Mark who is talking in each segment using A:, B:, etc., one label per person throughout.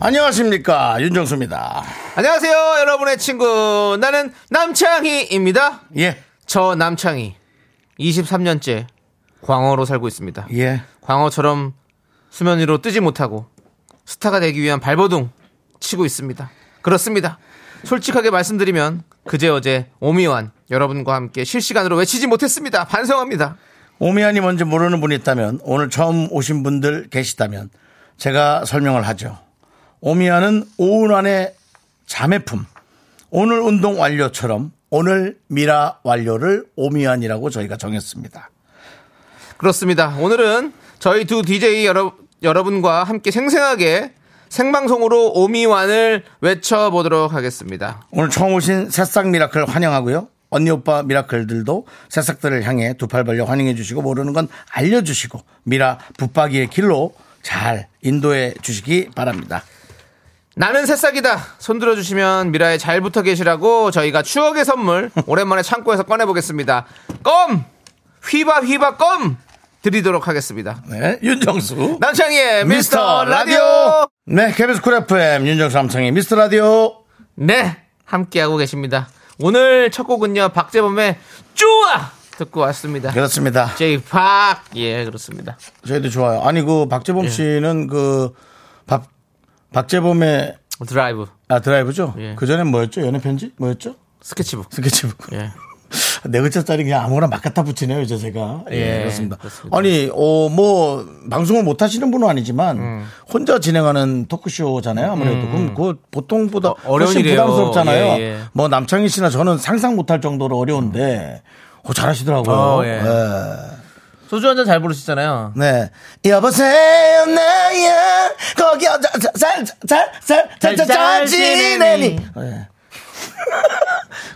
A: 안녕하십니까 윤정수입니다.
B: 안녕하세요, 여러분의 친구. 나는 남창희입니다.
A: 예,
B: 저 남창희. 23년째 광어로 살고 있습니다.
A: 예,
B: 광어처럼 수면 위로 뜨지 못하고 스타가 되기 위한 발버둥 치고 있습니다. 그렇습니다. 솔직하게 말씀드리면 그제 어제 오미완 여러분과 함께 실시간으로 외치지 못했습니다. 반성합니다.
A: 오미안이 뭔지 모르는 분이 있다면 오늘 처음 오신 분들 계시다면 제가 설명을 하죠. 오미안은 오은환의 자매품 오늘 운동 완료처럼 오늘 미라 완료를 오미안이라고 저희가 정했습니다.
B: 그렇습니다. 오늘은 저희 두 DJ 여러, 여러분과 함께 생생하게 생방송으로 오미완을 외쳐보도록 하겠습니다.
A: 오늘 처음 오신 새싹 미라클 환영하고요. 언니 오빠 미라클들도 새싹들을 향해 두 팔 벌려 환영해 주시고 모르는 건 알려주시고 미라 붙박이의 길로 잘 인도해 주시기 바랍니다.
B: 나는 새싹이다. 손 들어주시면 미라에 잘 붙어 계시라고 저희가 추억의 선물 오랜만에 창고에서 꺼내보겠습니다. 껌! 휘바 휘바 껌! 드리도록 하겠습니다.
A: 네, 윤정수.
B: 남창희의 미스터 라디오!
A: 네, KBS 쿨 FM 윤정수 삼성의 미스터 라디오.
B: 네, 함께하고 계십니다. 오늘 첫 곡은요, 박재범의 쪼아! 듣고 왔습니다.
A: 그렇습니다.
B: 제이팍! 예, 그렇습니다.
A: 저희도 좋아요. 아니 그
B: 예.
A: 박재범 씨는 그 박 박재범의
B: 드라이브,
A: 아 드라이브죠.
B: 예.
A: 그 전에 뭐였죠? 연애 편지 뭐였죠?
B: 스케치북.
A: 스케치북.
B: 예.
A: 네 글자짜리 그냥 아무거나 막 갖다 붙이네요, 이제 제가. 예,
B: 예,
A: 그렇습니다.
B: 그렇습니다.
A: 아니, 어, 뭐, 방송을 못 하시는 분은 아니지만,
B: 음.
A: 혼자 진행하는 토크쇼잖아요, 아무래도. 그럼 그 보통보다
B: 어, 어려운
A: 훨씬
B: 일이에요.
A: 부담스럽잖아요.
B: 예, 예.
A: 뭐, 남창희 씨나 저는 상상 못할 정도로 어려운데, 어, 잘하시더라고요.
B: 어, 예.
A: 예.
B: 소주 한 잔 잘 부르시잖아요.
A: 네. 여보세요, 나야. 거기, 어, 자, 자, 잘, 잘, 잘, 잘, 잘, 잘 지내니. 예.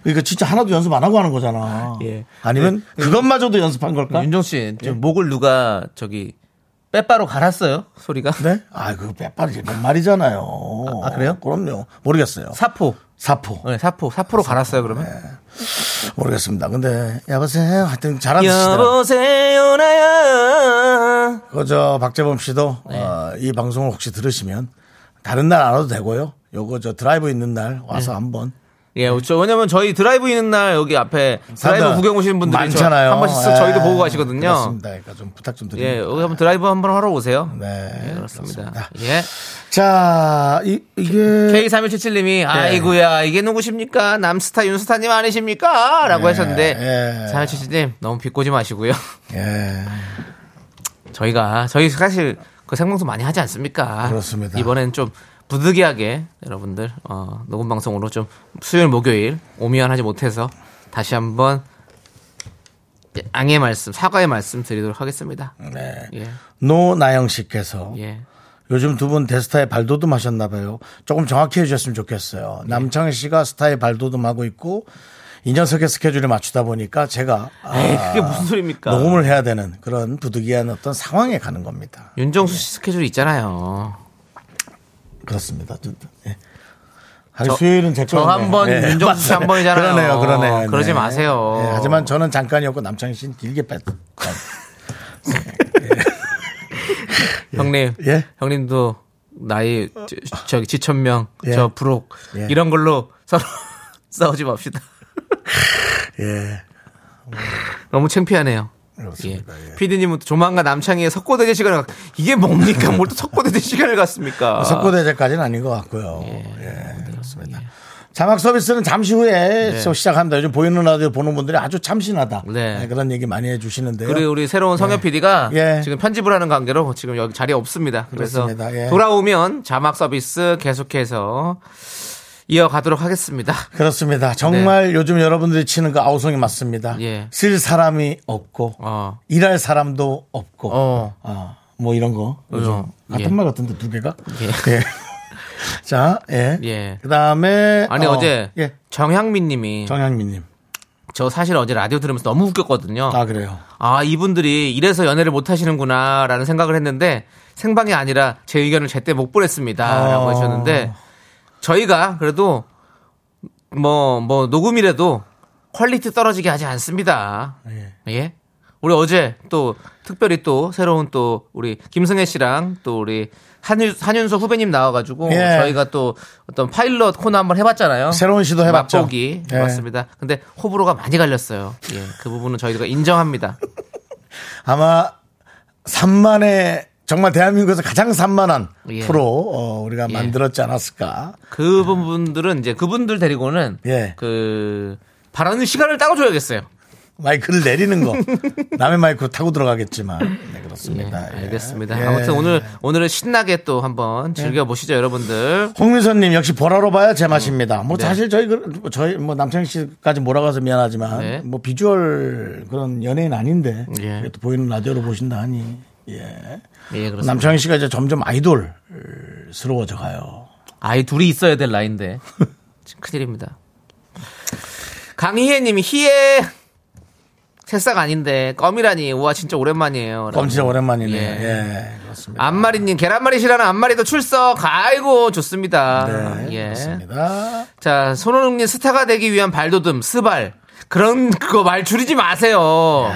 A: 그러니까 진짜 하나도 연습 안 하고 하는 거잖아.
B: 예.
A: 아니면 그것마저도 연습한 걸까?
B: 윤정 씨, 지금 목을 누가 저기 빼빠로 갈았어요? 소리가?
A: 네? 아, 그거 빼빠르지. 몇 말이잖아요.
B: 아, 그래요?
A: 그럼요. 모르겠어요.
B: 사포.
A: 사포. 네.
B: 네, 사포. 사포로 갈았어요, 그러면?
A: 모르겠습니다. 근데, 여보세요. 하여튼 잘하시더라고요.
B: 여보세요, 나야.
A: 그저 박재범 씨도
B: 네.
A: 어, 이 방송을 혹시 들으시면 다른 날 안 와도 되고요. 요거 저 드라이브 있는 날 와서 한번
B: 예, 그렇죠. 왜냐면 저희 드라이브 있는 날 여기 앞에 드라이브
A: 사람들
B: 구경 오시는 분들이 저-
A: 많잖아요.
B: 한 번씩 쓱 저희도
A: 예,
B: 보고 가시거든요.
A: 그렇습니다. 그러니까 좀 부탁 좀
B: 예,
A: 드립니다.
B: 여기 한번 드라이브 한번 하러 오세요.
A: 네,
B: 예, 그렇습니다.
A: 그렇습니다.
B: 예.
A: 자, 이, 이게
B: K3177님이
A: 네.
B: 아이고야 이게 누구십니까 남스타 윤스타님 아니십니까 라고 하셨는데
A: 네. 예.
B: 3177님 너무 비꼬지 마시고요
A: 예,
B: 저희가 저희 사실 그 생방송 많이 하지 않습니까?
A: 그렇습니다.
B: 이번엔 좀 부득이하게 여러분들 어, 녹음 방송으로 좀 수요일 목요일 오미안하지 못해서 다시 한번 양해 말씀 사과의 말씀 드리도록 하겠습니다.
A: 네.
B: 예.
A: 노나영 씨께서
B: 예.
A: 요즘 두 분 데스타에 발돋움 하셨나봐요. 조금 정확히 해주셨으면 좋겠어요.
B: 예.
A: 남창희 씨가 스타에 발돋움 하고 있고 이 녀석의 스케줄에 맞추다 보니까 제가
B: 에이,
A: 아,
B: 그게 무슨 소리입니까?
A: 녹음을 해야 되는 그런 부득이한 어떤 상황에 가는 겁니다.
B: 윤정수 씨 스케줄 있잖아요.
A: 그렇습니다. 좀, 예. 아니, 수요일은 제
B: 저
A: 거였네.
B: 한번
A: 예,
B: 윤정수 씨
A: 맞아요.
B: 한 번이잖아요. 어,
A: 그러네요, 그러네요.
B: 그러지
A: 네.
B: 마세요.
A: 예, 하지만 저는 잠깐이었고 남창희 씨는 길게 뺐.
B: 형님,
A: 예?
B: 형님도 나이 저, 저기 지천명,
A: 예.
B: 저 부록
A: 예.
B: 이런 걸로 서로 싸우지 맙시다.
A: 예.
B: 너무 창피하네요.
A: 그렇습니다. 예.
B: 피디님은 조만간 남창희의 석고대제 시간을 갖... 이게 뭡니까? 뭘 또 석고대제 시간을 갖습니까?
A: 아, 뭐 석고대제까지는 아닌 것 같고요. 예, 그렇습니다.
B: 예.
A: 자막 서비스는 잠시 후에 또 시작합니다. 요즘 보이는 라디오 보는 분들이 아주 참신하다.
B: 네.
A: 네, 그런 얘기 많이 해주시는데요.
B: 우리 우리 새로운 성현 PD가
A: 예.
B: 지금 편집을 하는 관계로 지금 여기 자리 없습니다. 그래서
A: 그렇습니다. 예.
B: 돌아오면 자막 서비스 계속해서 이어가도록 하겠습니다.
A: 그렇습니다. 정말 요즘 여러분들이 치는 그 아우성이 맞습니다.
B: 네. 예.
A: 쓸 사람이 없고
B: 어.
A: 일할 사람도 없고
B: 어.
A: 아, 뭐 이런 거 요즘
B: 어,
A: 같은
B: 예.
A: 말 같은데 두 개가
B: 예.
A: 예. 자, 예.
B: 예.
A: 그다음에
B: 아니
A: 어,
B: 어, 제
A: 예.
B: 정향민님이
A: 정향민님.
B: 저 사실 어제 라디오 들으면서 너무 웃겼거든요.
A: 아 그래요.
B: 아 이분들이 이래서 연애를 못 하시는구나라는 생각을 했는데 생방이 아니라 제 의견을 제때 못 보냈습니다라고
A: 어.
B: 하셨는데 저희가 그래도 뭐 뭐 녹음이라도 퀄리티 떨어지게 하지 않습니다.
A: 예.
B: 예. 우리 어제 또 특별히 또 새로운 또 우리 김승혜 씨랑 또 우리 한윤, 한윤서 후배님 나와가지고
A: 예.
B: 저희가 또 어떤 파일럿 코너 한번 해봤잖아요.
A: 새로운 시도 해봤죠.
B: 맛보기
A: 예.
B: 맞습니다. 근데 호불호가 많이 갈렸어요. 예, 그 부분은 저희가 인정합니다.
A: 아마 산만의 정말 대한민국에서 가장 산만한
B: 예.
A: 프로 어, 우리가
B: 예.
A: 만들었지 않았을까.
B: 그 부분들은 이제 그분들 데리고는
A: 예.
B: 그 바라는 시간을 따가줘야겠어요.
A: 마이크를 내리는 거. 남의 마이크로 타고 들어가겠지만. 네,
B: 예,
A: 그렇습니다. 예.
B: 알겠습니다.
A: 예.
B: 아무튼 오늘 오늘은 신나게 또 한번 즐겨 보시죠, 여러분들.
A: 홍민선님 역시 보라로 봐야 제맛입니다. 뭐
B: 네.
A: 사실 저희 그 저희 뭐 남창희 씨까지 몰아가서 미안하지만
B: 네.
A: 뭐 비주얼 그런 연예인 아닌데
B: 예.
A: 이것도 보이는 라디오로 보신다 하니 예.
B: 예, 그렇습니다.
A: 남창희 씨가 이제 점점 아이돌스러워져 가요.
B: 아이 둘이 있어야 될 나인데 지금 큰일입니다. 강희애님이 희애 새싹 아닌데 껌이라니 우와 진짜 오랜만이에요. 라고.
A: 껌 진짜 오랜만이네요.
B: 예.
A: 예, 그렇습니다.
B: 안마리님 계란말이 싫어하는 안마리도 출석. 아이고 좋습니다.
A: 네,
B: 예.
A: 그렇습니다.
B: 자 손흥민 스타가 되기 위한 발돋움 스발 그런 그거 말 줄이지 마세요.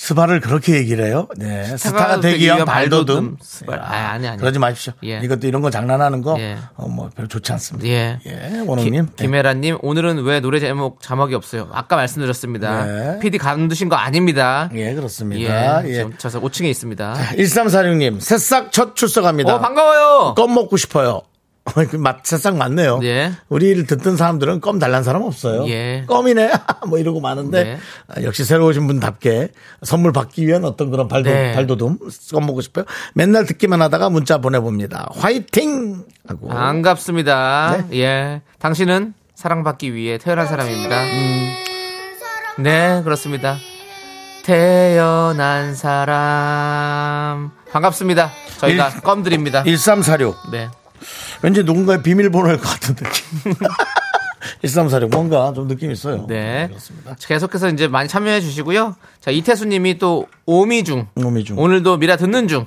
A: 스바를 그렇게 얘기를 해요. 네, 스타가,
B: 그
A: 되기 위한 발돋움. 예.
B: 스발. 아, 아니, 아니.
A: 그러지 마십시오.
B: 예.
A: 이것도 이런 거 장난하는 거,
B: 예.
A: 어, 뭐, 별로 좋지 않습니다.
B: 예.
A: 예, 원호님. 네.
B: 김혜란님 오늘은 왜 노래 제목 자막이 없어요? 아까 말씀드렸습니다.
A: 네.
B: PD 감두신 거 아닙니다.
A: 예, 그렇습니다.
B: 예,
A: 예.
B: 지금 저서 5층에 있습니다.
A: 1346님, 새싹 첫 출석합니다.
B: 어 반가워요.
A: 껌 먹고 싶어요. 그 맛, 새싹 맞네요.
B: 예.
A: 우리를 듣던 사람들은 껌 달란 사람 없어요.
B: 예.
A: 껌이네. 뭐 이러고 많은데
B: 네.
A: 아, 역시 새로 오신 분답게 선물 받기 위한 어떤 그런 발도,
B: 네.
A: 발도둠 껌 먹고 싶어요. 맨날 듣기만 하다가 문자 보내봅니다. 화이팅! 하고
B: 반갑습니다.
A: 네.
B: 예, 당신은 사랑받기 위해 태어난 사람입니다.
A: 음.
B: 네, 그렇습니다. 태어난 사람 반갑습니다. 저희가
A: 일-
B: 껌 드립니다.
A: 1346.
B: 네,
A: 왠지 누군가의 비밀번호일 것 같은 느낌. 1346 뭔가 좀 느낌 있어요.
B: 네.
A: 그렇습니다.
B: 계속해서 이제 많이 참여해 주시고요. 자, 이태수님이 또 오미 중 음.
A: 오미 중.
B: 오늘도 미라 듣는 중.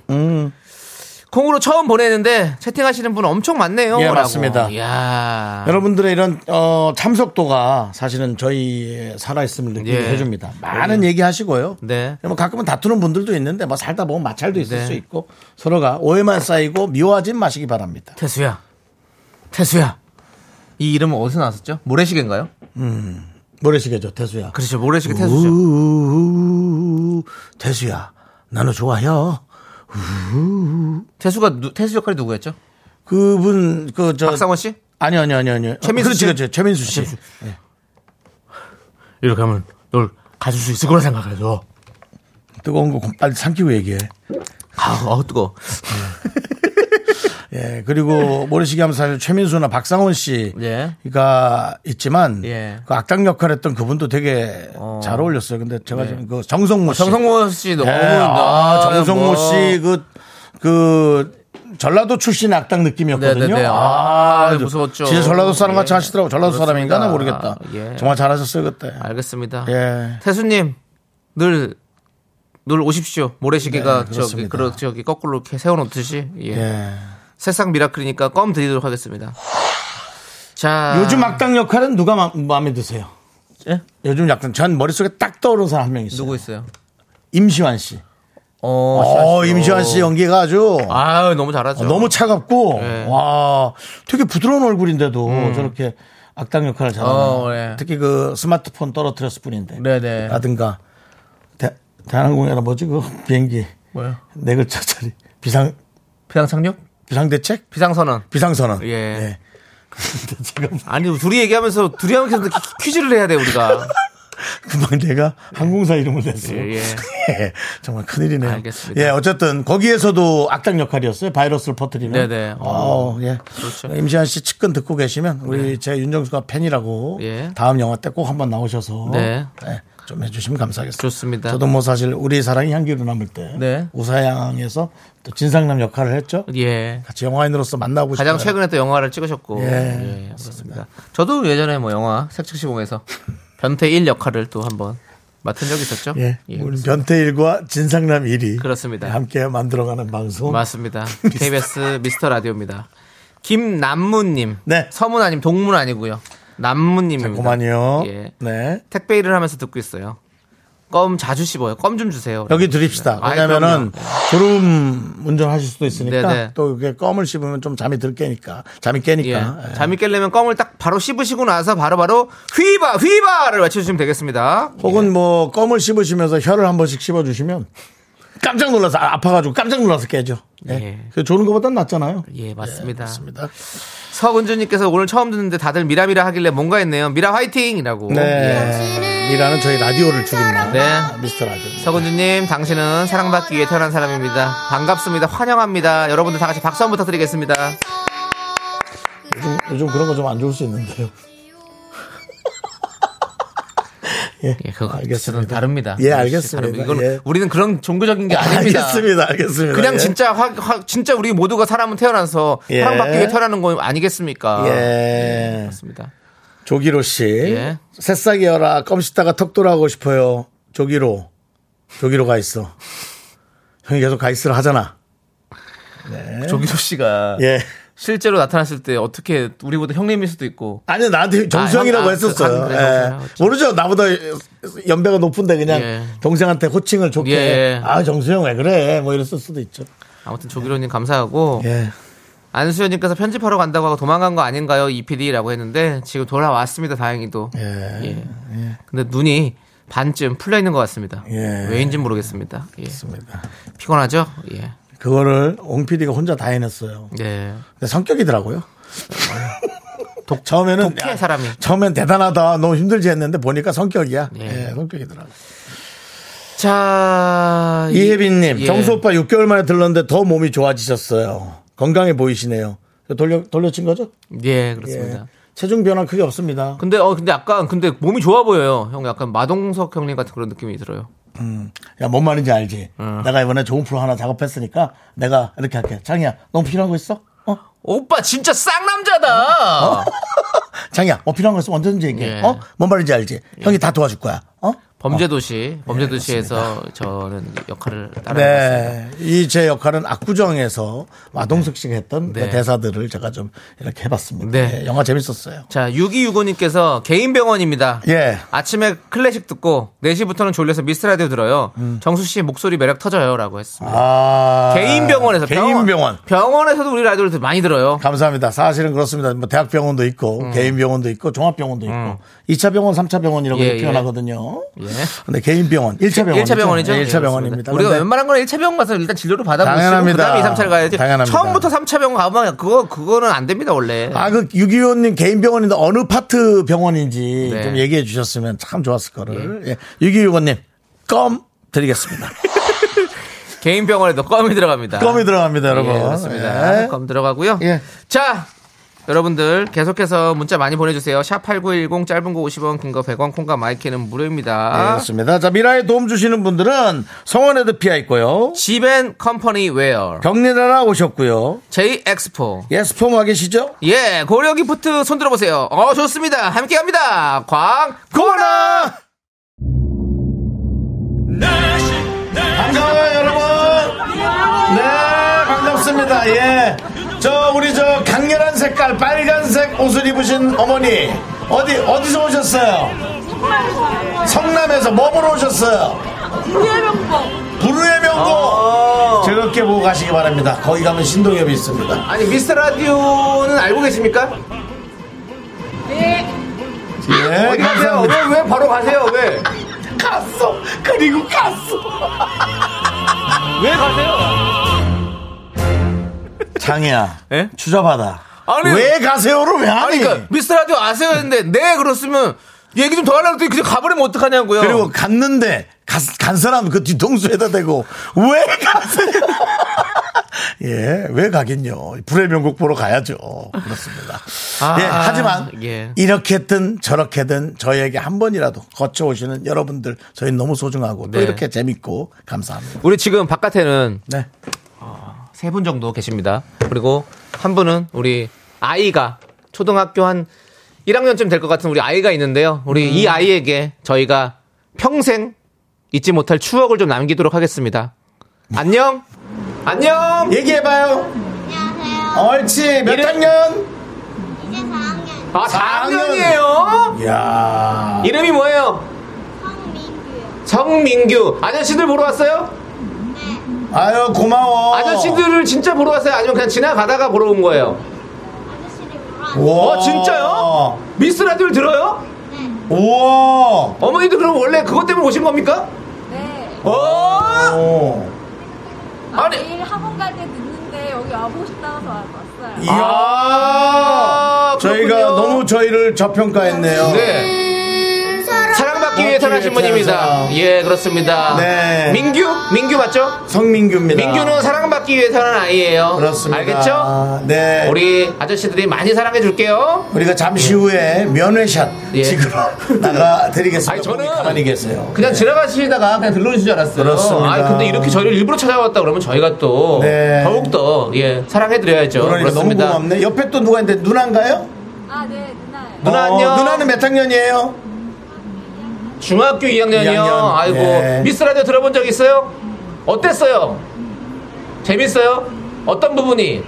B: 콩으로 처음 보내는데 채팅하시는 분 엄청 많네요.
A: 예,
B: 라고.
A: 맞습니다.
B: 이야.
A: 아. 여러분들의 이런 어, 참석도가 사실은 저희의 살아있음을 느끼게
B: 예.
A: 해줍니다. 많은 얘기하시고요.
B: 네.
A: 뭐 가끔은 다투는 분들도 있는데 뭐 살다 보면 마찰도 있을
B: 네.
A: 수 있고 서로가 오해만 쌓이고 미워하진 마시기 바랍니다.
B: 태수야. 태수야. 이 이름은 어디서 나왔었죠? 모래시계인가요?
A: 모래시계죠, 태수야.
B: 그렇죠. 모래시계 태수죠.
A: 우우우우 태수야, 나는 좋아요.
B: 태수가 누- 태수 역할이 누구였죠?
A: 그분 그저
B: 박상원 씨?
A: 아니 아니 아니 아니.
B: 최민수
A: 그렇지,
B: 씨?
A: 그렇지. 최민수 씨.
B: 이렇게 하면 널 가질 수 있을 거라 생각해서.
A: 뜨거운 거 빨리 삼키고 얘기해.
B: 아, 어, 뜨거.
A: 예, 그리고 모래시계 하면 사실 최민수나 박상원 씨.
B: 예.
A: 가 있지만
B: 예.
A: 그 악당 역할 했던 그분도 되게
B: 어. 예.
A: 잘 어울렸어요. 근데 제가 지금 그 정성모 씨.
B: 정성모 씨 너무
A: 예, 아,
B: 나-
A: 정성모
B: 뭐.
A: 씨 그 그 전라도 출신 악당 느낌이었거든요.
B: 네, 네, 네. 아, 네, 무서웠죠.
A: 진짜 전라도 사람 같이
B: 예.
A: 하시더라고. 전라도
B: 그렇습니다.
A: 사람인가 나 모르겠다.
B: 예.
A: 정말 잘하셨어요 그때.
B: 알겠습니다.
A: 예.
B: 네. 태수님 늘. 늘 오십시오. 모래시계가
A: 네,
B: 저기,
A: 그렇습니다.
B: 그러, 저기, 거꾸로 이렇게 세워놓듯이. 예.
A: 예.
B: 새싹 미라클이니까 껌 드리도록 하겠습니다. 자.
A: 요즘 악당 역할은 누가 마, 마음에 드세요?
B: 예?
A: 요즘 약간 전 머릿속에 딱 떠오르는 사람 한 명 있어요.
B: 누구 있어요?
A: 임시완 씨.
B: 어,
A: 어, 임시완 씨 연기가 아주
B: 아유, 너무 잘하죠.
A: 어, 너무 차갑고
B: 예.
A: 와 되게 부드러운 얼굴인데도 저렇게 악당 역할을 잘하는
B: 음. 어, 예.
A: 특히 그 스마트폰 떨어뜨렸을 뿐인데
B: 네네.
A: 라든가 대, 대한항공이라 뭐지 그 비행기
B: 뭐요?
A: 네 글자짜리 비상
B: 비상착륙?
A: 비상대책
B: 비상선언.
A: 비상선언
B: 예.
A: 예. 근데 지금
B: 아니, 둘이 얘기하면서, 둘이 하면서 퀴즈를 해야 돼, 우리가.
A: 금방 내가 항공사 이름을 냈어요.
B: 예, 예.
A: 예, 정말 큰일이네요.
B: 알겠습니다.
A: 예, 어쨌든 거기에서도 악당 역할이었어요. 바이러스를 퍼뜨리는.
B: 네네.
A: 어, 예.
B: 그렇죠. 네.
A: 임시한 씨 측근 듣고 계시면 우리 제 윤정수가 팬이라고
B: 예.
A: 다음 영화 때 꼭 한번 나오셔서
B: 네.
A: 예, 좀 해주시면 감사하겠습니다.
B: 좋습니다.
A: 저도 뭐 사실 우리 사랑이 향기로 남을 때
B: 네.
A: 우사양에서 또 진상남 역할을 했죠.
B: 예.
A: 같이 영화인으로서 만나고
B: 가장
A: 싶어요.
B: 최근에 또 영화를 찍으셨고.
A: 예,
B: 그렇습니다. 저도 예전에 뭐 영화 색즉시봉에서 변태 1 역할을 또 한번 맡은 적이 있었죠.
A: 예,
B: 예,
A: 우리 변태일과 진상남 일이
B: 그렇습니다.
A: 함께 만들어가는 방송.
B: 맞습니다. KBS 미스터 라디오입니다. 김남무님,
A: 네.
B: 서문 아님 동문 아니고요. 남무님입니다.
A: 고만요.
B: 예.
A: 네.
B: 택배 일을 하면서 듣고 있어요. 껌 자주 씹어요. 껌 좀 주세요.
A: 여기 드립시다.
B: 아이,
A: 왜냐면은 졸음 운전하실 수도 있으니까
B: 네네.
A: 또 이게 껌을 씹으면 좀 잠이 들 깨니까 잠이 깨니까.
B: 예.
A: 예.
B: 잠이 깨려면 껌을 딱 바로 씹으시고 나서 바로바로 휘바 휘바를 외쳐주시면 되겠습니다.
A: 혹은 뭐 껌을 씹으시면서 혀를 한 번씩 씹어주시면 깜짝 놀라서 아, 아파가지고 깜짝 놀라서 깨죠. 예.
B: 예.
A: 그 좋은 것보단 낫잖아요.
B: 예, 맞습니다.
A: 맞습니다.
B: 서은주님께서 오늘 처음 듣는데 다들 미라미라 하길래 뭔가 했네요. 미라 화이팅이라고.
A: 네. 미라는 저희 라디오를 줄입니다.
B: 네.
A: 미스터 라디오.
B: 서군주님, 당신은 사랑받기 위해 태어난 사람입니다. 반갑습니다. 환영합니다. 여러분들 다 같이 박수 한번 부탁드리겠습니다.
A: 요즘, 요즘 그런 거 좀 안 좋을 수 있는데요. 예.
B: 예, 그거
A: 알겠습니다.
B: 알겠습니다. 다릅니다.
A: 예, 알겠습니다.
B: 다릅니다. 이건
A: 예.
B: 우리는 그런 종교적인 게 아닙니다.
A: 알겠습니다. 알겠습니다.
B: 그냥
A: 예.
B: 진짜 화- 화- 진짜 우리 모두가 사람은 태어나서
A: 예.
B: 사랑받기 위해 태어나는 거 아니겠습니까? 네.
A: 예.
B: 맞습니다.
A: 조기로 씨.
B: 예.
A: 새싹이어라. 껌 씹다가 턱 돌아가고 싶어요. 조기로. 조기로 가 있어. 형이 계속 가 있으라 하잖아.
B: 조기조 씨가
A: 예.
B: 실제로 나타났을 때 어떻게 우리보다 형님일 수도 있고
A: 아니 나한테 정수형이라고
B: 형, 아,
A: 했었어요.
B: 그, 아, 그래요.
A: 예.
B: 그렇죠.
A: 모르죠. 나보다 연배가 높은데 그냥
B: 예.
A: 동생한테 호칭을 좋게
B: 예.
A: 아 정수형 왜 그래 뭐 이랬을 수도 있죠.
B: 아무튼 조기로님 감사하고
A: 예.
B: 안수현님께서 편집하러 간다고 하고 도망간 거 아닌가요, 이 PD라고 했는데 지금 돌아왔습니다, 다행히도.
A: 예.
B: 예. 근데 눈이 반쯤 풀려 있는 것 같습니다.
A: 예.
B: 왜인지 모르겠습니다. 예.
A: 맞습니다.
B: 피곤하죠? 예.
A: 그거를 옹 PD가 혼자 다 해냈어요.
B: 예.
A: 근데 네, 성격이더라고요. 독, 처음에는
B: 독해, 사람이.
A: 처음엔 대단하다 너무 힘들지 했는데 보니까 성격이야.
B: 예.
A: 예, 성격이더라고. 요
B: 자, 이-
A: 이혜빈님
B: 예.
A: 정수 오빠 6개월 만에 들렀는데 더 몸이 좋아지셨어요. 건강해 보이시네요. 돌려 돌려친 거죠?
B: 예,
A: 예.
B: 그렇습니다.
A: 체중 변화 크게 없습니다.
B: 근데 어 근데 약간 근데 몸이 좋아 보여요. 형 약간 마동석 형님 같은 그런 느낌이 들어요.
A: 야, 뭔 말인지 알지?
B: 어.
A: 내가 이번에 좋은 프로 하나 작업했으니까 내가 이렇게 할게. 장이야, 너무 필요한 거 있어? 어?
B: 오빠 진짜 쌍남자다.
A: 장이야, 뭐 필요한 거 있어? 언제든지 얘기해.
B: 예.
A: 어? 뭔 말인지 알지? 형이 다 도와줄 거야. 어?
B: 범죄도시, 범죄도시에서 저는 역할을 따라했습니다.
A: 아, 네. 이 제 역할은 압구정에서 마동석 씨가 했던
B: 네.
A: 그 대사들을 제가 좀 이렇게 해봤습니다.
B: 네.
A: 예, 영화 재밌었어요.
B: 자, 6265님께서 개인병원입니다.
A: 예.
B: 아침에 클래식 듣고 4시부터는 졸려서 미스라디오 들어요. 정수 씨 목소리 매력 터져요. 라고 했습니다.
A: 음. 아.
B: 개인병원에서
A: 개인 병원.
B: 병원에서도 우리 라디오를 많이 들어요.
A: 감사합니다. 사실은 그렇습니다. 뭐 대학병원도 있고
B: 음.
A: 개인병원도 있고 종합병원도 있고 2차 병원, 3차 병원이라고
B: 예,
A: 이렇게
B: 예.
A: 표현하거든요.
B: 예.
A: 근데 개인병원, 1차 병원.
B: 1차 병원이죠? 예,
A: 1차
B: 그렇습니다.
A: 병원입니다.
B: 우리가
A: 근데
B: 웬만한 건 1차 병원 가서 일단 진료를 받아보시고
A: 네, 당연합니다.
B: 그다음에 2, 3차를 가야지.
A: 당연합니다.
B: 처음부터 3차 병원 가면 그거 그거는 안 됩니다, 원래.
A: 아, 그, 6.25님 개인 병원인데 어느 파트 병원인지
B: 네.
A: 좀 얘기해 주셨으면 참 좋았을 거를. 예. 6.25님, 껌 드리겠습니다.
B: 개인 병원에도 껌이 들어갑니다.
A: 껌이 들어갑니다, 여러분.
B: 예, 그렇습니다.
A: 예.
B: 껌 들어가고요.
A: 예.
B: 자, 여러분들 계속해서 문자 많이 보내주세요. 샵 8910 짧은 거 50원, 긴 거 100원, 콩과 마이키는
A: 네,
B: 무료입니다.
A: 그렇습니다. 자, 미라에 도움 주시는 분들은 성원에도 피아 있고요.
B: 지벤 컴퍼니 웨어,
A: 경리나라 오셨고요.
B: J 엑스포,
A: 예스폼 와 계시죠?
B: 예, 고려 기프트 손 들어보세요. 어, 좋습니다. 함께 합니다. 광고나!
A: 반가워요, 여러분. 네, 반갑습니다. 예. 저, 우리 저 강렬한 색깔, 빨간색 옷을 입으신 어머니. 어디, 어디서 오셨어요? 성남에서 뭐 보러 오셨어요?
C: 네.
A: 부르의 명곡. 즐겁게 보고 가시기 바랍니다. 거기 가면 신동엽이 있습니다.
B: 아니, 미스터 라디오는 알고 계십니까?
A: 예,
B: 어디 가세요?
A: 감사합니다.
B: 왜, 왜 바로 가세요? 왜?
A: 갔어. 그리고 갔어.
B: 왜 가세요?
A: 장이야.
B: 예?
A: 주저받아.
B: 아니.
A: 왜 가세요를 왜
B: 아니,
A: 하니?
B: 그러니까 미스터 라디오 아세요? 했는데, 네, 그렇으면 얘기 좀 더 하려고 했더니 그냥 가버리면 어떡하냐고요.
A: 그리고 갔는데 갔- 간 사람 그 뒤통수에다 대고 왜 가세요? 예, 왜 가긴요. 불의 명곡 보러 가야죠. 그렇습니다.
B: 아,
A: 예, 하지만
B: 예.
A: 이렇게든 저렇게든 저희에게 한 번이라도 거쳐 오시는 여러분들 저희 너무 소중하고 또
B: 네.
A: 이렇게 재밌고 감사합니다.
B: 우리 지금 바깥에는
A: 네.
B: 세 분 정도 계십니다. 그리고 한 분은 우리 아이가 초등학교 한 1학년쯤 될 것 같은 우리 아이가 있는데요. 우리 이
D: 음.
B: 아이에게 저희가 평생 잊지 못할 추억을 좀 남기도록 하겠습니다. 안녕! 안녕!
A: 얘기해봐요.
D: 안녕하세요.
A: 옳지. 몇
B: 이름-
A: 학년?
D: 이제 4학년
B: 아, 4학년이에요!
A: 이야.
B: 이름이 뭐예요?
D: 황민규요.
B: 정민규. 아저씨들 보러 왔어요?
D: 네.
A: 아유,
D: 어.
A: 고마워.
B: 아저씨들을 진짜 보러 왔어요? 아니면 그냥 지나가다가 보러 온 거예요?
D: 아저씨를 보러 왔는데
A: 우와.
B: 어, 진짜요? 미스 라디오를 들어요?
A: 우와.
B: 어머니도 그럼 원래 그것 때문에 오신 겁니까?
C: 네.
B: 어?
A: 오.
C: 아,
B: 아니.
C: 내일 학원 갈 때 늦는데 여기 와보고 싶다고 와- 왔어요.
A: 이야.
B: 아,
A: 저희가
B: 그렇군요.
A: 너무 저희를 저평가했네요.
B: 네. 사랑받기 위해 태어나신 분입니다. 예, 그렇습니다.
A: 네.
B: 민규? 민규 맞죠?
A: 성민규입니다.
B: 민규는 사랑받기 위해 태어난 아이예요.
A: 그렇습니다.
B: 알겠죠?
A: 네. 우리
B: 우리 아저씨들이 많이 사랑해 줄게요.
A: 우리가 잠시 후에 면회샷
B: 예.
A: 찍으러 나가 드리겠습니다.
B: 아니, 저는
A: 가만히 계세요.
B: 그냥 지나가시다가 그냥 들러오신 줄 알았어요.
A: 네. 그렇습니다.
B: 아, 근데 이렇게 저희를 일부러 찾아왔다 그러면 저희가 또
A: 네.
B: 더욱 더 예, 사랑해 드려야죠.
A: 그러니까
B: 그렇습니다.
A: 너무 고맙네. 옆에 또 누가 있는데 누나인가요? 어,
C: 아, 네, 누나예요.
B: 누나 안녕.
A: 누나는 몇 학년이에요?
B: 중학교 2학년이요.
A: 2학년.
B: 아이고
A: 네.
B: 미스 라디오 들어본 적 있어요? 어땠어요? 재밌어요? 어떤 부분이?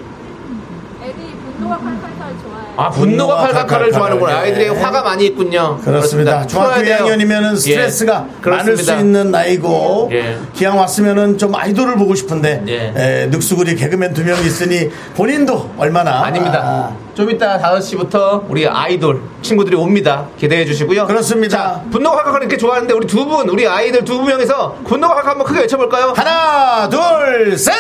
C: 애들이 분노가 칼칼칼 좋아해요.
B: 아 분노가
A: 분노가
B: 칼칼칼을 좋아하는구나.
A: 칼칼칼.
B: 아이들의
A: 네.
B: 화가 많이 있군요.
A: 그렇습니다. 중학교
B: 풀어야 돼요.
A: 2학년이면 스트레스가
B: 예.
A: 많을 수
B: 그렇습니다.
A: 있는 나이고
B: 예.
A: 기왕 왔으면은 좀 아이돌을 보고 싶은데
B: 예.
A: 에, 늑수구리 개그맨 두 명 있으니 본인도 얼마나
B: 아닙니다. 좀 이따 5시부터 우리 아이돌 친구들이 옵니다. 기대해 주시고요.
A: 아, 그렇습니다.
B: 분노가 칼칼칼 이렇게 좋아하는데 우리 두 분, 우리 아이들 두 명에서 분노가 칼칼 한번 크게 외쳐볼까요?
A: 하나, 둘, 셋!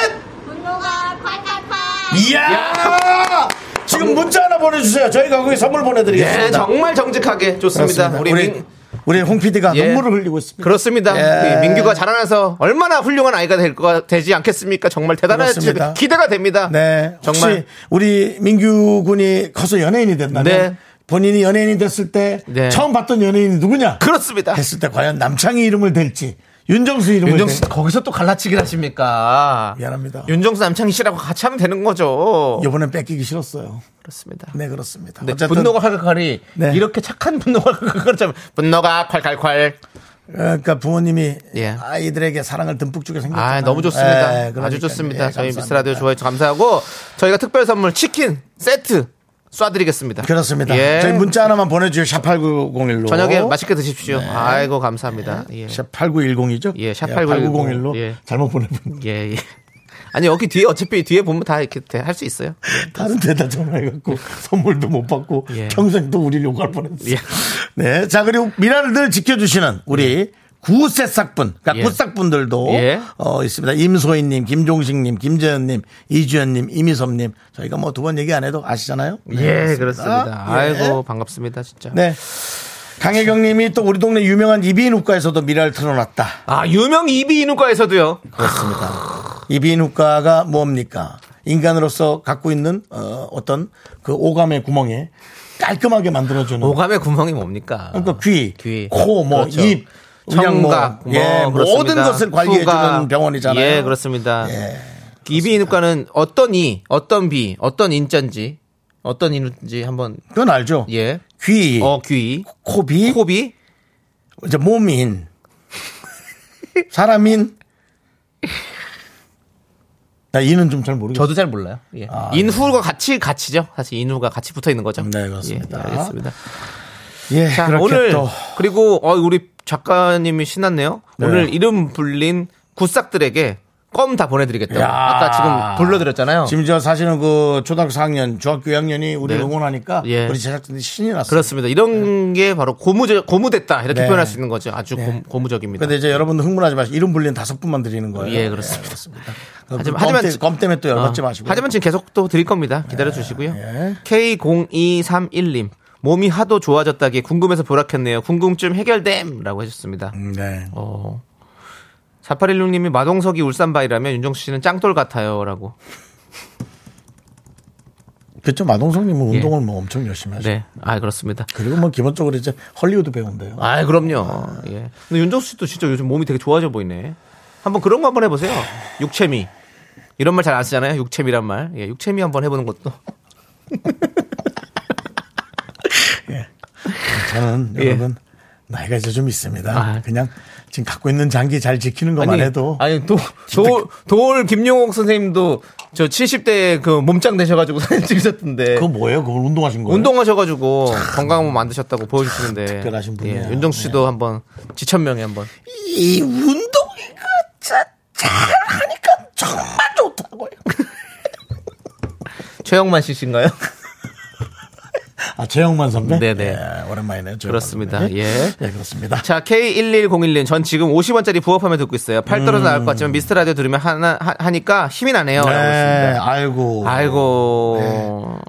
D: 분노가 콸콸콸.
A: 이야!
B: 야!
A: 지금 문자 하나 보내주세요. 저희가 거기 선물 보내드리겠습니다.
B: 네, 정말 정직하게 좋습니다.
A: 그렇습니다.
B: 우리,
A: 우리,
B: 민-
A: 우리 홍 PD가
B: 예.
A: 눈물을 흘리고 있습니다.
B: 그렇습니다.
A: 예.
B: 우리 민규가 자라나서 얼마나 훌륭한 아이가 될 거, 되지 않겠습니까? 정말 대단하지.
A: 그렇습니다.
B: 기대가 됩니다.
A: 네.
B: 정말.
A: 혹시 우리 민규 군이 커서 연예인이 된다면
B: 네.
A: 본인이 연예인이 됐을 때
B: 네.
A: 처음 봤던 연예인이 누구냐?
B: 그렇습니다.
A: 했을 때 과연 남창희 이름을 댈지 윤정수 이름을
B: 윤정수
A: 댈지.
B: 거기서 또 갈라치기를 하십니까?
A: 미안합니다.
B: 윤정수 남창희 씨라고 같이 하면 되는 거죠.
A: 이번엔 뺏기기 싫었어요.
B: 그렇습니다.
A: 네, 그렇습니다.
B: 근데
A: 어쨌든
B: 분노가 칼칼칼이
A: 네.
B: 이렇게 착한 분노가 칼칼칼 참 분노가 칼칼칼.
A: 그러니까 부모님이
B: 예.
A: 아이들에게 사랑을 듬뿍 주게 생겼어요.
B: 아 너무 좋습니다.
A: 예,
B: 아주
A: 그러니까요.
B: 좋습니다.
A: 예,
B: 저희
A: 감사합니다.
B: 미스 라디오 좋아해 주셔서 감사하고 저희가 특별 선물 치킨 세트 쏴드리겠습니다.
A: 그렇습니다.
B: 예.
A: 저희 문자 하나만 보내주세요. 샵8901로.
B: 저녁에 맛있게 드십시오. 아이고 감사합니다. 예.
A: 샵8910이죠?
B: 예, 샵8910.
A: 8901로.
B: 예.
A: 잘못 보내면
B: 예, 예. 아니 여기 뒤에 어차피 뒤에 보면 다 이렇게 할 수 있어요.
A: 다른 데다 전화해갖고 선물도 못 받고
B: 예.
A: 평생도 우리를 욕할 뻔했어.
B: 예.
A: 네. 자, 그리고 미라를 늘 지켜주시는 우리 구세싹분, 그러니까
B: 예.
A: 구싹분들도
B: 예.
A: 어, 있습니다. 임소희님, 김종식님, 김재현님, 이주연님, 이미섭님. 저희가 뭐 두 번 얘기 안 해도 아시잖아요. 네,
B: 예, 그렇습니다.
A: 예.
B: 아이고 반갑습니다, 진짜.
A: 네. 강혜경 님이 또 우리 동네 유명한 이비인후과에서도 미라를 틀어놨다.
B: 아 유명 이비인후과에서도요.
A: 그러니까. 그렇습니다. 이비인후과가 뭡니까? 인간으로서 갖고 있는 어, 어떤 그 오감의 구멍에 깔끔하게 만들어주는
B: 오감의 구멍이 뭡니까?
A: 그러니까 귀,
B: 귀.
A: 코, 뭐
B: 그렇죠.
A: 입, 그냥 뭐,
B: 청각, 뭐,
A: 예, 모든
B: 그렇습니다.
A: 것을 관리해주는
B: 후각.
A: 병원이잖아요.
B: 예, 그렇습니다.
A: 예.
B: 이비인후과는 어떤 이, 어떤 비, 어떤 인자인지, 어떤 인후인지 한번
A: 그건 알죠.
B: 예,
A: 귀,
B: 어 귀,
A: 코비,
B: 코비,
A: 이제 몸인, 사람인. 나 이는 좀 잘 모르겠어.
B: 저도 잘 몰라요. 예. 인후과 같이 같이죠. 사실 인후가 같이 붙어 있는 거죠.
A: 네, 그렇습니다.
B: 예, 알겠습니다.
A: 예,
B: 자,
A: 그렇게
B: 오늘
A: 또
B: 그리고 어, 우리 작가님이 신났네요. 오늘 이름 불린 굿삭들에게 껌 다 보내드리겠다고.
A: 야.
B: 아까 지금 불러드렸잖아요.
A: 심지어 사실은 그 초등학교 4학년, 중학교 2학년이 우리 를
B: 네.
A: 응원하니까
B: 예.
A: 우리 제작진이 신이 났어요.
B: 그렇습니다. 이런 게 바로 고무제, 고무됐다 이렇게
A: 네.
B: 표현할 수 있는 거죠. 아주 고, 무적입니다
A: 근데 이제 여러분들 흥분하지 마시고 이름 불리는 다섯 분만 드리는 거예요.
B: 예, 그렇습니다.
A: 하지만, 검, 하지만 검그 때문에 또 열받지 네.
B: 어,
A: 마시고.
B: 하지만 지금 계속 또 드릴 겁니다. 기다려 주시고요.
A: 예.
B: K0231님 몸이 하도
A: 음,
B: 어. 좋아졌다기에 궁금해서 보라켰네요. 궁금증 해결됨이라고 해줬습니다.
A: 네.
B: 어, 4816님이 마동석이 울산바이라면 윤정수 씨는 짱돌 같아요. 라고.
A: 그렇죠. 마동석님은
B: 예.
A: 운동을 뭐 엄청 열심히 하죠.
B: 네. 아, 그렇습니다.
A: 그리고 뭐 기본적으로 이제 헐리우드 배우인데요.
B: 아, 그럼요. 예. 근데 윤정수 씨도 진짜 요즘 몸이 되게 좋아져 보이네. 한번 그런 거 한번 해보세요. 육체미. 이런 말 잘 안 쓰잖아요. 육체미란 말. 예, 육체미 한번 해보는 것도.
A: 저는
B: 예.
A: 여러분 나이가 이제 좀 있습니다.
B: 아.
A: 그냥 지금 갖고 있는 장기 잘 지키는 것만 해도 그
B: 아니, 도, 도, 돌 김용옥 선생님도 저 70대 그 몸짱 되셔가지고 사진 찍으셨던데.
A: 그거 뭐예요? 그걸 운동하신 거예요?
B: 운동하셔가지고 건강한 몸 만드셨다고 보여주시는데.
A: 특별하신 분이에요. 네.
B: 예, 윤정수 씨도 한번 지천명에 한번.
A: 이 운동이 그 진짜 잘하니까 정말 좋다고요.
B: 최영만 씨신가요?
A: 아 최영만 선배?
B: 네네.
A: 예, 오랜만이네요. 최영만
B: 그렇습니다.
A: 선배.
B: 예.
A: 그렇습니다.
B: 자, K1101님, 전 지금 50원짜리 부업하며 듣고 있어요. 팔 떨어져 나올 것 같지만 미스터 라디오 들으면 하나, 하, 하니까 힘이 음. 나네요. 라고
A: 네,
B: 했습니다.
A: 아이고.
B: 아이고.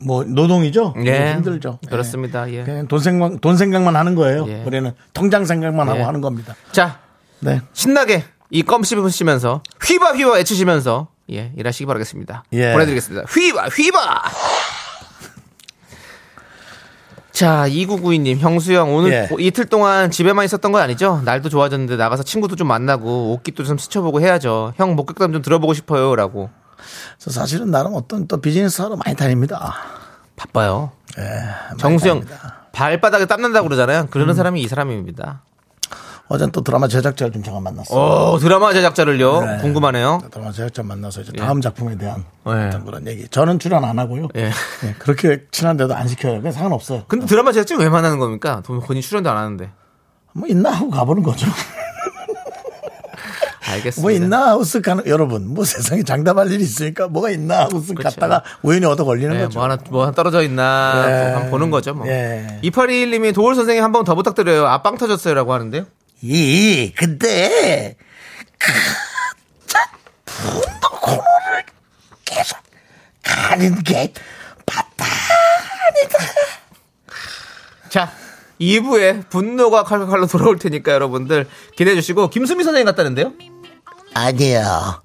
A: 뭐 노동이죠?
B: 예.
A: 힘들죠. 예.
B: 그렇습니다. 예.
A: 그냥 돈 생각 돈 생각만 하는 거예요.
B: 예.
A: 우리는 통장 생각만
B: 예.
A: 하고 하는 겁니다.
B: 자,
A: 네.
B: 신나게 이 껌 씹으시면서 휘바 휘바 외치시면서 예, 일하시기 바라겠습니다.
A: 예.
B: 보내드리겠습니다. 휘바 휘바. 자, 2992님, 형수형, 오늘
A: 예.
B: 오- 이틀 동안 집에만 있었던 거 아니죠? 날도 좋아졌는데 나가서 친구도 좀 만나고 옷깃도 좀 스쳐보고 해야죠. 형 목격담 좀 들어보고 싶어요. 라고.
A: 저 사실은 나름 어떤 또 비즈니스 하러 많이 다닙니다. 아,
B: 바빠요.
A: 예. 많이
B: 정수영
A: 다닙니다. 음.
B: 발바닥에 땀난다고 그러잖아요. 그러는 사람이 이 사람입니다.
A: 어젠 또 드라마 제작자를 좀 잠깐 만났어요.
B: 어 드라마 제작자를요.
A: 네.
B: 궁금하네요.
A: 드라마 제작자 만나서 이제 다음 작품에 대한
B: 예.
A: 어떤 그런 얘기. 저는 출연 안 하고요.
B: 예.
A: 예, 그렇게 친한데도 안 시켜요. 그냥 상관없어요.
B: 근데 드라마 제작자 왜 만나는 겁니까? 돈 본인 출연도 안 하는데.
A: 뭐 있나 하고 가보는 거죠.
B: 알겠습니다.
A: 뭐 있나 하고 쓱 가는 여러분 뭐 세상에 장담할 일이 있으니까 뭐가 있나 하고 쓱
B: 그렇죠.
A: 갔다가 우연히 얻어 걸리는
B: 네,
A: 거죠.
B: 뭐 하나 뭐 하나 떨어져 있나
A: 예.
B: 한번 보는 거죠. 뭐.
A: 예.
B: 2821님이 도울 선생님 한 번 더 부탁드려요. 아 빵 터졌어요라고 하는데요.
A: 이 근데 그자 분도 코너를 계속 가는 게 맞다.
B: 자. 2부에 분노가 칼칼칼로 돌아올 테니까 여러분들 기대해 주시고 김수미 선생님 같다는데요?
A: 아니에요.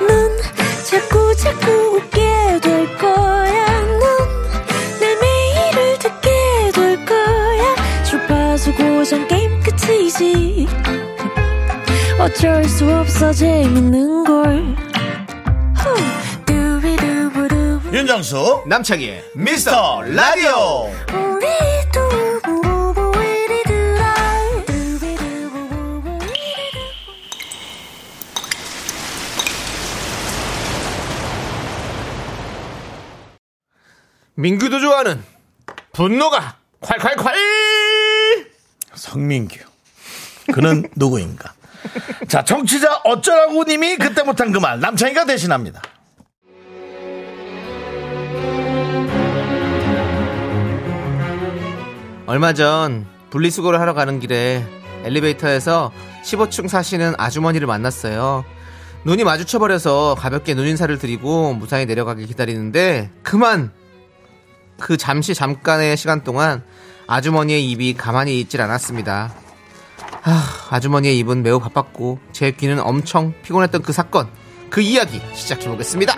E: 넌 자꾸 자꾸 웃게 될 거야. 넌내 매일을 듣게 될 거야. 주파수 고정 게임 끝이지. 어쩔 수 없어 재밌는 걸. 후. 두비두부두.
A: 윤정수
B: 남창희의 미스터 라디오
E: 우리 두부부부 우리 두라. 두비두부부부 우리 두라.
B: 민규도 좋아하는 분노가 콸콸콸
A: 성민규. 그는 누구인가? 자, 정치자 어쩌라고 님이 그때 못한 그 말 남창희가 대신합니다.
B: 얼마 전 분리수거를 하러 가는 길에 엘리베이터에서 15층 사시는 아주머니를 만났어요. 눈이 마주쳐버려서 가볍게 눈인사를 드리고 무사히 내려가길 기다리는데 그만! 그 잠시 잠깐의 시간 동안 아주머니의 입이 가만히 있질 않았습니다. 아, 아주머니의 입은 매우 바빴고 제 귀는 엄청 피곤했던 그 사건, 그 이야기 시작해보겠습니다.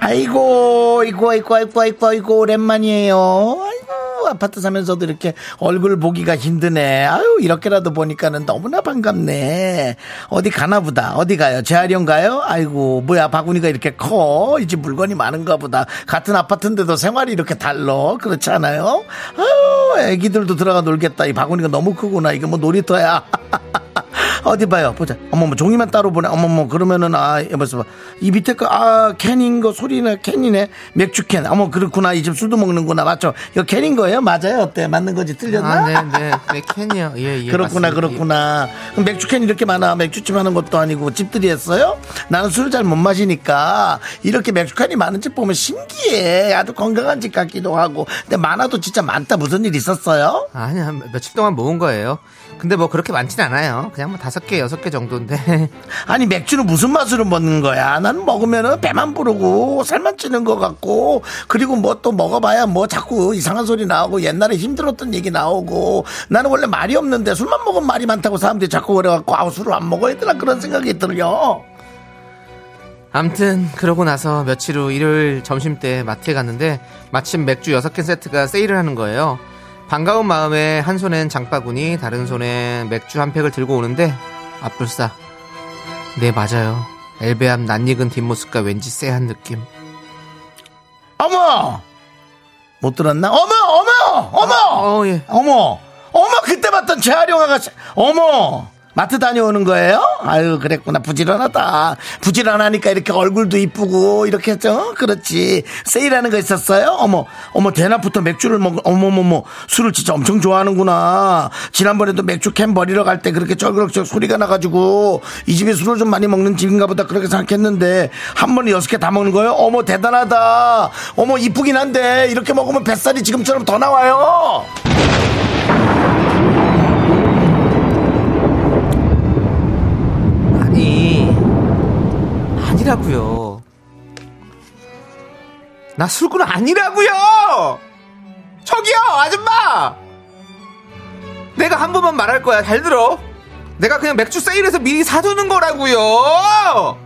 A: 아이고, 이고, 이고, 이고, 이고, 이고, 오랜만이에요. 아이고, 아파트 사면서도 이렇게 얼굴 보기가 힘드네. 아유, 이렇게라도 보니까는 너무나 반갑네. 어디 가나 보다. 어디 가요? 재활용 가요? 아이고, 뭐야, 바구니가 이렇게 커. 이제 물건이 많은가 보다. 같은 아파트인데도 생활이 이렇게 달러. 그렇지 않아요? 아유, 애기들도 들어가 놀겠다. 이 바구니가 너무 크구나. 이거 뭐 놀이터야. 어디 봐요 보자 어머머 종이만 따로 보내 어머머 그러면은 아 여보세요 이 밑에 거아 캔인 거 소리네 캔이네 맥주 캔 어머 그렇구나 이 집 술도 먹는구나 맞죠 이거 캔인 거예요 맞아요 어때 맞는 거지 틀렸나
B: 아, 네, 네, 네, 캔이요. 예, 예.
A: 그렇구나
B: 맞습니다.
A: 그렇구나 그럼 맥주캔 이렇게 많아 맥주집 하는 것도 아니고 집들이 했어요 나는 술을 잘 못 마시니까 이렇게 맥주캔이 많은 집 보면 신기해 아주 건강한 집 같기도 하고 근데 많아도 진짜 많다 무슨 일 있었어요
B: 아니 한 며칠 동안 모은 거예요. 근데 뭐 그렇게 많진 않아요. 그냥 뭐 다섯 개, 여섯 개 정도인데.
A: 아니 맥주는 무슨 맛으로 먹는 거야? 나는 먹으면은 배만 부르고 살만 찌는 것 같고 그리고 뭐 또 먹어봐야 뭐 자꾸 이상한 소리 나오고 옛날에 힘들었던 얘기 나오고 나는 원래 말이 없는데 술만 먹으면 말이 많다고 사람들이 자꾸 그래갖고 아우 술을 안 먹어야 되나 그런 생각이 들려.
B: 암튼 그러고 나서 며칠 후 일요일 점심 때 마트에 갔는데 마침 맥주 여섯 캔 세트가 세일을 하는 거예요. 반가운 마음에 한 손엔 장바구니, 다른 손엔 맥주 한 팩을 들고 오는데 앞불싸. 네 맞아요. 엘베암 낯익은 뒷모습과 왠지 쎄한 느낌.
A: 어머 못 들었나? 어머 어머 어머
B: 아, 어, 예.
A: 어머 어머 그때 봤던 최하룡 아가씨 어머 마트 다녀오는 거예요? 아유 그랬구나 부지런하다 부지런하니까 이렇게 얼굴도 이쁘고 이렇게 했죠 어, 그렇지 세일하는 거 있었어요? 어머 어머 대낮부터 맥주를 먹 어머머머 술을 진짜 엄청 좋아하는구나 지난번에도 맥주 캔 버리러 갈 때 그렇게 쩔그럭쩔 소리가 나가지고 이 집이 술을 좀 많이 먹는 집인가 보다 그렇게 생각했는데 한 번에 여섯 개 다 먹는 거예요? 어머 대단하다 어머 이쁘긴 한데 이렇게 먹으면 뱃살이 지금처럼 더 나와요
B: 아니 아니라고요. 나 술꾼 아니라고요. 저기요 아줌마. 내가 한 번만 말할 거야. 잘 들어. 내가 그냥 맥주 세일해서 미리 사두는 거라고요.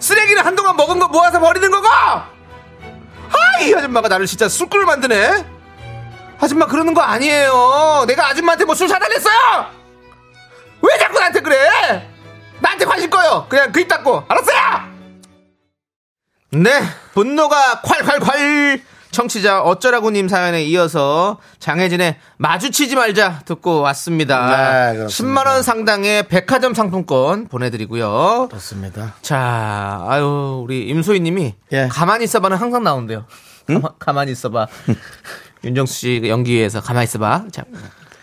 B: 쓰레기를 한동안 먹은 거 모아서 버리는 거고. 아이 아줌마가 나를 진짜 술꾼을 만드네. 아줌마 그러는 거 아니에요. 내가 아줌마한테 뭐 술 사달랬어요? 왜 자꾸 나한테 그래? 나한테 관심 꺼요. 그냥 그입 닫고. 알았어요? 네. 분노가 콸콸콸. 청취자 어쩌라고님 사연에 이어서 장혜진의 마주치지 말자 듣고 왔습니다.
A: 네, 그렇습니다.
B: 10만원 상당의 백화점 상품권 보내드리고요.
A: 그렇습니다
B: 자, 아유, 우리 임소희 님이
A: 예.
B: 가만히 있어봐는 항상 나온대요. 가마, 가만히 있어봐. 윤정수 씨 연기에서 가만히 있어봐. 자.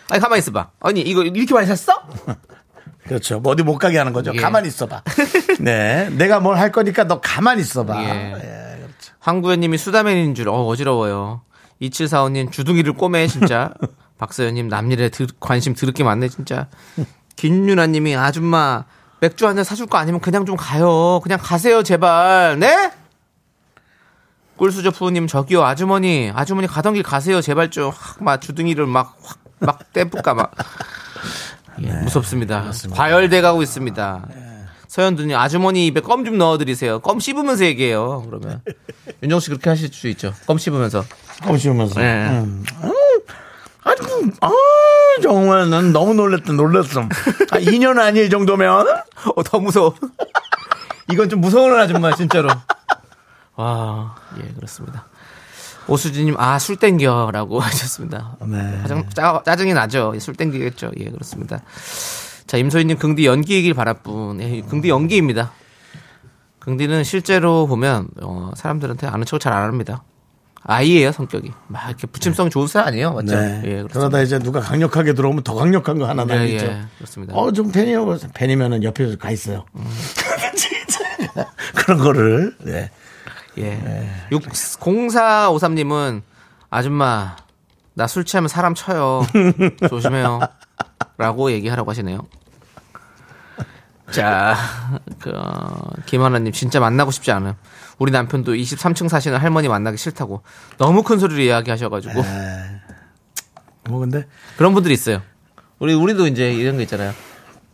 B: 아니, 가만히 있어봐. 아니, 이거 이렇게 많이 샀어?
A: 그렇죠. 뭐 어디 못 가게 하는 거죠.
B: 예.
A: 가만히 있어봐. 네. 내가 뭘 할 거니까 너 가만히 있어봐.
B: 예.
A: 예, 그렇죠.
B: 황구현 님이 수다맨인 줄, 어, 어지러워요. 2745 님, 주둥이를 꼬매, 진짜. 박서연 님, 남일에 드- 관심 드럽게 많네, 진짜. 김윤아 님이, 아줌마, 맥주 한 잔 사줄 거 아니면 그냥 좀 가요. 그냥 가세요, 제발. 네? 꿀수저 푸우님, 저기요, 아주머니. 아주머니 가던 길 가세요, 제발 좀. 확, 막, 주둥이를 막, 확, 막, 떼볼까, 막. 예, 무섭습니다. 예. 과열돼 가고 있습니다. 서현두님 아주머니 입에 껌 좀 넣어드리세요. 껌 씹으면서 얘기해요. 그러면 윤정 씨 그렇게 하실 수 있죠. 껌 씹으면서.
A: 꼼씹으면서 음.
B: 네.
A: 아니, 그, 아, 정말 난 너무 놀랬다, 놀랬음. 아, 2년 아니, 이 정도면?
B: 어, 더 무서워. 이건 좀 무서운 아줌마 진짜로. 와, 예 그렇습니다. 오수진님 아 술 땡겨라고 하셨습니다.
A: 네.
B: 가장 짜, 짜증이 나죠. 술 땡기겠죠. 예 그렇습니다. 자 임소희님 긍디 연기이길 바라뿐. 예, 긍디 연기입니다. 긍디는 실제로 보면 어, 사람들한테 아는 척 잘 안 합니다. 아이예요 성격이. 막 이렇게 부침성 좋은 사람 아니에요, 맞죠?
A: 네.
B: 예 그렇습니다.
A: 그러다 이제 누가 강력하게 들어오면 더 강력한 거 하나
B: 예,
A: 나겠죠.
B: 예, 그렇습니다.
A: 어, 좀 팬이요. 팬이면은 옆에 가 있어요.
B: 음.
A: 진짜. 그런 거를. 네.
B: 예. 6 0453님은 아줌마 나 술 취하면 사람 쳐요. 조심해요. 라고 얘기하라고 하시네요. 자, 그, 어, 김하나님, 진짜 만나고 싶지 않음. 우리 남편도 23층 사시는 할머니 만나기 싫다고 너무 큰 소리를 이야기 하셔가지고.
A: 뭐 근데
B: 그런 분들이 있어요. 우리, 우리도 이제 이런 거 있잖아요.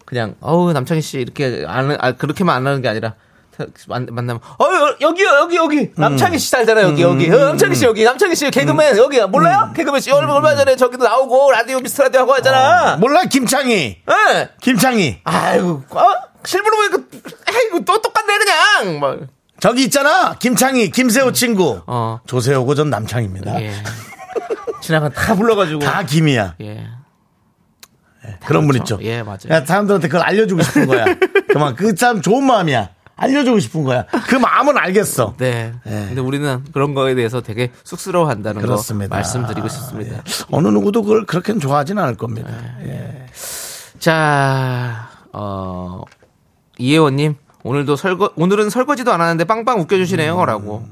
B: 그냥, 어우, 남창희 씨, 이렇게, 안, 아, 그렇게만 안 하는 게 아니라, 만, 만나면, 어, 여기요, 여기, 여기. 남창희 씨 살잖아, 여기, 여기. 어, 남창희 씨, 여기. 남창희 씨, 개그맨, 여기. 몰라요? 개그맨 씨, 얼마, 얼마 전에 저기도 나오고, 라디오 미스터 라디오 하고 하잖아.
A: 몰라 김창희.
B: 예.
A: 김창희.
B: 아이고, 어? 실물로 보니까, 아이고, 또 똑같네, 그냥. 막.
A: 저기 있잖아. 김창희, 김세호 친구.
B: 어.
A: 조세호고 전 남창입니다.
B: 예. 지나간 다 불러가지고.
A: 다 김이야.
B: 예.
A: 그런 분
B: 그렇죠.
A: 있죠.
B: 예, 맞아요.
A: 그냥 사람들한테 그걸 알려주고 싶은 거야. 그만 그 참 좋은 마음이야. 알려주고 싶은 거야. 그 마음은 알겠어.
B: 네.
A: 예.
B: 근데 우리는 그런 거에 대해서 되게 쑥스러워 한다는 거
A: 그렇습니다. 예. 아,
B: 말씀드리고 싶습니다. 예.
A: 어느 누구도 그걸 그렇게는 좋아하진 않을 겁니다.
B: 자, 어, 이혜원님, 오늘도 설거, 오늘은 설거지도 안 하는데 빵빵 웃겨주시네요. 라고.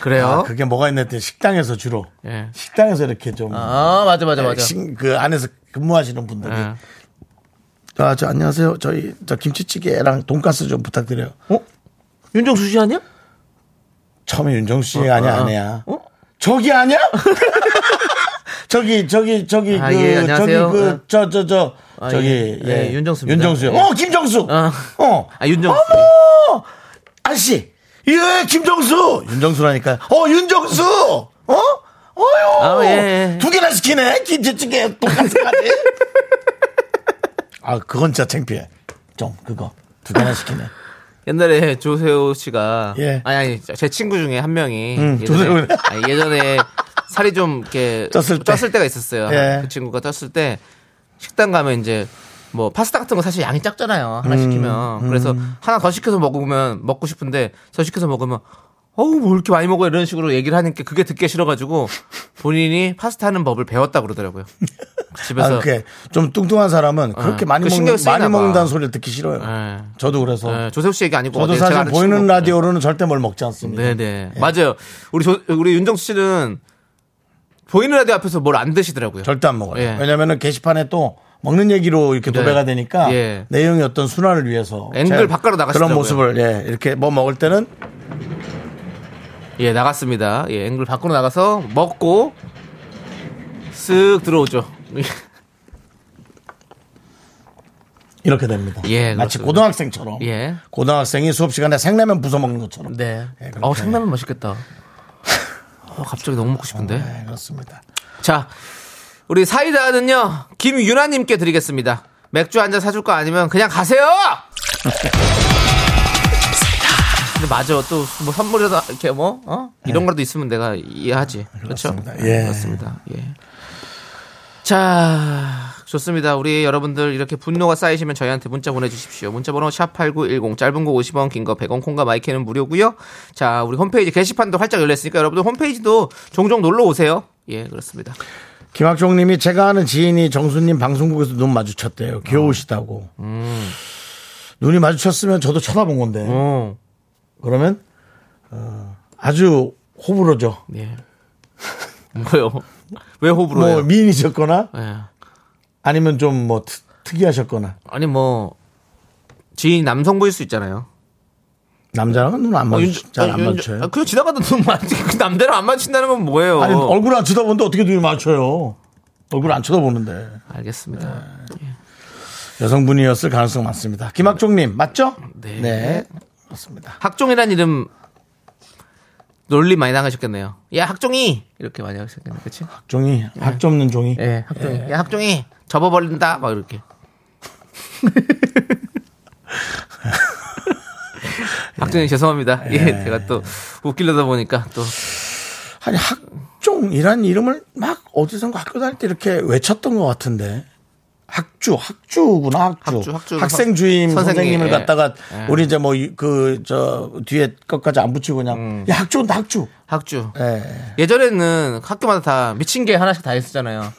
B: 그래요?
A: 음. 아, 그게 뭐가 있나 했더니 식당에서 주로
B: 어? 예.
A: 식당에서 이렇게 좀 네,
B: 아, 맞아, 맞아, 맞아.
A: 신- 그 안에서 근무하시는 분들이
B: 예.
A: 아, 저 안녕하세요. 저희 저 김치찌개랑 돈가스 좀 부탁드려요.
B: 어? 윤정수 씨 아니야?
A: 처음에 윤정수 씨 아니야
B: 어, 어.
A: 아니야.
B: 어?
A: 저기 아니야? 저기 저기 저기
B: 아,
A: 그
B: 예,
A: 저기
B: 안녕하세요.
A: 그
B: 어.
A: 저 저 저
B: 아,
A: 저기
B: 예. 예, 윤정수입니다.
A: 윤정수요.
B: 예.
A: 어 김정수.
B: 아.
A: 어.
B: 아, 윤정수.
A: 어머 아씨. 예 김정수. 윤정수라니까. 어 윤정수. 어? 어유.
B: 아, 예, 예.
A: 두 개나 시키네 김치찌개 돈가스까지. 아 그건 진짜 창피해. 좀 그거 두 개나 시키네.
B: 옛날에 조세호 씨가
A: 예.
B: 아니 아니 제 친구 중에 한 명이
A: 음,
B: 예전에,
A: 조세호.
B: 아니, 예전에 살이 좀 이렇게
A: 쪘을 때.
B: 가 있었어요.
A: 예.
B: 그 친구가 쪘을 때 식당 가면 이제 뭐 파스타 같은 거 사실 양이 작잖아요.
A: 음,
B: 하나 시키면 그래서 하나 더 시켜서 먹으면 먹고 싶은데 더 시켜서 먹으면 어우 뭐 이렇게 많이 먹어 이런 식으로 얘기를 하니까 그게 듣기 싫어가지고 본인이 파스타 하는 법을 배웠다 그러더라고요. 집에서
A: 아, 그게 좀 뚱뚱한 사람은 그렇게
B: 어,
A: 많이
B: 그
A: 먹는
B: 신경 쓰이나
A: 많이
B: 봐.
A: 먹는다는 소리를 듣기 싫어요.
B: 예.
A: 저도 그래서
B: 예, 조세호 씨 얘기 아니고
A: 저도
B: 어제 제가
A: 사실
B: 아는
A: 보이는
B: 친구-
A: 라디오로는 절대 뭘 먹지 않습니다.
B: 네네 맞아요. 우리 조, 우리 윤정수 씨는 보이는 라디오 앞에서 뭘 안 드시더라고요.
A: 절대 안 먹어요.
B: 예.
A: 왜냐면은 게시판에 또 먹는 얘기로 이렇게
B: 네.
A: 도배가 되니까
B: 예.
A: 내용의 어떤 순환을 위해서
B: 앵글
A: 제가
B: 밖으로
A: 그런
B: 나가시더라고요.
A: 모습을 예, 이렇게 뭐 먹을 때는
B: 예 나갔습니다. 예 앵글 밖으로 나가서 먹고 쓱 들어오죠.
A: 이렇게 됩니다.
B: 예,
A: 마치
B: 그렇습니다.
A: 고등학생처럼
B: 예.
A: 고등학생이 수업 시간에 생라면 부숴 먹는 것처럼.
B: 네.
A: 예, 그렇게.
B: 어 생라면 맛있겠다. 어, 갑자기 너무 먹고 싶은데.
A: 네, 그렇습니다.
B: 자 우리 사이다는요 김유나님께 드리겠습니다. 맥주 한 잔 사줄 거 아니면 그냥 가세요. 근데 맞아 또 뭐 선물이라도 이렇게 뭐 어? 이런 거라도 있으면 내가 이해하지 그렇죠
A: 그렇습니다. 예.
B: 그렇습니다 예자 좋습니다 우리 여러분들 이렇게 분노가 쌓이시면 저희한테 문자 보내주십시오 문자번호 샵8910 짧은 거 50원 긴 거 100원 콩과 마이크는 무료고요 자 우리 홈페이지 게시판도 활짝 열렸으니까 여러분들 홈페이지도 종종 놀러 오세요 예 그렇습니다
A: 김학종님이 제가 아는 지인이 정수님 방송국에서 눈 마주쳤대요. 귀여우시다고. 눈이 마주쳤으면 저도 쳐다본 건데.
B: 어
A: 그러면 어, 아주 호불호죠.
B: 예. 뭐요 왜 호불호예요
A: 뭐 미인이셨거나
B: 예.
A: 아니면 좀 뭐 특이하셨거나
B: 아니 뭐 지인 남성부일 수 있잖아요
A: 남자랑은 눈 안
B: 아,
A: 마주
B: 윤-
A: 잘안
B: 아니, 윤- 아,
A: 마주쳐요.
B: 그냥 어. 지나가다 눈 마주, 그 남대로 안 마주친다는 건 뭐예요?
A: 아니 얼굴 안 쳐다보는데 어떻게 눈이 마주쳐요? 얼굴 안 쳐다보는데 네.
B: 알겠습니다.
A: 여성분이었을 가능성 많습니다. 김학종님 맞죠?
B: 네.
A: 그렇습니다.
B: 학종이란 이름 논리 많이 당하셨겠네요. 야, 학종이! 이렇게 많이 하셨겠네요. 그치?
A: 종이 학없는 종이.
B: 예, 학종이. 야, 학종이! 접어버린다! 막 이렇게. 학종이 죄송합니다. 예, 제가 또 웃기려다 보니까 또.
A: 아니 학종이란 이름을 막 어디선가 학교 다닐 때 이렇게 외쳤던 것 같은데 학주 학주구나 학주,
B: 학주, 학주. 그
A: 학생 주임
B: 선생님,
A: 선생님, 을
B: 예.
A: 갖다가 우리 이제 뭐 그 저 뒤에 것까지 안 붙이고 그냥
B: 음.
A: 야 학주다 학주
B: 학주.
A: 예.
B: 예전에는 학교마다 다 미친 개 하나씩 다 있었잖아요.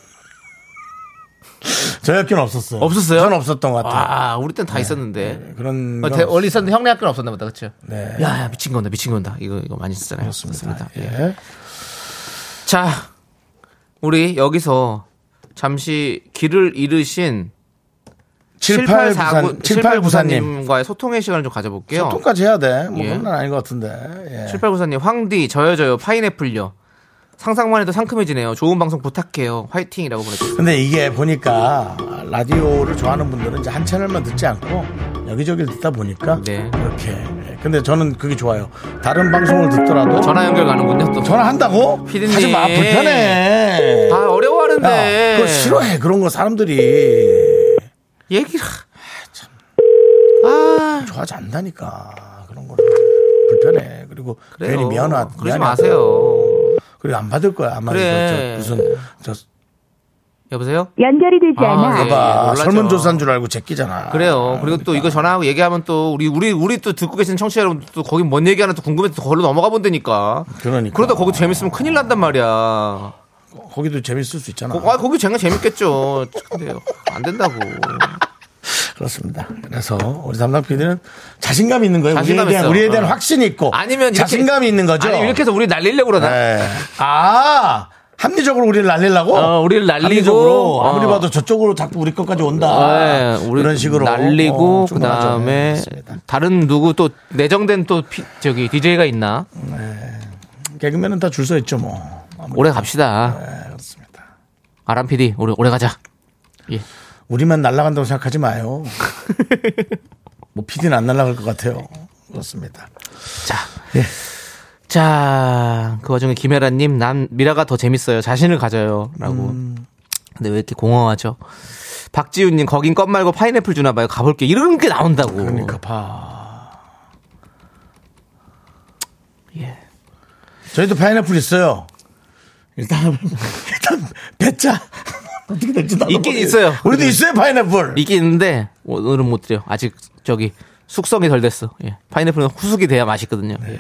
A: 저희 학교는 없었어요
B: 없었어요?
A: 전 없었던 것 같아요 예.
B: 아, 우리 땐 다 있었는데.
A: 그런
B: 어,
A: 건
B: 대- 원래 있었는데 형네 학교는 없었나 보다, 그렇죠?
A: 네.
B: 야, 야, 미친 건다, 미친 건다. 이거 이거 많이 쓰잖아요.
A: 없었습니다
B: 그렇습니다. 예.
A: 예.
B: 자, 우리 여기서 잠시 길을 잃으신
A: 7894 7894님
B: 7894님과의 소통의 시간을 좀 가져볼게요.
A: 소통까지 해야 돼뭐
B: 예.
A: 그런 건 아닌 것 같은데 예.
B: 7894님, 황디, 저요, 저요, 파인애플요. 상상만 해도 상큼해지네요. 좋은 방송 부탁해요. 화이팅이라고 보내주세요.
A: 근데 이게 보니까 라디오를 좋아하는 분들은 이제 한 채널만 듣지 않고 여기저기 듣다 보니까
B: 네.
A: 그렇게. 근데 저는 그게 좋아요. 다른 방송을 듣더라도
B: 전화 연결 가는군요, 또.
A: 전화 한다고?
B: 피디님.
A: 하지 마 불편해.
B: 아, 네. 어려워하는데.
A: 야, 그거 싫어해 그런 거 사람들이
B: 얘기를. 아,
A: 좋아하지 않다니까 그런 거를 불편해. 그리고
B: 그래요.
A: 괜히 미안하다.
B: 그러지 마세요.
A: 그리고 안 받을 거야 아마
B: 그래.
A: 저, 저 무슨 저
B: 여보세요?
F: 연결이 되지 않아.
B: 예,
A: 봐봐
B: 놀라죠.
A: 설문조사인 줄 알고 제끼잖아. 그러니까.
B: 그래요. 그리고 또 이거 전화하고 얘기하면 또 우리 우리 우리 또 듣고 계신 청취자 여러분들 또 거기 뭔 얘기하나 또 궁금해서 또 걸로 넘어가 본다니까.
A: 그러니까.
B: 그러다 거기 재밌으면 큰일 난단 말이야.
A: 거기도 재밌을 수 있잖아.
B: 거, 아, 거기 쟁가 재밌겠죠. 근데 안 된다고.
A: 그렇습니다. 그래서 우리 담당 PD는 자신감 있는 거예요.
B: 자신감
A: 우리에 대한,
B: 있어.
A: 우리에 대한
B: 어.
A: 확신이 있고
B: 아니면 이렇게-
A: 자신감이 있는 거죠.
B: 아니 이렇게 해서 우리 날리려고 그러나?
A: 네. 아 합리적으로 우리를 날리려고?
B: 어, 우리를 날리고,
A: 합리적으로
B: 어.
A: 아무리 봐도 저쪽으로 자꾸 우리 것까지 온다.
B: 네, 우리
A: 이런 식으로
B: 날리고
A: 어, 충분하죠. 네,
B: 그다음에
A: 그렇습니다.
B: 다른 누구 또 내정된 또 피- 저기 DJ가 있나?
A: 개그맨은 다 줄 서 있죠 뭐. 아무리-
B: 오래 갑시다.
A: 네, 그렇습니다.
B: 아람 PD, 우리 오래 가자.
A: 우리만 날아간다고 생각하지 마요. 뭐 PD는 안 날아갈 것 같아요. 그렇습니다.
B: 자.
A: 예.
B: 자, 그 와중에 김혜라님, 난 미라가 더 재밌어요. 자신을 가져요. 라고.
A: 음.
B: 근데 왜 이렇게 공허하죠? 박지윤님, 거긴 껌 말고 파인애플 주나봐요. 가볼게. 이런 게 나온다고.
A: 그러니까 봐.
B: 예.
A: 저희도 파인애플 있어요. 일단 일단 뱉자. 어떻게 될지 나도
B: 있긴
A: 모르겠-
B: 있어요.
A: 우리도 있어요 파인애플.
B: 있긴 있는데, 오늘은 못 드려. 아직 저기, 숙성이 덜 됐어. 예. 파인애플은 후숙이 돼야 맛있거든요. 예.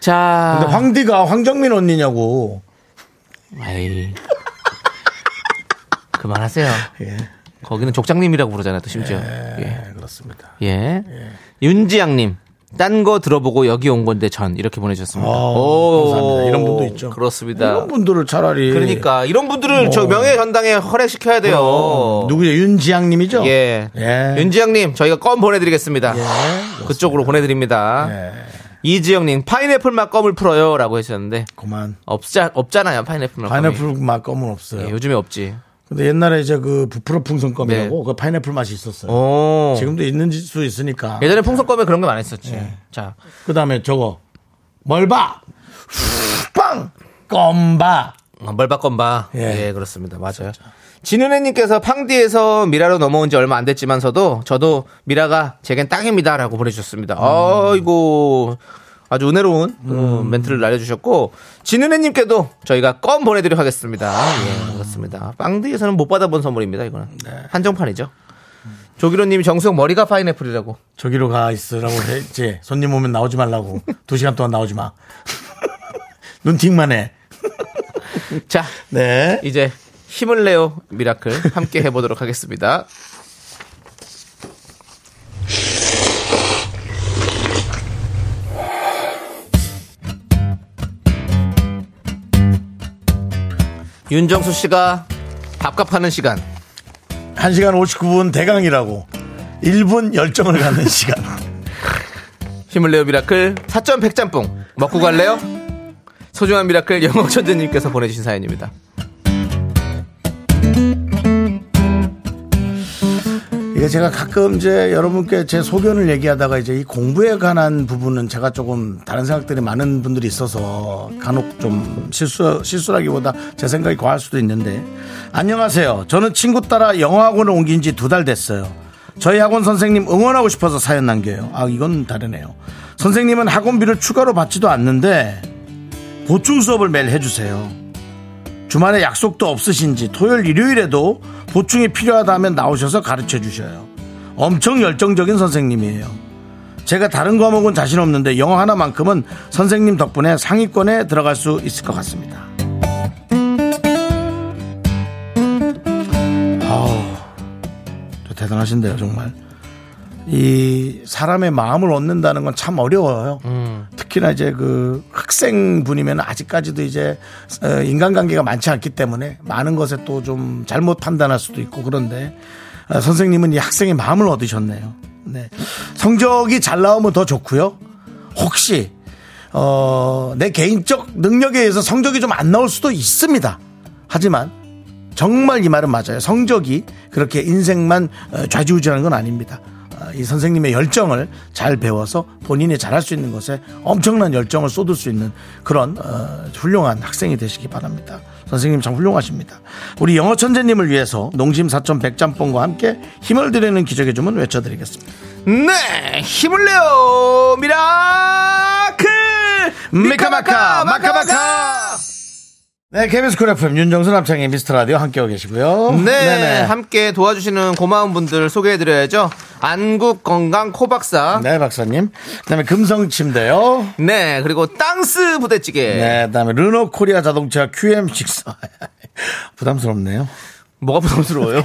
B: 자.
A: 네. 근데 황디가 황정민 언니냐고.
B: 에이. 그만하세요.
A: 예.
B: 거기는 족장님이라고 부르잖아요, 또 심지어. 예.
A: 네, 그렇습니다.
B: 예. 윤지양님. 딴 거 들어보고 여기 온 건데 전 이렇게
A: 아,
B: 보내주셨습니다.
A: 감사합니다. 이런 분도 있죠.
B: 그렇습니다.
A: 이런 분들을 어. 차라리
B: 그러니까 이런 분들을 저 명예 전당에 허락시켜야 돼요.
A: 어, 누구죠? 윤지양님이죠.
B: 예.
A: 예.
B: 윤지양님 저희가 껌 보내드리겠습니다.
A: 예,
B: 그쪽으로 보내드립니다.
A: 예.
B: 이지영님 파인애플 맛 껌을 풀어요라고 하셨는데
A: 그만.
B: 없자 없잖아요 파인애플 맛. 껌이.
A: 파인애플 맛 껌은 없어요.
B: 예, 요즘에 없지.
A: 근데 옛날에 이제 그 부풀어 풍선 껌이라고
B: 네.
A: 그 파인애플 맛이 있었어요.
B: 오.
A: 지금도 있는 수 있으니까.
B: 예전에 풍선껌에 그런 거 많았었지. 자,
A: 그 다음에 저거 뭘 봐? 빵 껌봐.
B: 아, 멀바건바.
A: 예.
B: 예. 그렇습니다. 맞아요. 진은혜님께서 팡디에서 미라로 넘어온 지 얼마 안 됐지만서도 저도 미라가 제겐 땅입니다라고 보내주셨습니다. 아이고 아주 은혜로운 어, 멘트를 날려주셨고 진은혜님께도 저희가 껌 보내드리도록 하겠습니다. 예, 그렇습니다. 팡디에서는 못 받아본 선물입니다. 이거는 한정판이죠. 조기로님이 정수영 머리가 파인애플이라고.
A: 저기로 가 있으라고 했지. 손님 오면 나오지 말라고. 두 시간 동안 나오지 마. 눈팅만 해.
B: 자
A: 네.
B: 이제 힘을 내요 미라클 함께 해보도록 하겠습니다. 윤정수 씨가 밥값하는 시간
A: 1시간 59분 대강이라고. 1분 열정을 갖는 시간.
B: 힘을 내요 미라클 4.100짬뽕 먹고 갈래요? 소중한 미라클 영어천재님께서 보내주신 사연입니다.
A: 이게 제가 가끔 이제 여러분께 제 소견을 얘기하다가 이제 이 공부에 관한 부분은 제가 조금 다른 생각들이 많은 분들이 있어서 간혹 좀 실수, 실수라기보다 제 생각이 과할 수도 있는데. 안녕하세요. 저는 친구 따라 영어학원을 옮긴 지 두 달 됐어요. 저희 학원 선생님 응원하고 싶어서 사연 남겨요. 아, 이건 다르네요. 선생님은 학원비를 추가로 받지도 않는데 보충 수업을 매일 해주세요. 주말에 약속도 없으신지 토요일 일요일에도 보충이 필요하다면 나오셔서 가르쳐 주셔요. 엄청 열정적인 선생님이에요. 제가 다른 과목은 자신 없는데 영어 하나만큼은 선생님 덕분에 상위권에 들어갈 수 있을 것 같습니다. 아우, 저 대단하신데요, 정말. 이 사람의 마음을 얻는다는 건 참 어려워요. 특히나 이제 그 학생분이면 아직까지도 이제 어, 인간관계가 많지 않기 때문에 많은 것에 또 좀 잘못 판단할 수도 있고 그런데 어, 선생님은 이 학생의 마음을 얻으셨네요. 네. 성적이 잘 나오면 더 좋고요. 혹시 어, 내 개인적 능력에 의해서 성적이 좀 안 나올 수도 있습니다. 하지만 정말 이 말은 맞아요. 성적이 그렇게 인생만 어, 좌지우지하는 건 아닙니다. 어, 이 선생님의 열정을 잘 배워서 본인이 잘할 수 있는 것에 엄청난 열정을 쏟을 수 있는 그런 어, 훌륭한 학생이 되시기 바랍니다. 선생님 참 훌륭하십니다. 우리 영어 천재님을 위해서 농심 4100짬뽕과 함께 힘을 드리는 기적의 주문 외쳐드리겠습니다.
B: 네 힘을 내요 미라클
A: 미카마카, 마카마카! 네, KBS 쿨 FM 윤정수 남창의 미스터 라디오 함께하고 계시고요.
B: 네,
A: 네네.
B: 함께 도와주시는 고마운 분들 소개해드려야죠. 안국 건강 코박사. 네.
A: 네, 박사님. 그다음에 금성 침대요.
B: 그리고 땅스 부대찌개.
A: 네, 그다음에 르노 코리아 자동차 QM64. 부담스럽네요.
B: 뭐가 부담스러워요?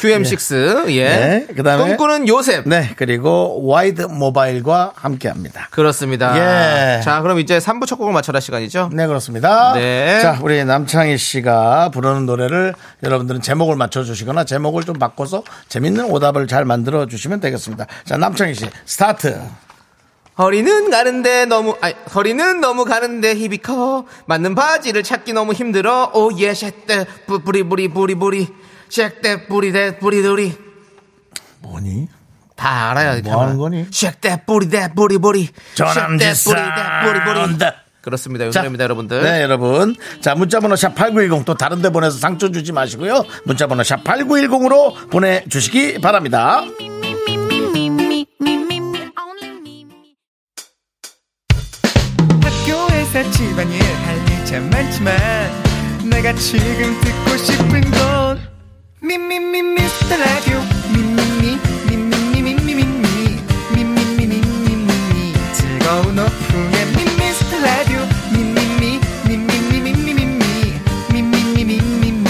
B: QM6. 예.
A: 네, 그다음에-
B: 꿈꾸는 요셉.
A: 네, 그리고 와이드 모바일과 함께 합니다.
B: 그렇습니다.
A: 예.
B: 자, 그럼 이제 3부 첫 곡을 맞춰라 시간이죠.
A: 네, 그렇습니다.
B: 네.
A: 자, 우리 남창희 씨가 부르는 노래를 여러분들은 제목을 맞춰주시거나 제목을 좀 바꿔서 재밌는 오답을 잘 만들어주시면 되겠습니다. 자, 남창희 씨, 스타트.
B: 허리는 가는데 너무 아니, 허리는 너무 가는데 힙이 커 맞는 바지를 찾기 너무 힘들어 오예 셋대 뿌리 뿌리 뿌리 뿌리 셋대 뿌리 대 뿌리 뿌리
A: 뭐니?
B: 다 알아야 돼.
A: 뭐 하는 거니?
B: 쉑대 뿌리대 뿌리 뿌리.
A: 전함지
B: 쉑대 뿌리대 뿌리 뿌리.
A: 사운드.
B: 그렇습니다.
A: 자,
B: 요즘입니다 여러분들.
A: 네, 여러분. 자, 문자번호 샵8910 또 다른 데 보내서 상처 주지 마시고요. 문자번호 샵8910으로 보내주시기 바랍니다.
F: 학교에서 집안일 할 일 참 많지만 내가 지금 듣고 싶은 건 미미미 미스터 라디오 미미미 미미미 미미미 미미미 미미미 즐거운 오후에 미스터 라디오 미미미 미미미 미미미 미미미 미미미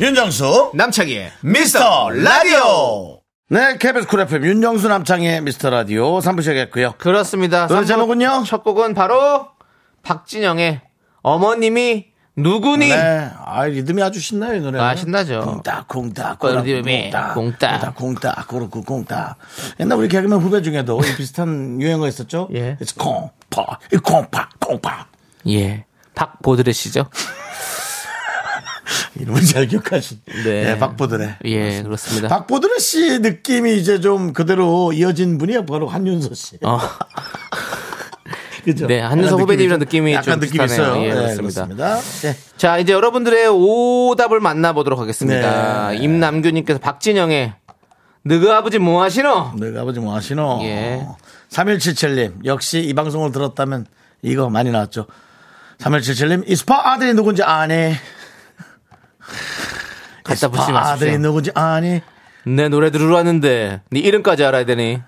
A: 윤정수.
B: 남창희의
A: 미스터 라디오. 네, KBS 쿨 FM 윤정수 남창희의 미스터 라디오 3부 시작했고요.
B: 그렇습니다.
A: 노래
B: 삼부
A: 제목은요?
B: 첫 곡은 바로 박진영의 어머님이 누구니?
A: 네, 아 리듬이 아주 신나요 이 노래.
B: 아, 신나죠.
A: 콩닥 콩닥
B: 그 리듬이
A: 콩닥
B: 콩닥.
A: 콩닥 콩닥 그렇고 콩닥. 옛날 우리 개그맨 후배 중에도 이 비슷한 유행어 있었죠.
B: 예.
A: It's 콩파, 이 콩파, 콩파.
B: 예. 박보드레 씨죠?
A: 이름을 잘 기억하신. 네, 박보드네.
B: 예, 그렇습니다.
A: 박보드네 씨 느낌이 이제 좀 그대로 이어진 분이요 바로 한윤서 씨.
B: 어.
A: 그죠?
B: 네, 한윤서
A: 약간
B: 후배님이랑
A: 좀-
B: 느낌이
A: 약간
B: 좀
A: 느낌이
B: 비슷하네요.
A: 있어요.
B: 예,
A: 네,
B: 그렇습니다.
A: 그렇습니다. 예.
B: 네. 자, 이제 여러분들의 오답을 만나보도록 하겠습니다.
A: 네.
B: 임남규님께서 박진영의 너그 아버지 뭐 하시노?
A: 너희 아버지 뭐 하시노?
B: 예.
A: 3177님, 역시 이 방송을 들었다면 이거 많이 나왔죠. 3177님, 이스파 아들이 누군지 아니?
B: 갖다 붙이지
A: 이스파 아들이
B: 마십시오.
A: 누군지 아니?
B: 내 노래 들으러 왔는데 네 이름까지 알아야 되니?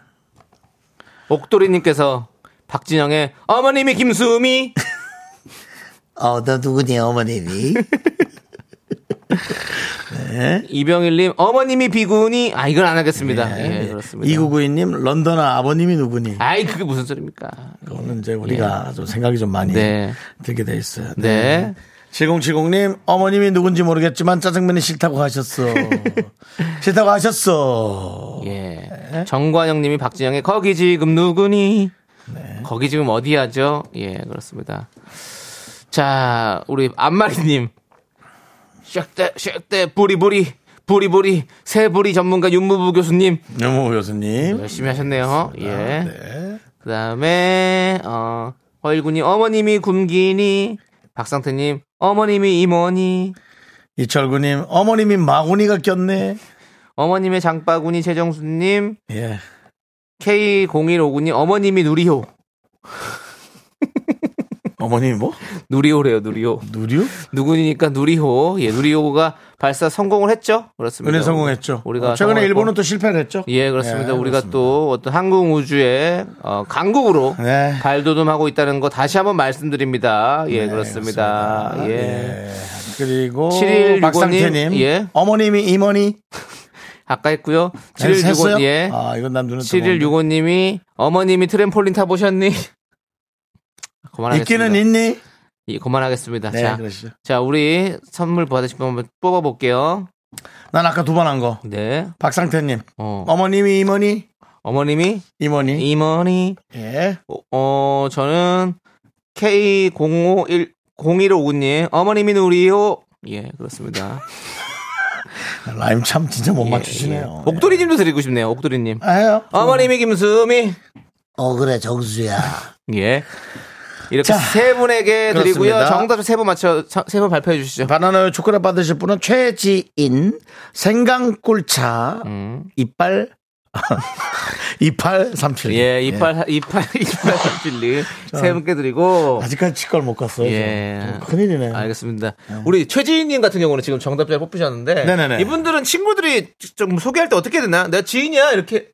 B: 옥돌이님께서 박진영의 어머님이 김수미
A: 어, 너 누구니, 어머님이?
B: 이병일님 어머님이 비구니 아 이건 안 하겠습니다. 예, 그렇습니다.
A: 네. 이구구이님, 런던아 아버님이 누구니?
B: 아이 그게 무슨 소리입니까?
A: 그거는 이제 우리가 좀 생각이 좀 많이
B: 예. 네.
A: 들게 돼 있어요.
B: 네.
A: 7070님, 어머님이 누군지 모르겠지만 짜장면이 싫다고 하셨어. 싫다고 하셨어.
B: 예. 정관영님이 박진영의 거기 지금 누구니? 거기 지금 어디야죠? 예, 그렇습니다. 자, 우리 안마리님. 쉑대, 쉑대, 부리부리, 부리부리, 새부리 전문가 윤무부 교수님.
A: 영호 교수님. 아,
B: 열심히 하셨네요. 예. 그 다음에, 어, 허일군님, 어머님이 굶기니. 박상태님, 어머님이 이모니.
A: 이철구님, 어머님이 마구니가 꼈네.
B: 어머님의 장바구니 최정수님.
A: 예.
B: K0159님, 어머님이 누리호.
A: 어머님이 뭐?
B: 누리호래요, 누리호.
A: 누류?
B: 누구니까 누리호. 예, 누리호가 발사 성공을 했죠. 그렇습니다.
A: 은혜 성공했죠. 어,
B: 우리가
A: 최근에
B: 성공했고.
A: 일본은 또 실패를 했죠.
B: 예, 그렇습니다.
A: 예,
B: 우리가
A: 그렇습니다.
B: 또 어떤 항공 우주의 어, 강국으로
A: 네.
B: 발돋움하고 있다는 거 다시 한번 말씀드립니다. 예,
A: 네,
B: 그렇습니다. 예.
A: 예. 그리고
B: 7165님,
A: 박상태님,
B: 예.
A: 어머님이 이머니
B: 아까 했고요.
A: 잘
B: 7165
A: 샜어요?
B: 예.
A: 아 이건 난 눈에
B: 7165 님이 어머님이 트램폴린 타 보셨니?
A: 뜨거운데.
B: 그만하겠습니다.
A: 있기는 있니?
B: 예, 그만하겠습니다.
A: 네,
B: 자,
A: 그러시죠.
B: 자, 우리 선물 받으신 분 한번 뽑아 볼게요.
A: 난 아까 두 번 한 거.
B: 네.
A: 박상태님,
B: 어.
A: 어머님이 네. 이머니
B: 어머님이
A: 이머니.
B: 이머니
A: 예.
B: 어, 어, 저는 K051 0159님 어머님이 누리요. 예, 그렇습니다.
A: 라임 참 진짜 못
B: 예,
A: 맞추시네요.
B: 예. 옥돌이님도 드리고 싶네요. 옥돌이님.
A: 아, 해요.
B: 어머님이 김수미.
A: 어 그래 정수야.
B: 예. 이렇게
A: 자,
B: 세 분에게 드리고요.
A: 그렇습니다.
B: 정답 세 분 맞춰 세 분 발표해 주시죠.
A: 바나나의 초콜릿
B: 음.
A: 받으실 분은 최지인, 생강꿀차, 이빨 2837.
B: 예, 28, 28, 28, 37님. 세 분께 드리고.
A: 예. 아직까지 치과를 못 갔어요.
B: 예.
A: 좀. 큰일이네요.
B: 알겠습니다. 우리 최지희님 같은 경우는 지금 정답자를 뽑히셨는데.
A: 네네네.
B: 이분들은 친구들이 좀 소개할 때 어떻게 해야 되나? 내가 지인이야? 이렇게.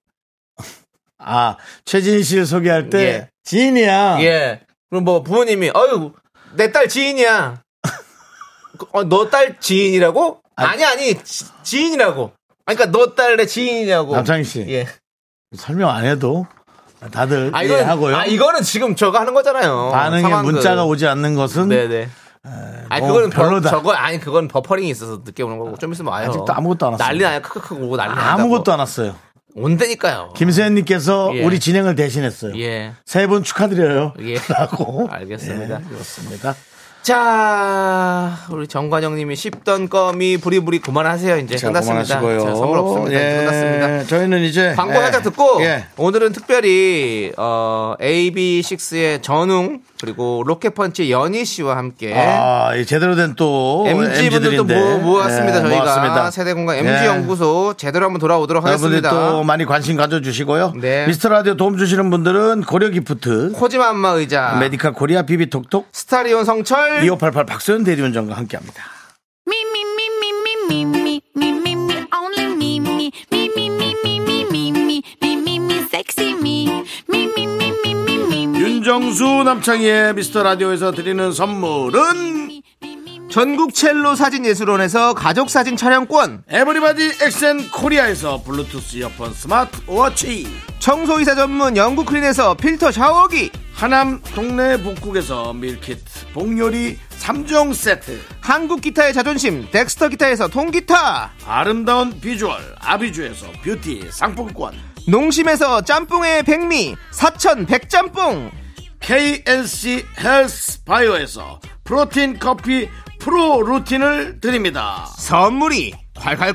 A: 아, 최진희 씨를 소개할 때
B: 예.
A: 지인이야.
B: 예. 그럼 뭐 부모님이, 어유 내 딸 지인이야. 그, "어, 너 딸 지인이라고? 아니, 아니, 지, 지인이라고. 아니, 그러니까 너 딸 내 지인이라고.
A: 남창희 씨.
B: 예.
A: 설명 안 해도 다들
B: 아, 이건,
A: 예, 이해하고요.
B: 아, 이거는 지금 저거 하는 거잖아요.
A: 반응에
B: 상황극.
A: 문자가 오지 않는 것은
B: 네네. 아니
A: 뭐
B: 그건
A: 별로다.
B: 별로다. 저거 아니 그건 버퍼링이 있어서 늦게 오는 거고 좀 있으면 와요.
A: 아직도 아무것도 안 왔어요.
B: 난리 나요. 크크크 오고 난리 나요.
A: 아무것도 안 왔어요.
B: 온다니까요.
A: 김세현님께서
B: 예.
A: 우리 진행을 대신했어요.
B: 예.
A: 세 분 축하드려요.
B: 예.
A: 라고.
B: 알겠습니다.
A: 예, 그렇습니다.
B: 네, 자, 우리 정관영님이 씹던 껌이 부리부리 그만하세요. 이제
A: 자,
B: 네, 끝났습니다.
A: 그만하시고요.
B: 자, 선물 없습니다. 이제
A: 예,
B: 끝났습니다.
A: 저희는 이제
B: 광고
A: 예,
B: 살짝 듣고
A: 예.
B: 오늘은 특별히 어, AB6의 전웅 그리고 로켓펀치 연희 씨와 함께
A: 아, 이 제대로 된 또
B: 예. MG 분들 또
A: MG들인데.
B: 뭐 모, 모았습니다
A: 예,
B: 저희가
A: 모았습니다.
B: 세대 공간
A: 예.
B: MG 연구소 제대로 한번 돌아오도록
A: 여러분들
B: 하겠습니다.
A: 또 많이 관심 가져주시고요.
B: 네.
A: 미스터 라디오 도움 주시는 분들은 고려 기프트,
B: 코지마 안마 의자,
A: 메디카 코리아 비비톡톡,
B: 스타리온 성철,
A: 2588 박소연 대리운전과 함께합니다.
E: Me, me, me, me, me, me, me, me, me, me, only me, me, me, me, me, me, me, me, me, me, me, me, sexy me, me, me, me, me, me, me, me,
A: 윤정수 남창희의 미스터 라디오에서 드리는 선물은
B: 전국 첼로 사진 예술원에서 가족 사진 촬영권,
A: 에브리바디 엑센 코리아에서 블루투스 이어폰 스마트 워치
B: 청소이사 전문 영국 클린에서 필터 샤워기,
A: 하남 동네 북국에서 밀키트 복요리 3종 세트
B: 한국 기타의 자존심 덱스터 기타에서 통기타,
A: 아름다운 비주얼 아비주에서 뷰티 상품권
B: 농심에서 짬뽕의 백미 사천 백짬뽕,
A: KNC 헬스 바이오에서 프로틴 커피 프로 루틴을 드립니다
B: 선물이 콸콸콸!
E: all the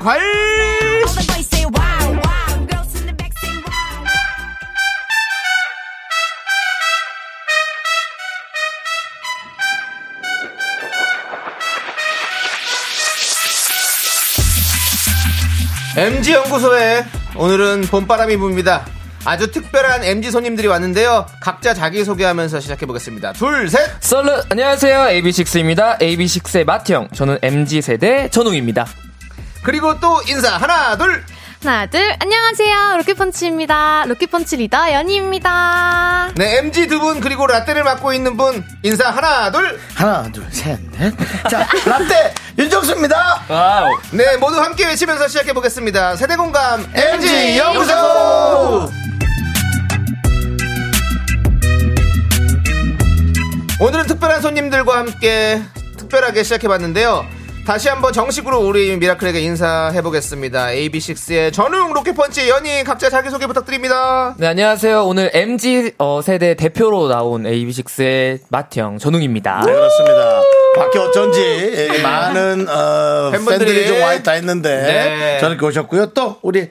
E: boys say wow, wow, girls in the back say wow.
B: MG 연구소에 오늘은 봄바람이 붑니다. 아주 특별한 MG 손님들이 왔는데요. 각자 자기 소개하면서 시작해 보겠습니다. 둘, 셋.
G: 썰루 안녕하세요 AB6IX입니다 AB6IX의 마트형 저는 MZ세대 전웅입니다
B: 그리고 또 인사 하나, 둘.
H: 하나, 둘, 네, 안녕하세요. 로켓펀치입니다. 로켓펀치 리더 연희입니다.
B: 네, MG 두 분 그리고 라떼를 맡고 있는 분 인사 하나, 둘.
A: 하나 둘셋넷자 라떼 윤정수입니다
G: 와우
B: 네, 모두 함께 외치면서 시작해 보겠습니다. 세대 공감 MG 연구소. 오늘은 특별한 손님들과 함께 특별하게 시작해 봤는데요. 다시 한번 정식으로 우리 미라클에게 인사해 보겠습니다. AB6IX의 전웅 로켓펀치 연희 각자 자기소개 부탁드립니다.
G: 네 안녕하세요 오늘 MZ 어, 세대 대표로 나온 AB6IX의 마트형 전웅입니다
A: 네, 그렇습니다. 밖에 어쩐지 예, 많은 어,
B: 팬분들이-
A: 팬들이 좀 와있다 했는데
B: 네.
A: 저렇게 오셨고요. 또 우리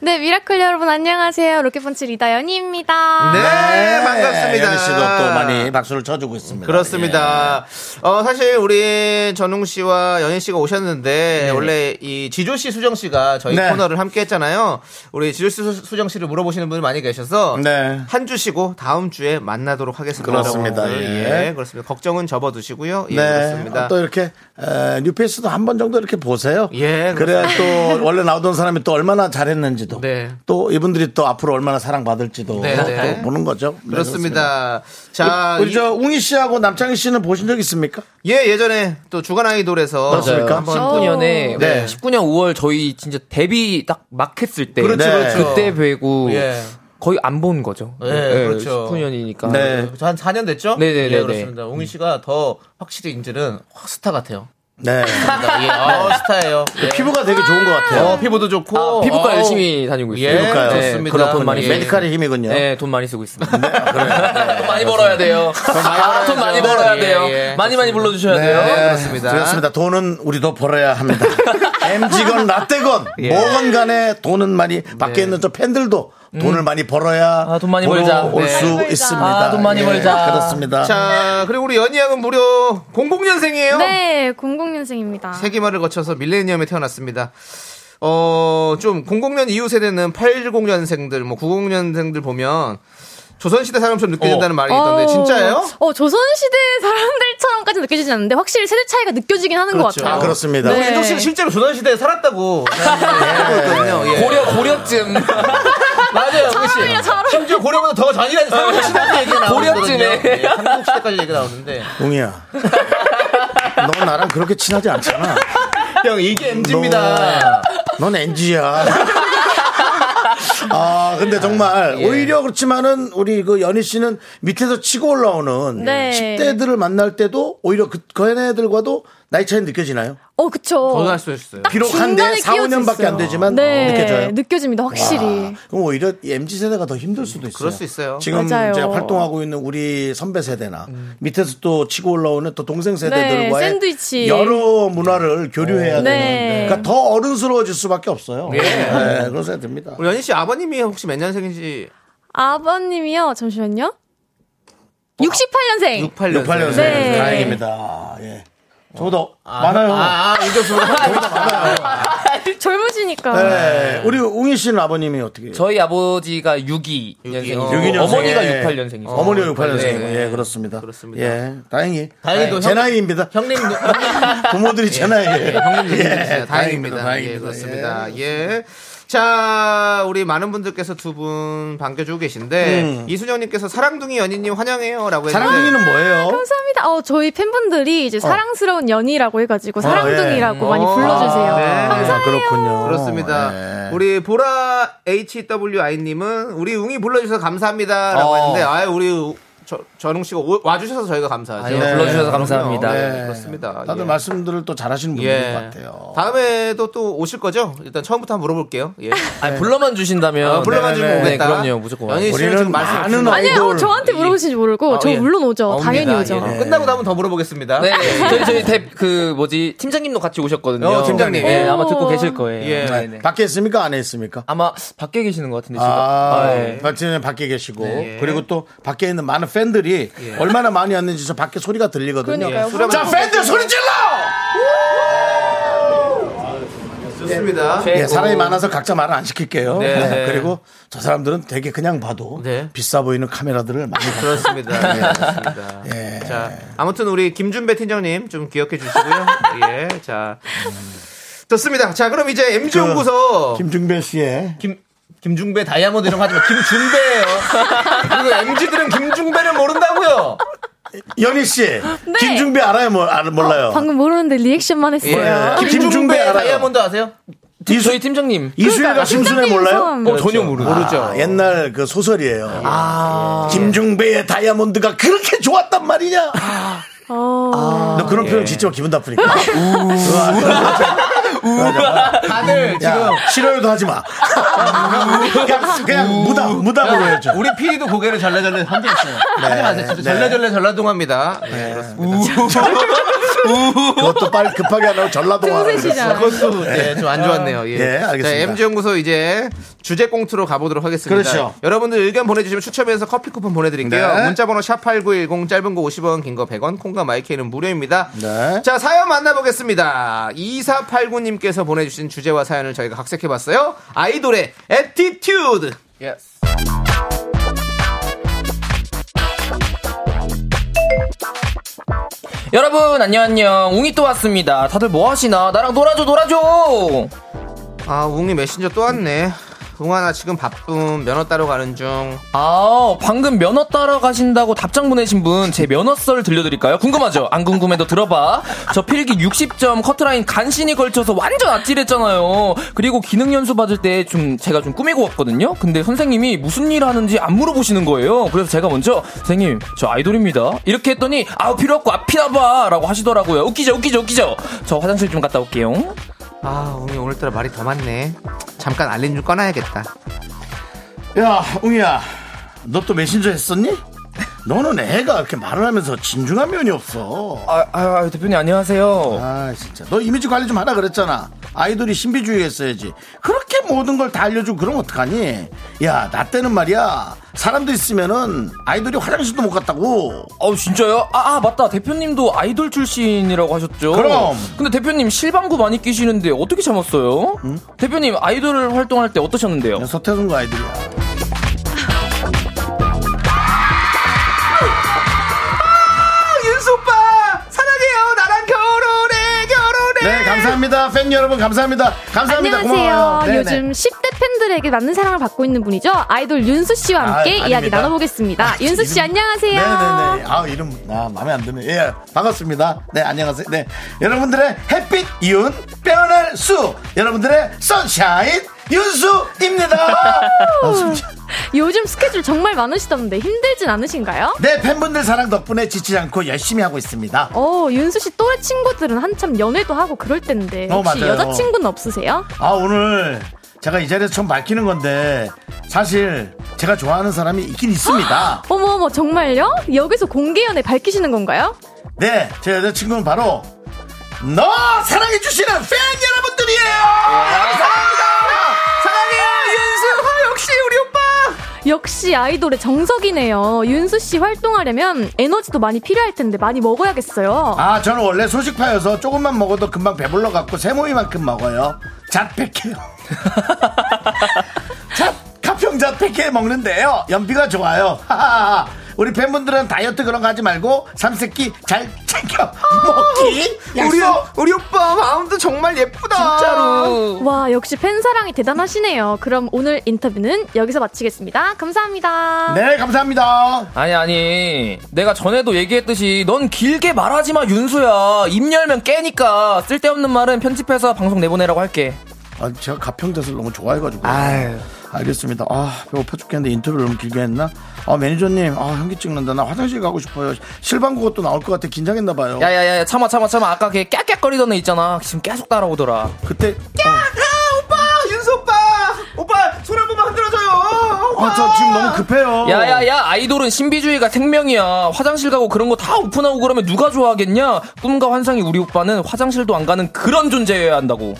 H: 네, 미라클 여러분, 안녕하세요. 로켓펀치 리더 연희입니다.
B: 네, 반갑습니다.
A: 연희 씨도 또 많이 박수를 쳐주고 있습니다.
B: 그렇습니다.
A: 예.
B: 어, 사실 우리 전웅 씨와 연희 씨가 오셨는데 원래 이 지조 씨, 수정 씨가 저희
A: 네.
B: 코너를 함께 했잖아요. 우리 지조 씨, 수- 수정 씨를 물어보시는 분이 많이 계셔서
A: 네.
B: 한 주 쉬고 다음 주에 만나도록 하겠습니다.
A: 그렇습니다.
B: 여러분들.
A: 예.
B: 예. 그렇습니다. 걱정은 접어두시고요. 예,
A: 네,
B: 그렇습니다.
A: 어, 또 이렇게 에, 뉴페이스도 한 번 정도 이렇게 보세요.
B: 예,
A: 그래야 또 원래 나오던 사람이 또 얼마나 잘했는지도,
B: 네.
A: 또 이분들이 또 앞으로 얼마나 사랑받을지도
B: 네, 네.
A: 또 보는 거죠. 네,
B: 그렇습니다. 자,
A: 우리
B: 이-
A: 저 웅희 씨하고 남창희 씨는 보신 적 있습니까?
B: 예, 예전에 또 주간 아이돌에서
A: 그렇습니까?
B: 한번 또
G: 19년에
A: 네.
G: 19년 5월 저희 진짜 데뷔 딱 막 했을 때
B: 그렇죠,
A: 네.
B: 그렇죠.
G: 그때 뵈고
B: 예.
G: 거의 안 본 거죠 네,
B: 예, 그렇죠.
G: 19년이니까
A: 네.
B: 저한 4년 됐죠?
G: 네네네네.
B: 예, 그렇습니다. 웅희 씨가 더 확실히 인질은 확 스타 같아요.
A: 네.
B: 예, 어, 스타예요. 예.
A: 피부가 되게 좋은 것 같아요.
B: 어, 피부도 좋고.
G: 아, 피부과
B: 어,
G: 열심히 다니고 있어요
B: 예,
A: 피부과요.
B: 좋습니다.
G: 그런 돈 많이
B: 예.
G: 쓰고
A: 네, 메디칼의 힘이군요. 아,
G: 네, 돈 많이 쓰고 있습니다. 돈 많이 벌어야 돼요. 아, 돈 많이 벌어야
B: 예,
G: 돼요.
B: 예,
G: 많이 많이 불러주셔야
A: 네,
G: 돼요.
B: 그렇습니다.
A: 그렇습니다. 돈은 우리도 벌어야 합니다. MG건 라떼건
G: 예.
A: 뭐건 간에 돈은 많이 밖에 있는 저 팬들도 돈을 많이 벌어야
G: 네. 음. 아, 돈 많이 벌자. 네.
A: 올수
G: 많이 벌자.
A: 있습니다. 예,
G: 아, 돈 많이 벌자.
A: 그렇습니다.
B: 자, 그리고 우리 연희 양은 무려 00년생이에요.
H: 네, 00년생입니다.
B: 세기말을 거쳐서 밀레니엄에 태어났습니다. 어, 좀 00년 이후 세대는 80년생들, 뭐 90년생들 보면 조선시대 사람처럼 느껴진다는 말이 있던데 진짜예요?
H: 어, 조선시대 사람들처럼까지 느껴지진 않는데 확실히 세대 차이가 느껴지긴 하는
B: 그렇죠.
H: 것 같아요.
A: 아, 그렇습니다.
H: 네.
B: 이동 씨는 실제로 조선시대에 살았다고
A: 네.
B: 그랬거든요. 예.
G: 고려 고려쯤
B: 맞아요.
H: 잘
B: 그치?
H: 어울려, 잘 어울려.
B: 심지어 고려보다 더 잔인한 사람 시대 얘기 나오거든요.
G: 고려쯤에.
B: 예, 한국 시대까지 얘기 나오는데
A: 웅이야. 너 나랑 그렇게 친하지 않잖아.
B: 형 이게 MG입니다.
A: 넌 NG야. 아, 근데 정말
B: 예.
A: 오히려 그렇지만은 우리 그 연희 씨는 밑에서 치고 올라오는
H: 네.
A: 10대들을 만날 때도 오히려 그, 그 애들과도 나이 차이 느껴지나요?
H: 어, 그쵸.
B: 저도 할수 있어요.
A: 비록 한데
H: 중간에
A: 4,
H: 끼어져
A: 5년밖에 안
H: 있어요.
A: 되지만
H: 네,
A: 느껴져요.
H: 느껴집니다, 확실히.
A: 아, 그럼 오히려 이 MZ 세대가 더 힘들 수도 있어요.
B: 그럴 수 있어요.
A: 지금
H: 맞아요.
A: 제가 활동하고 있는 우리 선배 세대나
B: 음.
A: 밑에서 또 치고 올라오는 또 동생
H: 네,
A: 세대들과의
H: 샌드위치.
A: 여러 문화를 교류해야 되는
H: 네.
A: 그러니까 더 어른스러워질 수밖에 없어요.
B: 예.
A: 네, 그런 생각이 듭니다.
B: 우리 연희 씨 아버님이 혹시 몇 년생인지
H: 아버님이요, 잠시만요.
A: 어.
H: 68년생.
B: 68년.
A: 68년생
H: 네.
A: 다행입니다. 예. 저보다 많아요.
B: 어. 아, 아, 이교수 아,
H: 젊으시니까.
A: 네. 우리 웅희 씨는 아버님이 어떻게?
G: 예. 저희 아버지가 62년생이고
A: 62년생.
G: 어머니가
B: 예.
G: 68년생이세요.
A: 어머니가 68년생이고
G: 네.
A: 예 그렇습니다.
B: 그렇습니다.
A: 예 다행히
B: 다행히도
A: 제
B: 형-
A: 나이입니다.
B: 형님 누-
A: 부모들이 제 나이예요.
B: 형님
A: 예,
B: 얘기해주세요. 다행입니다.
A: 다행입니다.
B: 예, 그렇습니다. 예. 자, 우리 많은 분들께서 두 분 반겨주고 계신데, 이순영님께서 사랑둥이 연인님 환영해요. 라고 했는데.
A: 사랑둥이는 뭐예요?
H: 감사합니다. 어, 저희 팬분들이
A: 어.
H: 이제 사랑스러운 연이라고 해가지고 사랑둥이라고
B: 예.
H: 많이
B: 어,
H: 불러주세요.
B: 아, 네.
H: 감사합니다.
A: 아, 그렇군요.
B: 그렇습니다.
A: 예.
B: 우리 보라 HWI님은 우리 웅이 불러주셔서 감사합니다. 라고
G: 어.
B: 했는데, 아 우리 우- 저, 전웅 씨가 오- 와주셔서 저희가 감사하죠.
G: 예, 불러주셔서 감사합니다.
A: 예.
B: 네, 그렇습니다.
A: 다들
B: 예.
A: 말씀들을 또 잘하시는 분들인 것 같아요.
B: 다음에도 또 오실 거죠? 일단 처음부터 한번 물어볼게요. 예.
G: 아니, 불러만 주신다면
B: 어, 불러만 주면
G: 네, 네,
B: 오겠다.
G: 그럼요, 무조건.
B: 연희 씨는
A: 우리는
B: 지금 말씀
A: 많은
B: 없습니다.
H: 아니, 어, 저한테 물어보시는지 모르고,
A: 아,
B: 어,
H: 저
B: 예.
H: 물론 오죠.
B: 옵니다.
H: 당연히 오죠.
B: 예. 끝나고 나면 더 물어보겠습니다.
G: 네, 저희 저희 대, 그 뭐지 팀장님도 같이 오셨거든요.
B: 어, 팀장님.
G: 네,
H: 오.
G: 아마 듣고 계실 거예요.
B: 예.
G: 네, 네.
A: 밖에 있습니까? 안에 있습니까?
G: 아마 밖에 계시는 것 같은데 지금.
A: 아,
G: 아, 예.
A: 박진영 밖에 계시고
B: 네. 예.
A: 그리고 또 밖에 있는 많은 팬들이 얼마나 많이 왔는지 저 밖에 소리가 들리거든요.
H: 그러니까요.
B: 수렴-
A: 자, 팬들 소리 질러!
B: 아, 좋습니다.
A: 예, 사람이 많아서 각자 말을 안 시킬게요.
B: 네,
A: 네,
B: 네.
A: 그리고 저 사람들은 되게 그냥 봐도
B: 네.
A: 비싸 보이는 카메라들을 많이 봤어요.
B: 그렇습니다. 예, 그렇습니다.
G: 네.
A: 예.
B: 자, 아무튼 우리 김준배 팀장님 좀 기억해 주시고요. 예, 자. 좋습니다. 자, 그럼 이제 MG 연구소
A: 김중배 씨의
B: 김 김중배 다이아몬드 이런 거 하지 마. 김준배예요. 그리고 MG들은 김중배를 모른다고요.
A: 연희 씨,
G: 네.
A: 김중배 알아요? 뭐, 알-
G: 어,
A: 몰라요? 예.
H: 방금 모르는데 리액션만
G: 예.
H: 했어요.
A: 김중배
B: 김중배
A: 알아요.
B: 다이아몬드 아세요?
G: 팀- 저희 팀장님.
H: 그러니까
A: 이수혜가 심순회 몰라요? 어.
H: 죄송합니다.
G: 전혀
B: 그렇죠.
G: 모르죠.
A: 아, 옛날 그 소설이에요.
B: 아. 예.
A: 김중배의 다이아몬드가 그렇게 좋았단 말이냐?
B: 아.
A: 아.
H: 어.
A: 너
B: 예.
A: 그런 표현 짓지 마 기분 나쁘니까. 아, 우와.
B: 다들 지금
A: 야, 싫어요도 하지 마. 그냥, 그냥 무답, 무답으로 해줘.
B: 우리 피디도 고개를 절레절레 흔들었어요. 하지 마세요. 진짜
A: 네.
B: 절레절레 전라동합니다. 네,
A: 그것도 빨리 급하게 하라고 전라도 하라고.
H: 등세시장.
A: 그랬어.
B: 그것도 예, 좀 안 좋았네요. 예.
A: 예, 알겠습니다.
B: 자, MG 연구소 이제 주제 공투로 가보도록 하겠습니다.
A: 그렇죠.
B: 여러분들 의견 보내주시면 추첨해서 커피 쿠폰 보내드릴게요.
A: 네.
B: 문자번호 샵 #8910 짧은 거 50원, 긴 거 100원, 콩과 마이크는 무료입니다.
A: 네.
B: 자, 사연 만나보겠습니다. 2489님께서 보내주신 주제와 사연을 저희가 각색해봤어요. 아이돌의 에티튜드. 예스.
G: 여러분 안녕 안녕. 웅이 또 왔습니다. 다들 뭐 하시나? 나랑 놀아줘 놀아줘.
B: 아, 웅이 메신저 또 왔네. 웅아, 나 지금 바쁨. 면허 따러 가는 중.
G: 아 방금 면허 따러 가신다고 답장 보내신 분 제 면허 썰 들려드릴까요? 궁금하죠? 안 궁금해도 들어봐. 저 필기 60점 커트라인 간신히 걸쳐서 완전 아찔했잖아요. 그리고 기능 연수 받을 때 좀 제가 좀 꾸미고 왔거든요. 근데 선생님이 무슨 일 하는지 안 물어보시는 거예요. 그래서 제가 먼저 선생님 저 아이돌입니다. 이렇게 했더니 아 필요 없고 앞이나봐라고 하시더라고요. 웃기죠 웃기죠 웃기죠. 저 화장실 좀 갔다 올게요.
B: 아, 웅이 오늘따라 말이 더 많네. 잠깐 알림 좀 꺼놔야겠다.
A: 야, 웅이야. 너 또 메신저 했었니? 너는 애가 이렇게 말을 하면서 진중한 면이 없어.
G: 아, 아, 아, 대표님
H: 어.
G: 안녕하세요.
A: 아 진짜 너 이미지 관리 좀 하라 그랬잖아 아이돌이 신비주의했어야지 그렇게 모든 걸 다 알려주고 그러면 어떡하니 야 나 때는 말이야 사람도 있으면은 아이돌이 화장실도 못 갔다고
G: 어 진짜요? 아, 아, 맞다 대표님도 아이돌 출신이라고 하셨죠.
A: 그럼.
G: 근데 대표님 실방구 많이 끼시는데 어떻게 참았어요? 대표님 아이돌 활동할 때 어떠셨는데요?
A: 야, 서태순과 아이돌이야
B: 윤수 오빠 사랑해요 나랑 결혼해 결혼해
A: 네 감사합니다 팬 여러분 감사합니다 감사합니다 고마워요
H: 안녕하세요.
A: 네,
H: 요즘 10대 팬들에게 많은 사랑을 받고 있는 분이죠. 아이돌 윤수 씨와
A: 아,
H: 함께
A: 아닙니다.
H: 이야기 나눠보겠습니다.
A: 아,
H: 윤수 씨
A: 이름-
H: 안녕하세요.
A: 네네네 아 이름 아 마음에 안 드네 예 반갑습니다 네 안녕하세요 네 여러분들의 햇빛 이윤 빼어날 수 여러분들의 선샤인 윤수입니다 아, 진짜.
H: 요즘 스케줄 정말 많으시던데 힘들진 않으신가요?
A: 네, 팬분들 사랑 덕분에 지치지 않고 열심히 하고 있습니다.
H: 어, 윤수 씨 또래 친구들은 한참 연애도 하고 그럴 텐데
A: 어,
H: 혹시
A: 맞아요.
H: 여자친구는 없으세요?
A: 아, 오늘 제가 이 자리에서 처음 밝히는 건데 사실 제가 좋아하는 사람이 있긴 있습니다.
H: 어머 어머 정말요? 여기서 공개 연애 밝히시는 건가요?
A: 네, 제 여자친구는 바로 너 사랑해주시는 팬 여러분들이에요! 사랑합니다!
H: 역시 아이돌의 정석이네요. 윤수 씨 활동하려면 에너지도 많이 필요할 텐데 많이 먹어야겠어요.
A: 아, 저는 원래 소식파여서 조금만 먹어도 금방 배불러 갖고 세모이만큼 먹어요. 잣 백해요. 잣, 가평잣 백해 먹는데요. 연비가 좋아요. 하하하. 우리 팬분들은 다이어트 그런 거 하지 말고 삼세끼 잘 챙겨 먹기.
B: 우리,
A: 약속.
B: 우리 오빠 마음도 정말 예쁘다
G: 진짜로.
H: 와 역시 팬 사랑이 대단하시네요. 그럼 오늘 인터뷰는 여기서 마치겠습니다. 감사합니다.
A: 네, 감사합니다.
G: 아니 아니 내가 전에도 얘기했듯이 넌 길게 말하지 마 윤수야 입 열면 깨니까 쓸데없는 말은 편집해서 방송 내보내라고 할게
A: 아, 제가 가평잣을 너무 좋아해가지고.
G: 아유
A: 알겠습니다. 아, 배고파 죽겠는데 인터뷰를 너무 길게 했나? 아, 매니저님, 아, 현기증 난다. 나 화장실 가고 싶어요. 실방구 것도 나올 것 같아. 긴장했나봐요.
G: 야야야 참아 참아 참아 아까 걔 깨깨거리던 애 있잖아 지금 계속 따라오더라
A: 그때. 어.
B: 윤수 오빠 오빠 손 한 번만 흔들어줘요 오빠
A: 아, 저 지금 너무 급해요.
G: 야야야 아이돌은 신비주의가 생명이야 화장실 가고 그런 거 다 오픈하고 그러면 누가 좋아하겠냐 꿈과 환상이 우리 오빠는 화장실도 안 가는 그런 존재여야 한다고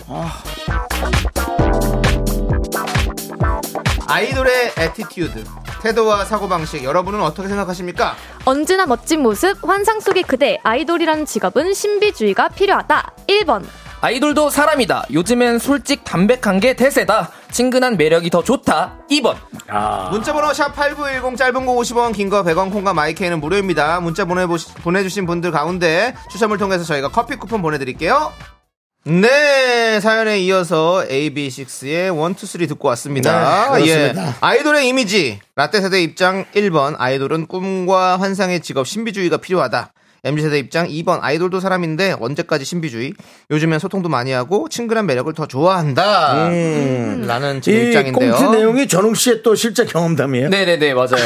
B: 아이돌의 에티튜드 태도와 사고방식 여러분은 어떻게 생각하십니까?
H: 언제나 멋진 모습, 환상 속의 그대, 아이돌이라는 직업은 신비주의가 필요하다. 1번.
G: 아이돌도 사람이다 요즘엔 솔직 담백한 게 대세다 친근한 매력이 더 좋다 2번
B: 문자번호 샵8910 짧은 거 50원 긴 거 100원 콩과 마이케이는 무료입니다 문자 보내보시, 보내주신 분들 가운데 추첨을 통해서 저희가 커피 쿠폰 보내드릴게요 네 사연에 이어서 AB6의 1, 2, 3 듣고 왔습니다 예,
A: 네, 그렇습니다.
B: 아이돌의 이미지 라떼세대 입장 1번 아이돌은 꿈과 환상의 직업 신비주의가 필요하다 MZ세대 입장 2번 아이돌도 사람인데 언제까지 신비주의 요즘엔 소통도 많이 하고 친근한 매력을 더 좋아한다 라는 제
A: 음, 이
B: 입장인데요
A: 꽁트 내용이 전웅 씨의 또 실제 경험담이에요.
G: 네네네 맞아요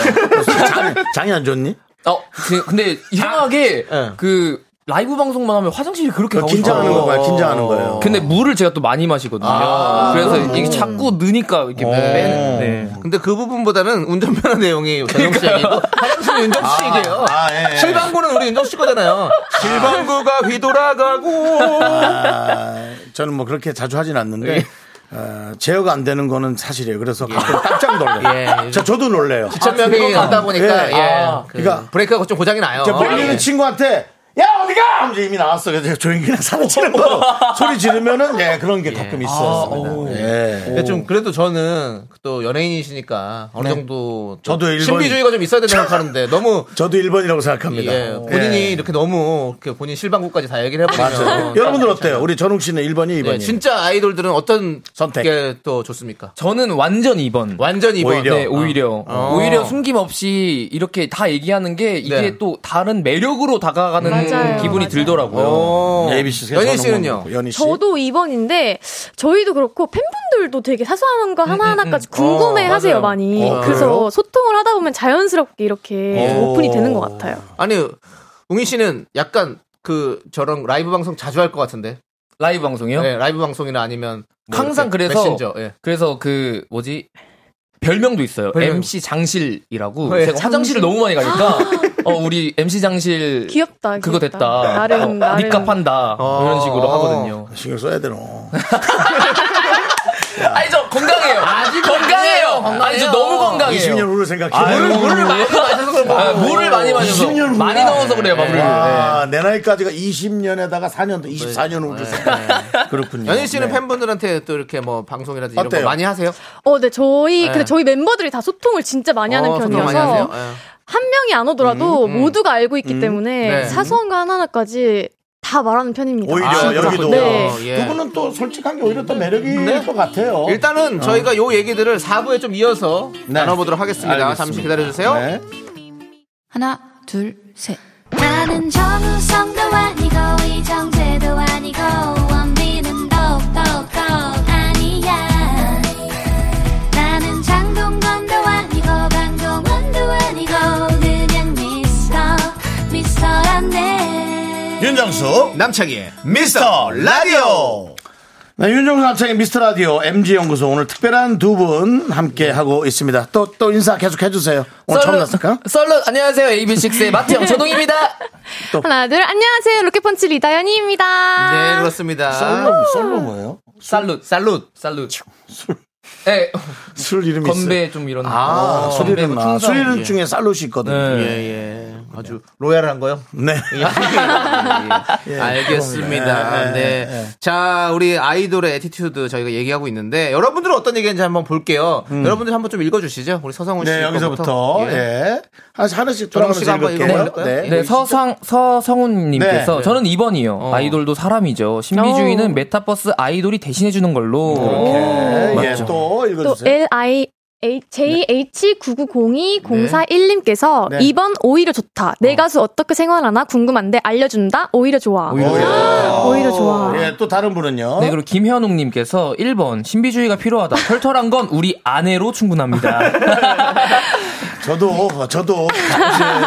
A: 장, 장이 안 좋니?
G: 어, 그- 근데 이상하게
B: 예.
G: 그 라이브 방송만 하면 화장실이 그렇게
A: 그러니까
G: 가고
A: 긴장하는
G: 싶어요.
A: 거예요. 긴장하는 거예요.
G: 근데 물을 제가 또 많이 마시거든요. 그래서 이게 자꾸 느니까 이렇게
A: 어.
G: 빼는. 네.
A: 음.
B: 근데 그 부분보다는 운전면허 내용이 전영씨 얘기고
G: 화장실 윤정 씨예요.
A: 아, 예. 예.
B: 실방구는 우리 윤정씨 거잖아요 실방구가 휘돌아가고
A: 아, 저는 뭐 그렇게 자주 하진
B: 예.
A: 않는데 어, 제어가 안 되는 거는 사실이에요. 그래서 가끔 깜짝 놀래요.
B: 예.
A: 저, 저도 놀래요.
B: 전명이 가다 보니까
A: 아, 예.
B: 예.
A: 아,
B: 그
A: 그러니까-
B: 브레이크가 좀 고장이 나요
A: 제가 멀리는
B: 예.
A: 친구한테 야 어디가? 하면서 이미 나왔어. 그래서 제가 조용히 그냥 사라지는 거 소리 지르면은 예 그런 게 가끔
B: 아,
A: 있어요. 예.
B: 근데 좀 그래도 저는 또 연예인이시니까 어느 정도
A: 네.
B: 또
A: 저도 일본-
B: 신비주의가 좀 있어야 된다고 생각하는데 너무
A: 저도 1번이라고 생각합니다.
B: 예, 본인이
A: 예.
B: 이렇게 너무 이렇게 본인 실방구까지 다 얘기를 해버리면
A: 여러분들 어때요? 우리 전웅 씨는 1번이 2번이.
B: 예, 진짜 아이돌들은 어떤
A: 선택.
B: 게또 좋습니까?
G: 저는 완전 2번.
B: 완전 이번
A: 오히려.
G: 네, 오히려
B: 어.
G: 오히려 숨김없이 이렇게 다 얘기하는 게 이게
B: 네.
G: 또 다른 매력으로 다가가는
H: 음, 맞아요,
G: 기분이
H: 맞아요.
G: 들더라고요.
A: 예비 씨,
B: 어. 연희 씨는요?
A: 연희 씨.
H: 저도 2번인데 저희도 그렇고 팬분들도 되게 사소한 거 하나하나까지 궁금해
B: 어,
H: 하세요
B: 음, 맞아요.
H: 많이.
A: 어,
H: 그래서
A: 그래요?
H: 소통을 하다 보면 자연스럽게 이렇게
A: 어.
H: 오픈이 되는 것 같아요.
B: 아니 웅희 씨는 약간 그 저런 라이브 방송 자주 할 것 같은데 예,
G: 라이브 방송이요?
B: 네, 라이브 방송이나 아니면 뭐
G: 항상
B: 이렇게
G: 그래서
B: 메신저 예.
G: 그래서 그 뭐지 별명도 있어요.
B: 별명.
G: MC 장실이라고
B: 네,
G: 제가
B: 장실.
G: 화장실을 너무 많이 가니까 어 우리 MC 장실
H: 아. 귀엽다,
G: 그거
H: 귀엽다.
G: 됐다.
H: 나름,
G: 어,
H: 나름.
G: 니값 한다
B: 어.
G: 이런 식으로 하거든요.
A: 신경 써야 되노.
B: 예.
G: 아니 저 건강해요. 건강해요. 아니 저 너무 건강해요.
A: 20년 후를 생각해.
G: 물을
B: 뭐 음.
G: 물을 많이 마셔서 그런 거예요. 물을 많이 마셔서
A: 20년 후야.
G: 많이 넣어서 그래요, 밥을.
A: 네. 와, 아, 내 나이까지가 20년에다가 4년도 24년 후를 생각. 네. 그렇군요.
B: 연일 씨는
A: 네.
B: 팬분들한테 또 이렇게 뭐 방송이라든지 이런
A: 어때요?
B: 거 많이 하세요?
H: 어, 네, 저희,
B: 네.
H: 근데 저희 멤버들이 다 소통을 진짜 많이 하는
B: 어, 소통
H: 편이어서.
B: 많이 하세요? 예.
H: 한 명이 안 오더라도
A: 음,
H: 모두가 알고 있기 때문에
B: 네.
H: 사소한 거 하나하나까지 다 말하는 편입니다.
A: 오히려
B: 아,
A: 여기도
H: 네.
B: 예.
A: 두 분은 또 솔직한 게 오히려 더 매력일
B: 네.
A: 것 같아요.
B: 일단은 저희가 요 얘기들을 4부에 좀 이어서 나눠보도록 하겠습니다. 잠시 기다려주세요.
A: 네.
E: 하나, 둘, 셋.
D: 나는 정우성도 아니고 이정재도 아니고 원빈은 더욱더 아니야 나는 장동건도 아니고 강동원도 아니고 그냥 미스터 미스터란데
A: 윤정수
B: 남창희의
A: 미스터 라디오. 네, 윤정수 남창의 미스터 라디오 MG 연구소 오늘 특별한 두 분 함께 하고 있습니다. 또 또 인사 계속 해주세요.
G: 아,
A: 오늘 처음 났을까요?
G: 썰러 안녕하세요. AB6IX의 마태형 전웅입니다.
H: 하나, 둘, 안녕하세요. 로켓펀치 리다연이입니다.
B: 네, 그렇습니다.
A: 썰로 썰로 뭐예요?
G: 살룻 살룻 살룻. 예.
A: 술 이름이 있어요.
G: 건배 좀 이런.
B: 아,
G: 거.
A: 술
G: 건배
A: 이름 아,
G: 충성.
A: 술 이름
B: 예.
A: 중에 살롯이 있거든요.
B: 예, 예. 아주 로얄한 거요?
A: 네.
B: 예. 예. 알겠습니다.
A: 그렇네.
B: 네.
A: 예, 예.
B: 자, 우리 아이돌의 에티튜드 저희가 얘기하고 있는데 여러분들은 어떤 얘기인지 한번 볼게요. 여러분들 한번 좀 읽어주시죠. 우리 서성훈 씨.
A: 음. 네, 여기서부터
B: 거부터.
A: 예. 한 하나씩
B: 조랑
A: 돌아가면서
B: 씨가 한번
A: 읽을게요.
B: 읽어볼까요? 예.
A: 네.
G: 네, 서상, 서성훈님께서
B: 네.
G: 저는 2번이요. 아이돌도 사람이죠. 신비주의는
H: 오.
G: 메타버스 아이돌이 대신해주는 걸로.
B: 어,
A: 네. 예,
G: 맞죠.
A: 또
H: 또
A: 읽어주세요.
H: L I JH99020411님께서
A: 네.
H: 2번 오히려 좋다. 내 가수 어떻게 생활하나 궁금한데 알려준다. 오히려 좋아.
A: 오, 예.
H: 오히려 좋아.
A: 예, 또 다른 분은요.
G: 네, 그리고 김현웅님께서 1번 신비주의가 필요하다. 털털한 건 우리 아내로 충분합니다.
A: 저도 저도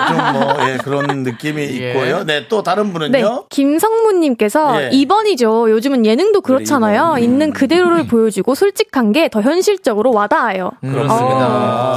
A: 좀뭐 예, 그런 느낌이 있고요. 네, 또 다른 분은요.
H: 네, 김성문님께서
A: 예. 네,
H: 2번이죠. 요즘은 예능도 그렇잖아요. 있는
A: 음.
H: 그대로를 보여주고 솔직한 게 더 현실적으로 와닿아요.
G: 음, 그렇습니다.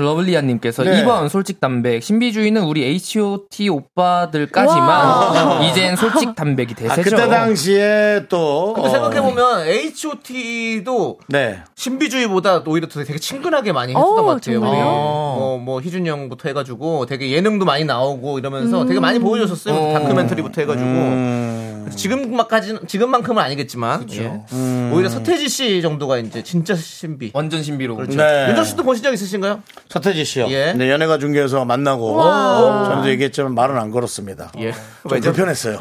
A: 네.
G: 러블리아님께서
A: 네.
G: 2번 솔직 담백 신비주의는 우리 H.O.T 오빠들까지만 이젠 솔직 담백이
A: 아,
G: 대세죠.
A: 그때 당시에 또
B: 근데
A: 어,
B: 생각해보면 H.O.T.도
A: 네.
B: 신비주의보다 오히려 더 되게 친근하게 많이 했던
H: 어,
B: 것 같아요.
H: 정말요?
B: 뭐, 뭐 희준 이 형부터 해가지고 되게 예능도 많이 나오고 이러면서 되게
H: 음.
B: 많이 보여줬었어요. 음. 다큐멘터리부터 해가지고 지금만까지는 지금만큼은 아니겠지만 예. 오히려 서태지 씨 정도가 이제 진짜 신비.
G: 완전 신비로.
B: 그렇죠.
A: 네.
B: 윤정 씨도 보신 적 있으신가요?
A: 서태지 씨요.
B: 예.
A: 네, 연예가 중계에서 만나고 전에도 얘기했지만 말은 안 걸었습니다.
B: 아. 예.
A: 좀 불편했어요.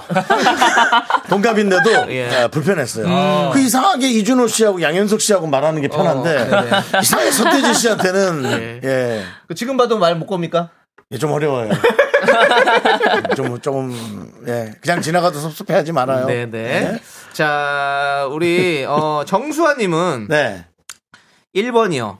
A: 동갑인데도
B: 예.
A: 예, 불편했어요. 그 이상하게 이준호 씨하고 양현석 씨하고 말하는 게 편한데
B: 어, 네네.
A: 이상하게 서태지 씨한테는 예.
B: 그 지금 봐도 말 못 겁니까?
A: 예, 좀 어려워요. 좀, 좀, 예. 그냥 지나가도 섭섭해하지 말아요.
B: 네네. 자 우리 어, 정수아님은
A: 네.
B: 1번이요.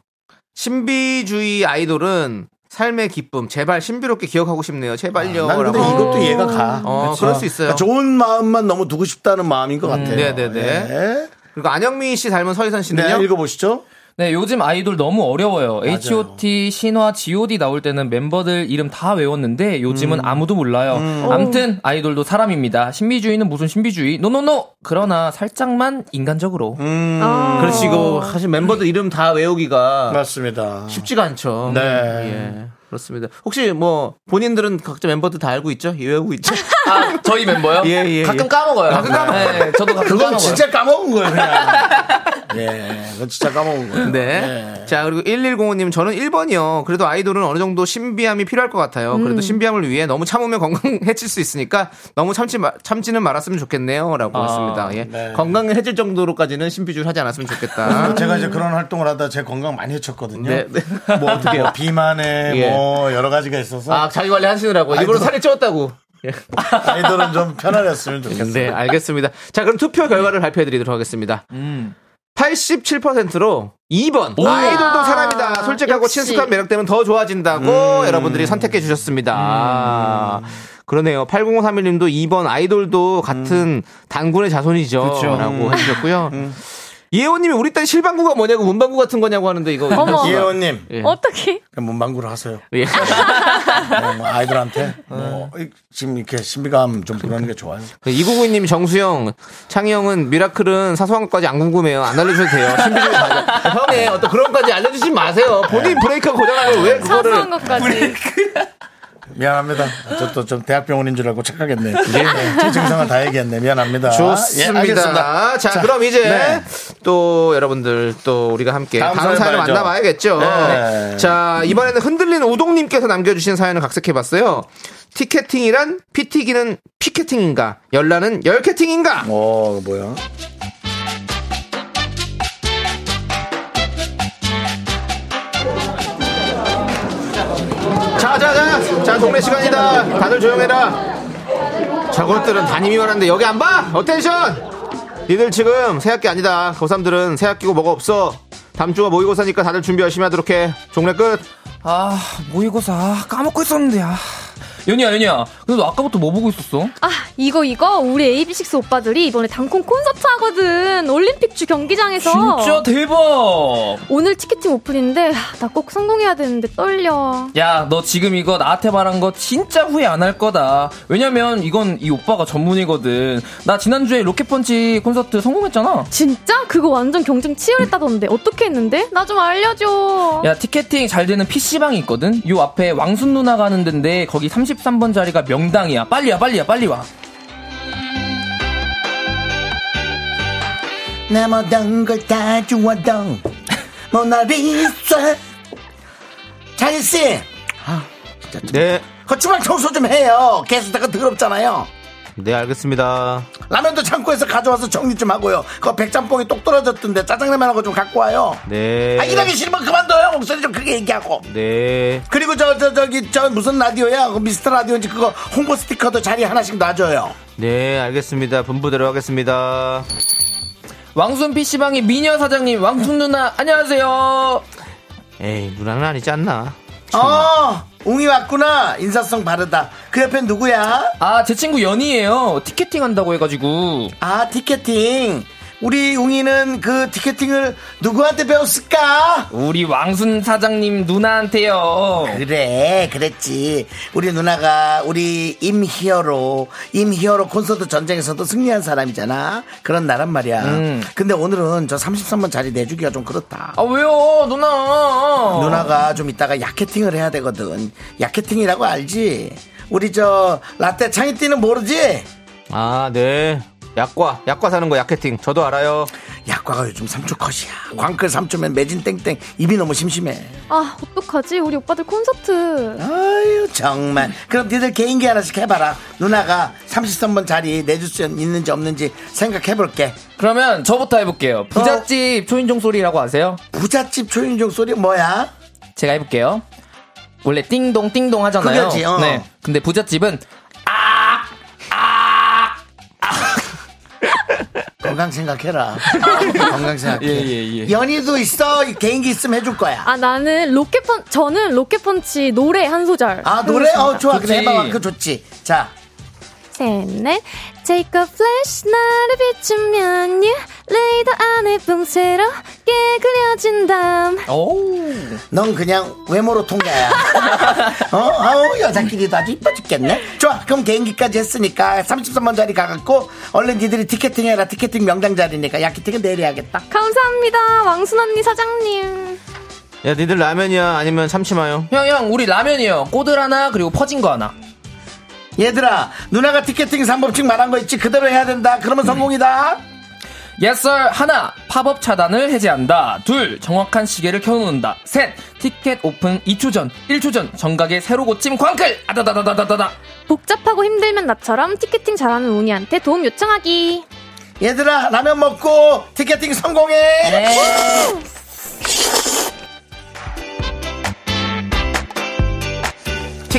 B: 신비주의 아이돌은 삶의 기쁨. 제발 신비롭게 아, 기억하고 싶네요. 제발요.
A: 난 근데
B: 라고.
A: 이것도 이해가 가.
B: 어,
A: 그치?
B: 그럴 수 있어요.
A: 그러니까 좋은 마음만 너무 두고 싶다는 마음인 것 같아요.
B: 네네네.
A: 예.
B: 그리고 안영미 씨 닮은 서희선
A: 네,
B: 씨는요.
A: 읽어보시죠.
G: 네, 요즘 아이돌 너무 어려워요. H.O.T, 신화, G.O.D 나올 때는 멤버들 이름 다 외웠는데 요즘은 아무도 몰라요. 암튼 아이돌도 사람입니다. 신비주의는 무슨 신비주의? 노노노. 그러나 살짝만 인간적으로.
H: 아.
B: 그렇지 이거 사실 멤버들 이름 다 외우기가
A: 맞습니다.
B: 쉽지가 않죠.
A: 네.
B: 예. 그렇습니다. 혹시 뭐 본인들은 각자 멤버들 다 알고 있죠? 외우고 있죠?
G: 아, 저희 멤버요?
B: 예, 예, 예.
G: 가끔 까먹어요. 가끔 까먹어요. 저도 가끔
A: 그건
G: 까먹어요.
A: 진짜 까먹은 거예요, 그냥. 예, 그건 진짜 까먹은 거예요.
B: 네. 자, 그리고 1105님, 저는 1번이요. 그래도 아이돌은 어느 정도 신비함이 필요할 것 같아요. 그래도 신비함을 위해 너무 참으면 건강 해칠 수 있으니까 너무 참지, 마- 참지는 말았으면 좋겠네요. 라고 했습니다. 예.
A: 네.
B: 건강 해질 정도로까지는 신비주의를 하지 않았으면 좋겠다.
A: 뭐 제가 이제 그런 활동을 하다 제 건강 많이 해쳤거든요.
B: 아. 네, 네.
A: 뭐 어떻게 요 비만에
B: 예.
A: 뭐 여러 가지가 있어서
B: 아, 자기 관리 하시느라고. 일부러
A: 아이돌.
B: 살이 찌웠다고. 예.
A: 아이돌은 좀 편안했으면 좋겠어요.
B: 네, 알겠습니다. 자, 그럼 투표 결과를 발표해 드리도록 하겠습니다. 87%로 2번. 아이돌도 음. 사람이다. 솔직하고
H: 역시.
B: 친숙한 매력 때문에 더 좋아진다고 여러분들이 선택해 주셨습니다. 그러네요. 음. 8053님도 2번 아이돌도 같은 단군의 자손이죠. 라고 해주셨고요. 예호님이 우리 딸 실방구가 뭐냐고 문방구 같은 거냐고 하는데 이거
H: 어머.
I: 예원님,
B: 예.
H: 어떻게?
I: 그냥 문방구로 하세요.
A: 네.
B: 예.
I: 뭐, 뭐 아이들한테 뭐 이- 지금 이렇게 신비감 좀 그러는 게 좋아요.
B: 이구구님 정수영 창희형은 미라클은 사소한 것까지 안 궁금해요 안 알려주셔도 돼요 신비주의 네. 가져 형의 어떤 그런 것까지 알려주지 마세요 본인 브레이크 고장하고 왜
H: 사소한
B: 그거를
H: 것까지.
I: 미안합니다. 저도 좀 대학병원인 줄 알고
B: 예.
I: 착각했네. 네, 제 증상을 다 얘기했네. 미안합니다. 예,
B: 좋습니다.
I: 알겠습니다.
B: 아, 자, 그럼 이제
I: 네.
B: 또 여러분들 또 우리가 함께
I: 다음
B: 다음, 사연을
I: 사연 봐야죠.
B: 만나봐야겠죠.
I: 네.
B: 자, 이번에는 흔들리는 우동님께서 남겨주신 사연을 각색해봤어요. 티켓팅이란 피튀기는 피켓팅인가? 열라는 열캐팅인가?
I: 오, 어, 그 뭐야?
B: 자, 자, 자, 자, 동네 시간이다. 다들 조용해라. 저것들은 담임이 말하는데 여기 안 봐? 어텐션! 니들 지금 새학기 아니다. 고3들은 새학기고 뭐가 없어. 다음 주가 모의고사니까 다들 준비 열심히 하도록 해. 종례 끝.
G: 아 모의고사 아, 까먹고 있었는데 아 연희야 연희야 근데 너 아까부터 뭐 보고 있었어?
H: 아, 이거, 이거, 우리 AB6 오빠들이 이번에 단콘 콘서트 하거든. 올림픽 주 경기장에서.
G: 진짜 대박
H: 오늘 티켓팅 오픈인데, 아, 나 꼭 성공해야 되는데 떨려.
G: 야 너 지금 이거 나한테 말한 거 진짜 후회 안 할 거다 왜냐면 이건 이 오빠가 전문이거든 나 지난주에 로켓펀치 콘서트 성공했잖아
H: 진짜? 그거 완전 경쟁 치열했다던데. 어떻게 했는데? 나 좀 알려줘.
G: 야 티켓팅 잘 되는 PC방이 있거든 요 앞에 왕순 누나가 하는 데인데 거기 33번 자리가 명당이야 빨리야 빨리야 빨리 와
A: 나 모든 걸다 주워도 모나리사 자진 씨
B: 네.
A: 거침말 청소 좀 해요. 게스트가 더럽잖아요.
B: 네, 알겠습니다.
A: 라면도 창고에서 가져와서 정리 좀 하고요. 그거 백짬뽕이 똑 떨어졌던데 짜장라면하고 좀 갖고 와요.
B: 네.
A: 아 일하기 싫으면 그만둬요. 목소리 좀 크게 얘기하고.
B: 네.
A: 그리고 저 저 저기 저 무슨 라디오야? 그 미스터 라디오인지 그거 홍보 스티커도 자리 에 하나씩 놔줘요.
B: 네, 알겠습니다. 분부대로 하겠습니다.
G: 왕순 PC방의 미녀 사장님 왕순 누나 안녕하세요
B: 에이, 누나는 아니지 않나?
A: 어, 웅이 왔구나. 인사성 바르다. 그 옆엔 누구야?
G: 아 제 친구 연희예요 티켓팅 한다고 해가지고
A: 아 티켓팅. 우리 웅이는 그 티켓팅을 누구한테 배웠을까?
G: 우리 왕순 사장님 누나한테요.
A: 그래, 그랬지. 우리 누나가 우리 임히어로, 임히어로 콘서트 전쟁에서도 승리한 사람이잖아. 그런 나란 말이야. 근데 오늘은 저 33번 자리 내주기가 좀 그렇다.
G: 음. 아 왜요 누나?
A: 누나가 좀 이따가 야케팅을 해야 되거든. 야케팅이라고 알지? 우리 저 라떼 창이 띠는 모르지?
B: 아, 네. 약과, 약과 사는 거 약해팅. 저도 알아요.
A: 약과가 요즘 삼초 컷이야. 광클 삼초면 매진 땡땡. 입이 너무 심심해.
H: 아, 어떡하지? 우리 오빠들 콘서트.
A: 아유 정말. 그럼 니들 개인기 하나씩 해봐라. 누나가 33번 자리 내줄 수 있는지 없는지 생각해볼게.
G: 그러면 저부터 해볼게요. 부잣집 초인종 소리라고 아세요?
A: 부잣집 초인종 소리 뭐야?
G: 제가 해볼게요. 원래 띵동 띵동 하잖아요.
A: 그거지, 어.
G: 네. 근데 부잣집은
A: 건강 생각해라. 건강 생각해. 연희도 있어. 개인기 있으면 해줄 거야.
H: 아, 나는 로켓펀, 저는 로켓펀치 노래 한 소절.
A: 아 노래? 어 좋아. 그래
G: 좋지.
A: 해봐. 그거 좋지. 자.
H: 셋, 넷. Take a flash, 나를 비추면, y 레이더 안에 붕새롭게 그려진 다음.
B: 어.
G: 오.
A: 넌 그냥 외모로 통과야. 어? 아우, 여자끼리도 아주 이뻐 죽겠네. 좋아, 그럼 개인기까지 했으니까 33번 자리 가갖고, 얼른 니들이 티켓팅 해라. 티켓팅 명당 자리니까 야키팅은 내일 해야겠다.
H: 감사합니다, 왕순 언니 사장님.
B: 야, 니들 라면이야? 아니면 참치마요?
G: 형 형 우리 라면이요. 꼬들 하나 그리고 퍼진 거 하나.
A: 얘들아, 누나가 티켓팅 3법칙 말한 거 있지? 그대로 해야 된다. 그러면 성공이다.
G: 예썰 하나 팝업 차단을 해제한다 둘 정확한 시계를 켜놓는다 셋 티켓 오픈 2초 전 1초 전 정각의 새로 고침 광클 아다다다다다다
H: 복잡하고 힘들면 나처럼 티켓팅 잘하는 운이한테 도움 요청하기.
A: 얘들아, 라면 먹고 티켓팅 성공해.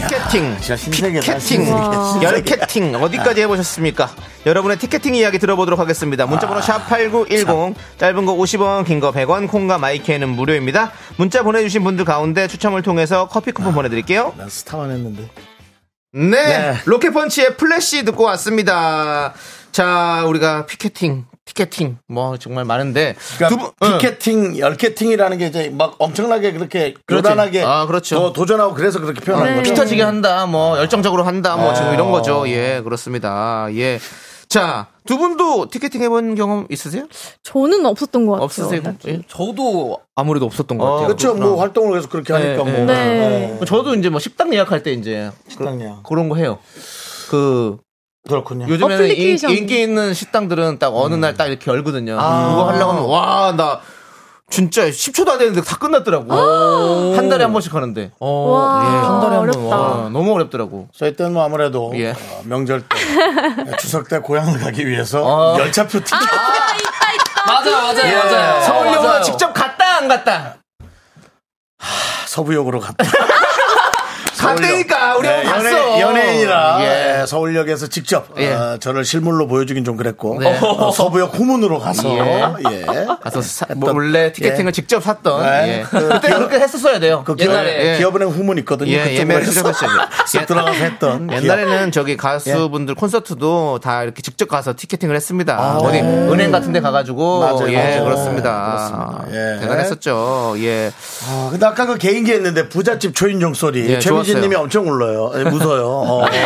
A: 아,
B: 티켓팅.
A: 힘들겠다,
B: 티켓팅.
A: 음.
H: 와.
A: 아.
B: 열캐팅. 어디까지 해보셨습니까? 여러분의 티켓팅 이야기 들어보도록 하겠습니다.
A: 아.
B: 문자번호 샵8910. 짧은 거 50원, 긴 거 100원, 콩과 마이크에는 무료입니다. 문자 보내주신 분들 가운데 추첨을 통해서 커피 쿠폰 보내드릴게요.
I: 난 스타만 했는데.
B: 네.
I: 네.
B: 로켓펀치의 플래시 듣고 왔습니다. 자, 우리가 피켓팅 티켓팅 뭐 정말 많은데
A: 그러니까
B: 두 분-
A: 티켓팅, 열캐팅이라는 게 이제 막 엄청나게 그렇게 교단하게
B: 아, 그렇죠.
A: 더 도전하고 그래서 그렇게 표현하는
H: 네.
A: 거죠.
B: 피터지게 한다, 뭐 열정적으로 한다, 뭐 지금
A: 어.
B: 이런 거죠. 예, 그렇습니다. 예. 자, 두 분도 티켓팅 해본 경험 있으세요?
H: 저는 없었던 것 같아요.
B: 없으세요? 예.
G: 저도 아무래도 없었던 것
B: 어,
G: 같아요.
A: 그렇죠. 뭐 활동을 계속 그렇게 하니까
B: 네,
A: 뭐.
H: 네.
B: 저도 이제 뭐 식당 예약할 때 이제
A: 식당이야.
B: 그런 거 해요. 그
A: 그렇군요.
B: 요즘에는 인,
H: 어플리케이션.
B: 인기 있는 식당들은 딱 어느 날 딱 이렇게 열거든요. 그거 하려고 하면 와 나 진짜 10초도 안 되는데 다 끝났더라고. 한 달에 한 번씩 하는데. 아. 어,
H: 와,
B: 예.
H: 어렵다.
B: 와, 너무 어렵더라고.
A: 저희 때는 뭐 아무래도
B: 예.
A: 어, 명절 때 네, 추석 때 고향을 가기 위해서
B: 어.
A: 열차표 티켓
G: 맞아, 맞아, 요 맞아.
B: 서울
G: 서울
B: 영화
G: 영화
B: 직접 갔다 안 갔다.
A: 서부역으로 갔다.
B: 갔다니까 아, 우리
A: 네,
B: 한번
A: 연예,
B: 갔어.
A: 연예인이라
B: 예.
A: 예, 서울역에서 직접
B: 예.
A: 어, 저를 실물로 보여주긴 좀 그랬고
B: 네.
A: 어, 서부역 후문으로 가서
B: 예.
A: 예.
B: 가서 사, 뭐 원래 티켓팅을
A: 예.
B: 직접 샀던
A: 네.
B: 예.
A: 그
B: 그때
A: 기업-
B: 그렇게 했었어야 돼요.
A: 그 기업,
B: 옛날에 예.
A: 기업은행 후문 있거든요.
B: 예,
A: 그쪽으로
B: 예매를
A: 해서
B: 시작했어요.
A: 쓱 들어가서 했던 기업.
B: 옛날에는 저기 가수분들 콘서트도 다 이렇게 직접 가서 티켓팅을 했습니다. 어디 은행 같은 데 가가지고
A: 맞아요,
B: 예
A: 맞아요.
B: 그렇습니다.
A: 그렇습니다. 예.
B: 대단했었죠. 예.
A: 아, 근데 아까 그 개인기 했는데 부잣집 초인종 소리
B: 예, 좋았어요.
A: 최민진님이 엄청 울러요. 예, 무서요. 어, 어. 어.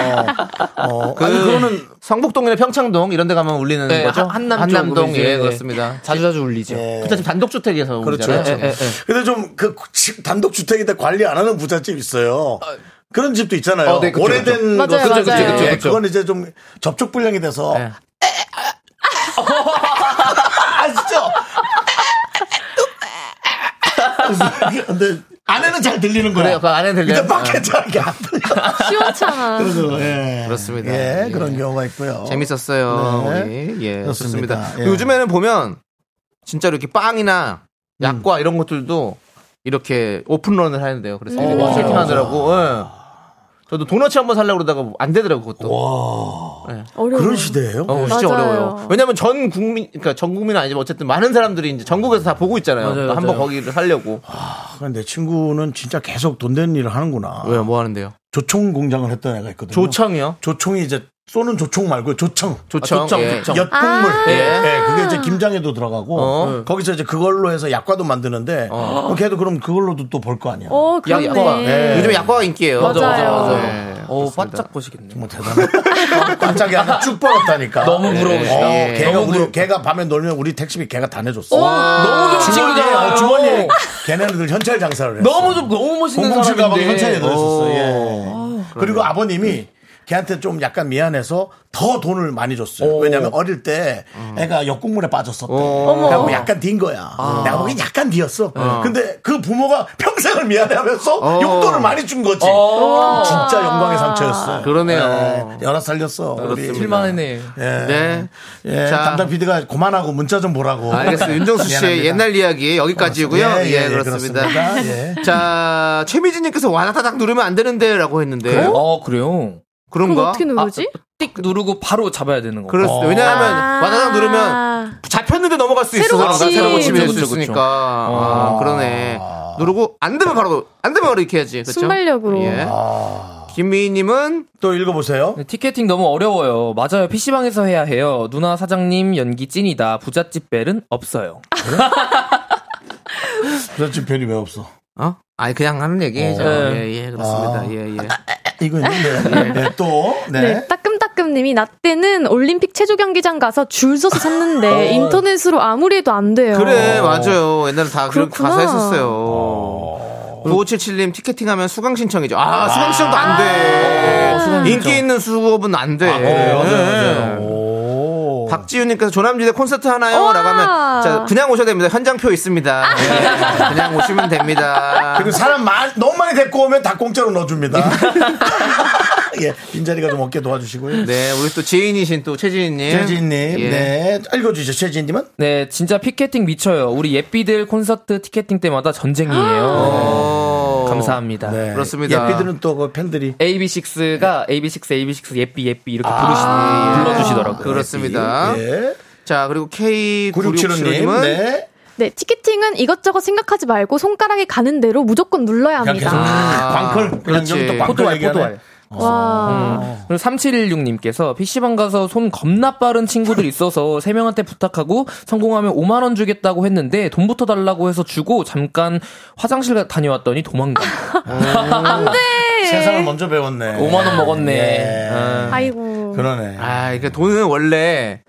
B: 그
A: 아니 그거는
B: 성북동이나 평창동 이런 데 가면 울리는
G: 네,
B: 거죠?
G: 한- 한남
B: 한남동
G: 쪽으로
B: 예,
G: 이제.
B: 그렇습니다.
G: 자주 자주 울리죠.
A: 예.
B: 그때 지금 단독주택에서
A: 그렇죠.
B: 울잖아요.
A: 그렇죠.
B: 예, 예, 예.
A: 근데 좀 그 단독 주택인데 관리 안 하는 부잣집 있어요. 그런 집도 있잖아요.
B: 아. 어, 네, 그쵸,
A: 오래된
H: 그쵸. 맞아요,
A: 것은-
H: 맞아요. 그쵸,
B: 그쵸,
A: 예,
B: 그쵸.
A: 그건 이제 좀 접촉 불량이 돼서
B: 예.
A: 아시죠? 근데 안에는 잘 들리는 거예요.
B: 그래요. 아. 그 안에 들려요.
A: 근데 밖에 잘게 안 들려.
H: 시원찮아.
A: 그래서, 예.
B: 그렇습니다.
A: 예,
B: 예.
A: 그런 경우가 있고요.
B: 재밌었어요.
A: 어. 네.
B: 우리. 예,
A: 그렇습니다.
B: 좋습니다.
A: 예.
B: 그리고 요즘에는 보면 진짜로 이렇게 빵이나 약과 이런 것들도 이렇게 오픈런을 하는데요. 그래서 이렇게 막 세팅하더라고. 예. 저도 도넛이 한번 살려고 그러다가 안 되더라고 그것도.
A: 와,
H: 어려워.
A: 그런 시대예요?
B: 어, 진짜
H: 맞아요.
B: 어려워요. 왜냐면 전 국민, 그러니까 전 국민은 아니지만 어쨌든 많은 사람들이 이제 전국에서 다 보고 있잖아요.
G: 맞아요,
B: 한번
G: 맞아요.
B: 거기를 하려고.
A: 근데 내 친구는 진짜 계속 돈 되는 일을 하는구나.
B: 왜요? 뭐 하는데요?
A: 조총 공장을 했던 애가 있거든요.
B: 조청이요?
A: 조총이 이제 쏘는 조총 말고 조청.
B: 조청.
G: 조청,
B: 예.
G: 조청.
A: 엿국물.
H: 아.
A: 예. 예, 그게 이제 김장에도 들어가고
B: 어.
A: 거기서 이제 그걸로 해서 약과도 만드는데 어, 걔도 그럼 그걸로도 또 벌 거 아니야.
H: 어,
B: 야,
H: 그렇네.
B: 약과.
A: 예.
B: 요즘 약과가 인기예요.
H: 맞아요.
B: 예.
G: 어, 바짝 보시겠네요.
A: 뭐 대단해. 깜짝이야. 하나 쭉 뻗었다니까.
G: 너무 부러우시다. 네.
A: 어,
B: 예.
A: 걔가
G: 너무
A: 우리
G: 부럽다.
A: 걔가 밤에 놀면 우리 택시비 걔가 다 내줬어.
G: 너무 좋은
A: 주머니에
G: 친구잖아요.
A: 어, 주머니에 걔네들 현찰 장사를 했어.
G: 너무 좀 너무 멋있는
A: 007 가방 현찰에
G: 사람인데.
A: 들었었어. 예. 그리고 아버님이 걔한테 좀 약간 미안해서 더 돈을 많이 줬어요. 왜냐면 어릴 때 애가 역국물에 빠졌었대. 그래갖고 약간 딘 거야.
G: 아.
A: 내가 보기엔 약간 뒤었어. 근데 그 부모가 평생을 미안해하면서
G: 어.
A: 용돈을 많이 준 거지. 진짜 영광의 상처였어.
B: 그러네요.
A: 예, 여러 살렸어. 우리.
G: 실만하네.
A: 예.
B: 네.
A: 예,
B: 자.
A: 담당 PD가 고만하고 문자 좀 보라고.
B: 아, 알겠습니다. 윤정수 씨의
A: 미안합니다.
B: 옛날 이야기 여기까지고요.
A: 고맙습니다.
B: 예,
A: 예, 예,
B: 그렇습니다.
A: 그렇습니다. 예.
B: 자, 최미진님께서 와다다닥 누르면 안 되는데라고 했는데
G: 아 그래요?
H: 그럼
B: 그런가?
H: 어떻게 누르지?
G: 띡 누르고 바로 잡아야 되는 거.
B: 그렇
G: 어.
B: 왜냐하면 와다닥 아, 누르면
H: 아.
B: 잡혔는데 넘어갈 수
H: 새로
B: 있어서
H: 고침.
B: 새로 고침이 될수
G: 그쵸, 그쵸, 그쵸.
B: 있으니까. 아, 그러네. 누르고 안 되면 바로 안 되면 바로 이렇게 해야지. 그렇죠?
H: 순발력으로.
B: 예. 김미희님은
A: 또 읽어보세요.
G: 네, 티켓팅 너무 어려워요. 맞아요. PC방에서 해야 해요. 누나 사장님 연기 찐이다. 부잣집 벨은 없어요.
A: 부잣집 편이 왜 없어?
B: 어? 아니 그냥 하는 얘기죠.
G: 어.
B: 예, 예, 그렇습니다.
A: 아.
B: 예, 예.
A: 이거 있는데. 네, 또. 네.
H: 네. 따끔따끔님이 나 때는 올림픽 체조 경기장 가서 줄 서서 샀는데 인터넷으로 아무리 해도 안 돼요.
B: 그래, 맞아요. 옛날에 다 그렇게
H: 그렇구나.
B: 가서 했었어요. 9577님 티켓팅 하면 수강 신청이죠. 아, 수강 신청도 안
H: 네. 아.
B: 돼. 인기 있는 수업은 안 돼.
A: 네, 맞아요,
B: 네.
A: 맞아요. 오.
B: 박지윤님께서 조남지대 콘서트 하나요?
H: 우와.
B: 라고 하면 자, 그냥 오셔도 됩니다. 현장표 있습니다. 네, 그냥 오시면 됩니다.
A: 그리고 사람 많, 너무 많이 데리고 오면 다 공짜로 넣어줍니다. 예, 빈자리가 좀 없게 도와주시고요.
B: 네, 우리 또 지인이신 또 최지인님.
A: 최진님,
B: 예.
A: 네. 읽어주시죠, 최진님은?
G: 네, 진짜 피켓팅 미쳐요. 우리 예삐들 콘서트 티켓팅 때마다
B: 아.
G: 전쟁이에요.
B: 오.
G: 네, 감사합니다.
A: 네.
B: 그렇습니다.
A: 예삐들은 또그 팬들이.
G: AB6가 AB6, AB6 예삐 예삐 이렇게
A: 아.
B: 예.
G: 부르시, 불러주시더라고요.
B: 그렇습니다.
A: 예.
B: 자, 그리고 k 9 6 7
A: 967호님,
B: 5님은
A: 네.
H: 네, 티켓팅은 이것저것 생각하지 말고 손가락이 가는 대로 무조건 눌러야
A: 그냥 계속
H: 합니다.
A: 광클. 그냥
B: 그렇지.
A: 좀또 광클
G: 포도알,
A: 얘기하네.
G: 포도알.
H: 와.
G: 그리고 3716님께서 PC방 가서 손 겁나 빠른 친구들 있어서 세명한테 부탁하고 성공하면 5만원 주겠다고 했는데 돈부터 달라고 해서 주고 잠깐 화장실 가- 다녀왔더니 도망가.
A: 세상을 먼저 배웠네.
G: 5만원 먹었네.
A: 예.
G: 아.
H: 아이고.
A: 그러네.
B: 아, 이게 돈은 원래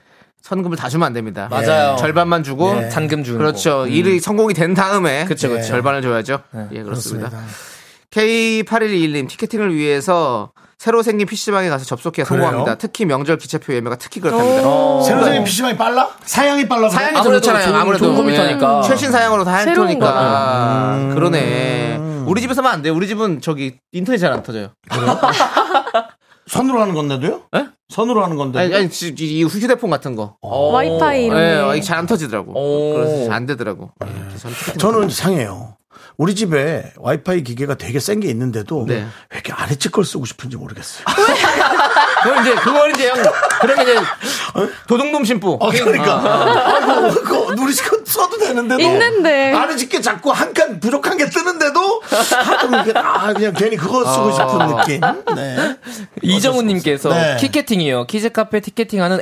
B: 선금을 다 주면 안 됩니다.
G: 맞아요.
B: 절반만 주고
A: 예.
G: 잔금 주는
B: 그렇죠.
G: 거. 음.
B: 일이 성공이 된 다음에
G: 그쵸, 그쵸.
B: 절반을 줘야죠. 예, 그렇습니다. K8121님 티켓팅을 위해서 새로 생긴 PC방에 가서 접속해
A: 그래요? 어.
B: 성공합니다. 특히 명절 기차표 예매가 특히 그렇답니다.
A: 세로생이 PC방이 빨라? 사양이 빨라. 그래?
B: 사양이
G: 아무래도
B: 좋잖아요.
G: 좋은-
B: 아무래도
G: 좋은 컴퓨터니까.
B: 예. 최신 사양으로 다
H: 새로운
B: 해놓으니까 아, 그러네. 우리 집에서만 안 돼. 요 우리 집은 저기 인터넷 잘 안 터져요.
A: 선으로 하는 건데도요?
B: 예?
A: 선으로 하는 건데.
B: 아니, 아니 지- 이, 이 휴대폰 같은 거.
H: 와이파이 이런
B: 예,
H: 게.
B: 잘안 터지더라고.
G: 오.
B: 그래서 안 되더라고. 예, 그래서 저는 티켓팅
A: 저는 상해요. 우리 집에 와이파이 기계가 되게 센 게 있는데도
B: 네.
A: 왜 이렇게 아래쪽 걸 쓰고 싶은지 모르겠어요.
B: 그걸 이제 그걸 이제 형 그러면 이제
A: 어?
B: 도둑놈 신부.
A: 아, 그러니까. 아, 그거, 그거 우리 거 써도 되는데도.
H: 있는데. 네.
A: 아래집게 자꾸 한 칸 부족한 게 뜨는데도 하도 이렇게 아 그냥 괜히 그거 쓰고 싶은 느낌. 네.
G: 이정우님께서
A: 네.
G: 키케팅이요. 키즈카페 티켓팅하는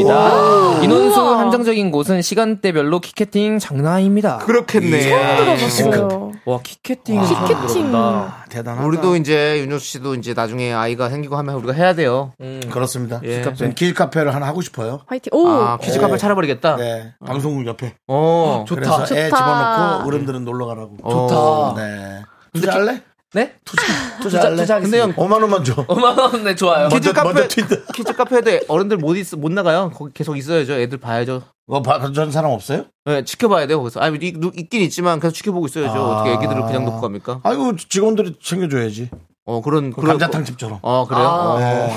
G: 애아빠입니다. 인원수 한정적인 곳은 시간대별로 키케팅 장난입니다.
B: 그렇겠네.
H: 예. 들어봤어요.
G: 와 키케팅
H: 티켓팅.
A: 아, 대단하다.
B: 우리도 이제 윤정수 씨도 이제 나중에 아이가 생기고 하면 우리가 해야 돼요.
A: 음, 그렇습니다.
B: 예.
A: 저는 길 카페를 하나 하고 싶어요.
H: 화이팅. 오.
B: 아, 퀴즈 카페 차려버리겠다.
A: 네. 방송국 옆에.
B: 어.
A: 그래서 애
H: 좋다.
A: 집어넣고 어른들은 놀러 가라고.
B: 어.
A: 네. 투자할래?
G: 네?
A: 투자, 투자할래?
G: 투자하겠습니다.
A: 근데 형 5만 원만 줘.
G: 5만 원 네, 좋아요.
A: 먼저-
B: 퀴즈 카페
A: 먼저 튄다.
B: 퀴즈 카페에도 어른들 못 있, 못 나가요. 거기 계속 있어야죠. 애들 봐야죠.
A: 뭐 봐준 사람 없어요?
B: 네, 지켜봐야 돼요. 거기서 아니 있- 있긴 있지만 계속 지켜보고 있어야죠.
A: 아.
B: 어떻게 애기들을 그냥 놓고 갑니까?
A: 아이고 직원들이 챙겨줘야지. 아,
B: 어 그런 그런
A: 감자탕 집처럼.
B: 어 그래요.
H: 아.
B: 어.
A: 네.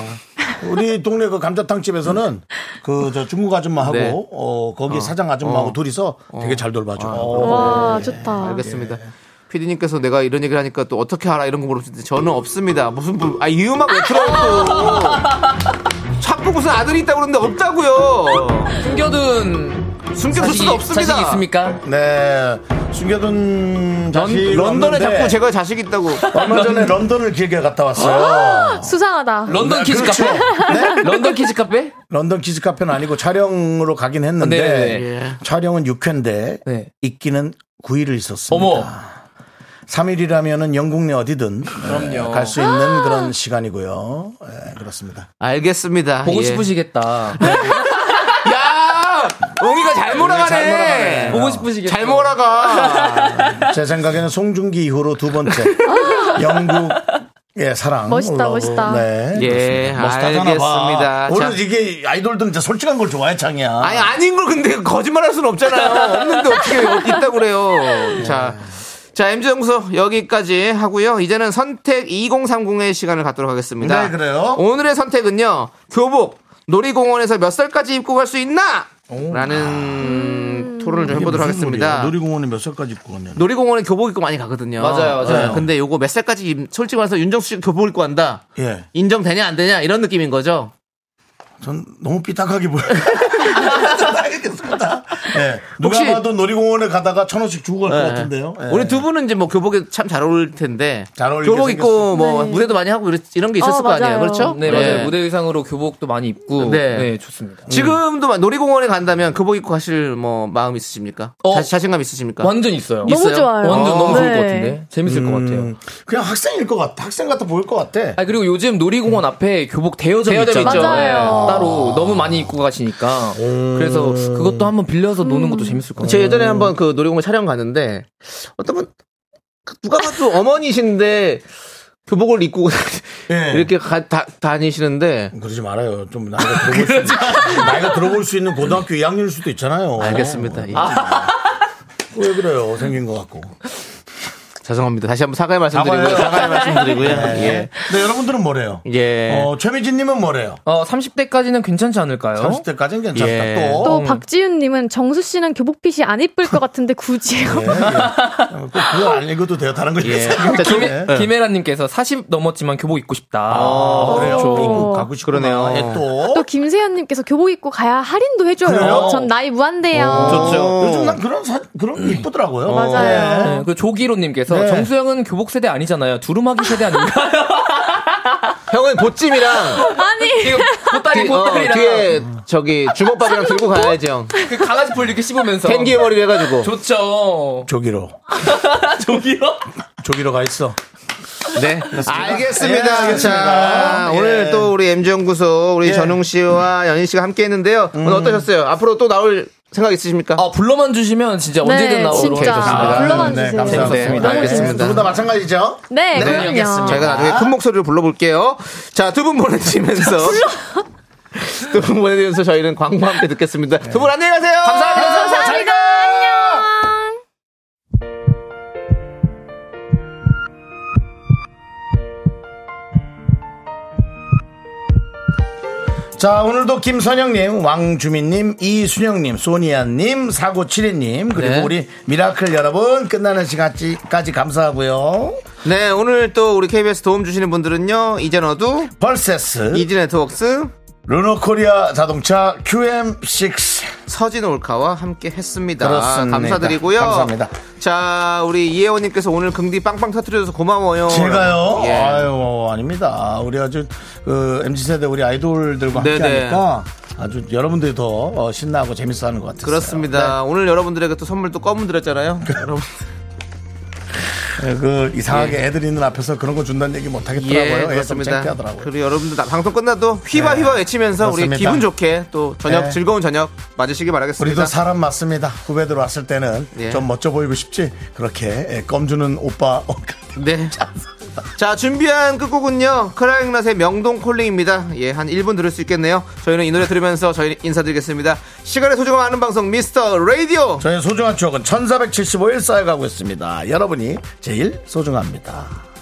A: 우리 동네 그 감자탕 집에서는 그 저 중국 아줌마하고
B: 네.
A: 어, 아, 거기 사장 아줌마하고
B: 어.
A: 둘이서 되게 잘 돌봐줘.
H: 와, 좋다.
B: 알겠습니다. 피디님께서 내가 이런 얘기를 하니까 또 어떻게 알아 이런 거 물어보시는데 저는 없습니다. 무슨 부- 아, 이 음악 왜 틀어요? 또. 자꾸 무슨 아들이 있다고 그러는데 없다고요.
G: 숨겨둔
B: 숨겨둘 수가 없습니다.
G: 자식 있습니까?
A: 네. 숨겨둔 자식
B: 런던에
A: 없는데
B: 자꾸 제가 자식 있다고.
A: 얼마 전에 런던을 길게 갔다
B: 아!
A: 왔어요.
H: 수상하다.
G: 런던 키즈
A: 그렇죠.
G: 카페?
A: 네?
G: 런던 키즈 카페?
A: 런던 키즈 카페는 아니고 촬영으로 가긴 했는데
B: 아,
G: 네, 네,
B: 예.
A: 촬영은 6회인데
G: 네.
A: 있기는 9일을 있었습니다.
G: 어머.
B: 아,
A: 3일이라면은 영국 내 어디든 예, 갈 수
B: 아!
A: 있는 그런 시간이고요. 예, 그렇습니다.
B: 알겠습니다.
G: 보고
B: 예. 네.
G: 싶으시겠다.
B: 야, 옹이가 잘
A: 잘
B: 몰아가네.
A: 몰아가네.
G: 보고 싶으시겠다.
B: 잘 몰아가.
A: 제 생각에는 송중기 이후로 두 번째 영국 의 사랑
H: 멋있다,
A: 올라오고.
H: 멋있다.
A: 네.
B: 예,
A: 멋있다잖아,
B: 알겠습니다.
A: 봐. 오늘
B: 자.
A: 이게 아이돌들은 진짜 솔직한 걸 좋아해 창이야.
B: 아니 아닌 걸 근데 거짓말할 수는 없잖아요. 없는데 어떻게 있다고 그래요. 자. 자, MZ연구소 여기까지 하고요. 이제는 선택 2030의 시간을 갖도록 하겠습니다.
A: 네, 그래요.
B: 오늘의 선택은요. 교복 놀이공원에서 몇 살까지 입고 갈 수 있나? 라는 토론을 좀 해보도록 하겠습니다.
A: 놀이공원에몇 살까지 입고 갔냐?
B: 놀이공원에 교복 입고 많이 가거든요.
G: 맞아요, 맞아요.
B: 네, 근데 요거 몇 살까지 입- 솔직히 말해서 윤정수 씨가 교복 입고 간다.
A: 예.
B: 인정되냐 안 되냐 이런 느낌인 거죠.
A: 전 너무 삐딱하게 보여요. 전 알겠습니다. 예. 누가
B: 혹시-
A: 봐도 놀이공원에 가다가 천 원씩 주고 갈 것
B: 네.
A: 같은데요. 예.
B: 우리 두 분은 이제 뭐 교복이 참 잘 어울릴 텐데
A: 잘 어울리게
B: 교복 입고
A: 생겼어요.
B: 뭐
H: 네.
B: 무대도 많이 하고 이런- 이런 게 있었을
H: 어,
B: 거 아니에요,
H: 맞아요.
B: 그렇죠?
G: 네, 맞아요. 무대 의상으로 교복도 많이 입고.
B: 네.
G: 네, 좋습니다.
B: 지금도 막 놀이공원에 간다면 교복 입고 가실 뭐 마음 있으십니까?
G: 어.
B: 자, 신감 있으십니까?
G: 완전 있어요.
H: 너무
G: 있어요?
H: 좋아요.
G: 완전
B: 어.
G: 너무 좋을 것
H: 네.
G: 같은데. 재밌을 것
B: 음.
G: 같아요.
A: 음. 그냥 학생일 것 같아. 학생 같아 보일 것 같아.
G: 아 그리고 요즘 놀이공원 앞에 교복 대여점,
B: 대여점
G: 있잖아요.
H: 있죠. 맞아요.
G: 네, 따로 너무 많이 입고 가시니까 그래서 그것도 한번 빌려서
H: 음.
G: 노는 것도 재밌을 것 같아요.
B: 제가 예전에 한번 그 놀이공원 촬영 갔는데 어떤 분 누가 봐도 어머니신데 교복을 입고
A: 예.
B: 이렇게 가- 다, 다니시는데
A: 그러지 말아요. 좀 나이가 들어볼 수 있는, 나이가 들어볼 수 있는 고등학교 2학년일 수도 있잖아요.
B: 알겠습니다. 예.
A: 왜 그래요? 생긴 것 같고.
B: 죄송합니다. 다시 한번 사과의 말씀드리고요.
A: 사과해요.
B: 사과의 말씀드리고요.
A: 예.
B: 예.
A: 근데 여러분들은 뭐래요?
B: 예.
A: 어, 최미진님은 뭐래요?
G: 어 30대까지는 괜찮지 않을까요?
A: 30대까지는 괜찮다.
B: 예.
A: 또.
H: 또 박지윤님은 정수 씨는 교복핏이 안 이쁠 것 같은데 굳이요.
A: 예, 예. 꼭 그거 안 읽어도 돼요. 다른 거
B: 예.
A: 읽으세요.
G: 자, 김혜,
B: 네.
G: 김혜라님께서 40 넘었지만 교복 입고 싶다.
B: 아.
A: 그래요.
H: 어.
A: 미국 가고 싶구나.
B: 그러네요.
A: 예, 또.
H: 또 김세현님께서 교복 입고 가야 할인도 해줘요.
A: 그래요?
H: 전 나이 무한대요.
B: 좋죠.
A: 요즘 난 그런 사, 그런 게 이쁘더라고요.
H: 맞아요.
G: 네, 그 조기로님께서
A: 네.
G: 정수영은 교복 세대 아니잖아요. 두루마기 세대 아닌가?
B: 형은 보찜이랑
H: 아니
G: 이거 보따리
B: 뒤, 어,
G: 보따리랑
B: 뒤에 저기 주먹밥이랑 들고
A: 아,
B: 가야지 형.
G: 그 강아지 볼 이렇게 씹으면서
B: 캔디의 머리로 해가지고.
G: 좋죠.
A: 조기로.
G: 저기요?
A: 조기로 가 있어.
B: 네. 알겠습니다.
A: 예, 알겠습니다.
B: 자,
A: 예.
B: 오늘 또 우리 MG연구소 우리
A: 예. 음.
B: 전웅 씨와 연희 씨가 함께 했는데요. 오늘 어떠셨어요? 앞으로 또 나올 생각 있으십니까?
A: 어.
G: 아 불러만 주시면 진만 주시면 진짜 언제든
H: 네
G: 나오도록
H: 진짜
G: 해주셨습니다.
H: 불러만
A: 네,
H: 주세요.
A: 감사합니다.
B: 네, 알겠습니다.
F: 두분다 마찬가지죠?
H: 네, 그럼요.
B: 저희가 나중에
A: 아.
B: 큰 목소리로 불러볼게요. 자, 두 분 보내드리면서. 두 분 보내드리면서 저희는 광고 함께 듣겠습니다. 두 분 안녕히 가세요.
A: 네,
G: 감사합니다.
H: 감사합니다. 안녕.
A: 자, 오늘도 김선영님, 왕주민님, 이순영님, 소니아님, 사고칠이님, 그리고
B: 네.
A: 우리 미라클 여러분, 끝나는 시간까지 감사하고요.
B: 네, 오늘 또 우리 KBS 도움 주시는 분들은요. 이젠어두,
A: 벌세스,
B: 이지 네트워크스,
A: 르노코리아 자동차 QM6.
B: 서진 올카와 함께 했습니다.
A: 그렇습니다.
B: 감사드리고요.
A: 감사합니다.
B: 자, 우리 이혜원님께서 오늘 긍디 빵빵 터트려줘서 고마워요.
A: 제가요?
B: 예.
A: 아유, 아닙니다. 우리 아주, 그, MZ세대 우리 아이돌들과 함께
B: 네네.
A: 하니까 아주 여러분들이 더 어, 신나고 재밌어 하는 것 같아요.
B: 그렇습니다.
A: 네.
B: 오늘 여러분들에게 또 선물 또 껌을 드렸잖아요. 여러분.
A: 그, 이상하게
B: 예.
A: 애들 있는 앞에서 그런 거 준다는 얘기 못 하겠더라고요. 예, 좀 창피하더라고요.
B: 그리고 여러분들 나- 방송 끝나도 휘바
A: 네.
B: 휘바 외치면서
A: 그렇습니다.
B: 우리 기분 좋게 또 저녁
A: 네.
B: 즐거운 저녁 맞으시길 바라겠습니다.
A: 우리도 사람 맞습니다. 후배들 왔을 때는
B: 예.
A: 좀 멋져 보이고 싶지. 그렇게 예, 껌 주는 오빠.
B: 네. 자 준비한 끝곡은요 크라잉낫의 명동 콜링입니다. 예한 1분 들을 수 있겠네요. 저희는 이 노래 들으면서 저희 인사드리겠습니다. 시간의 소중함 아는 방송 미스터 라디오.
A: 저의 소중한 추억은 1475일 쌓여가고 있습니다. 여러분이 제일 소중합니다.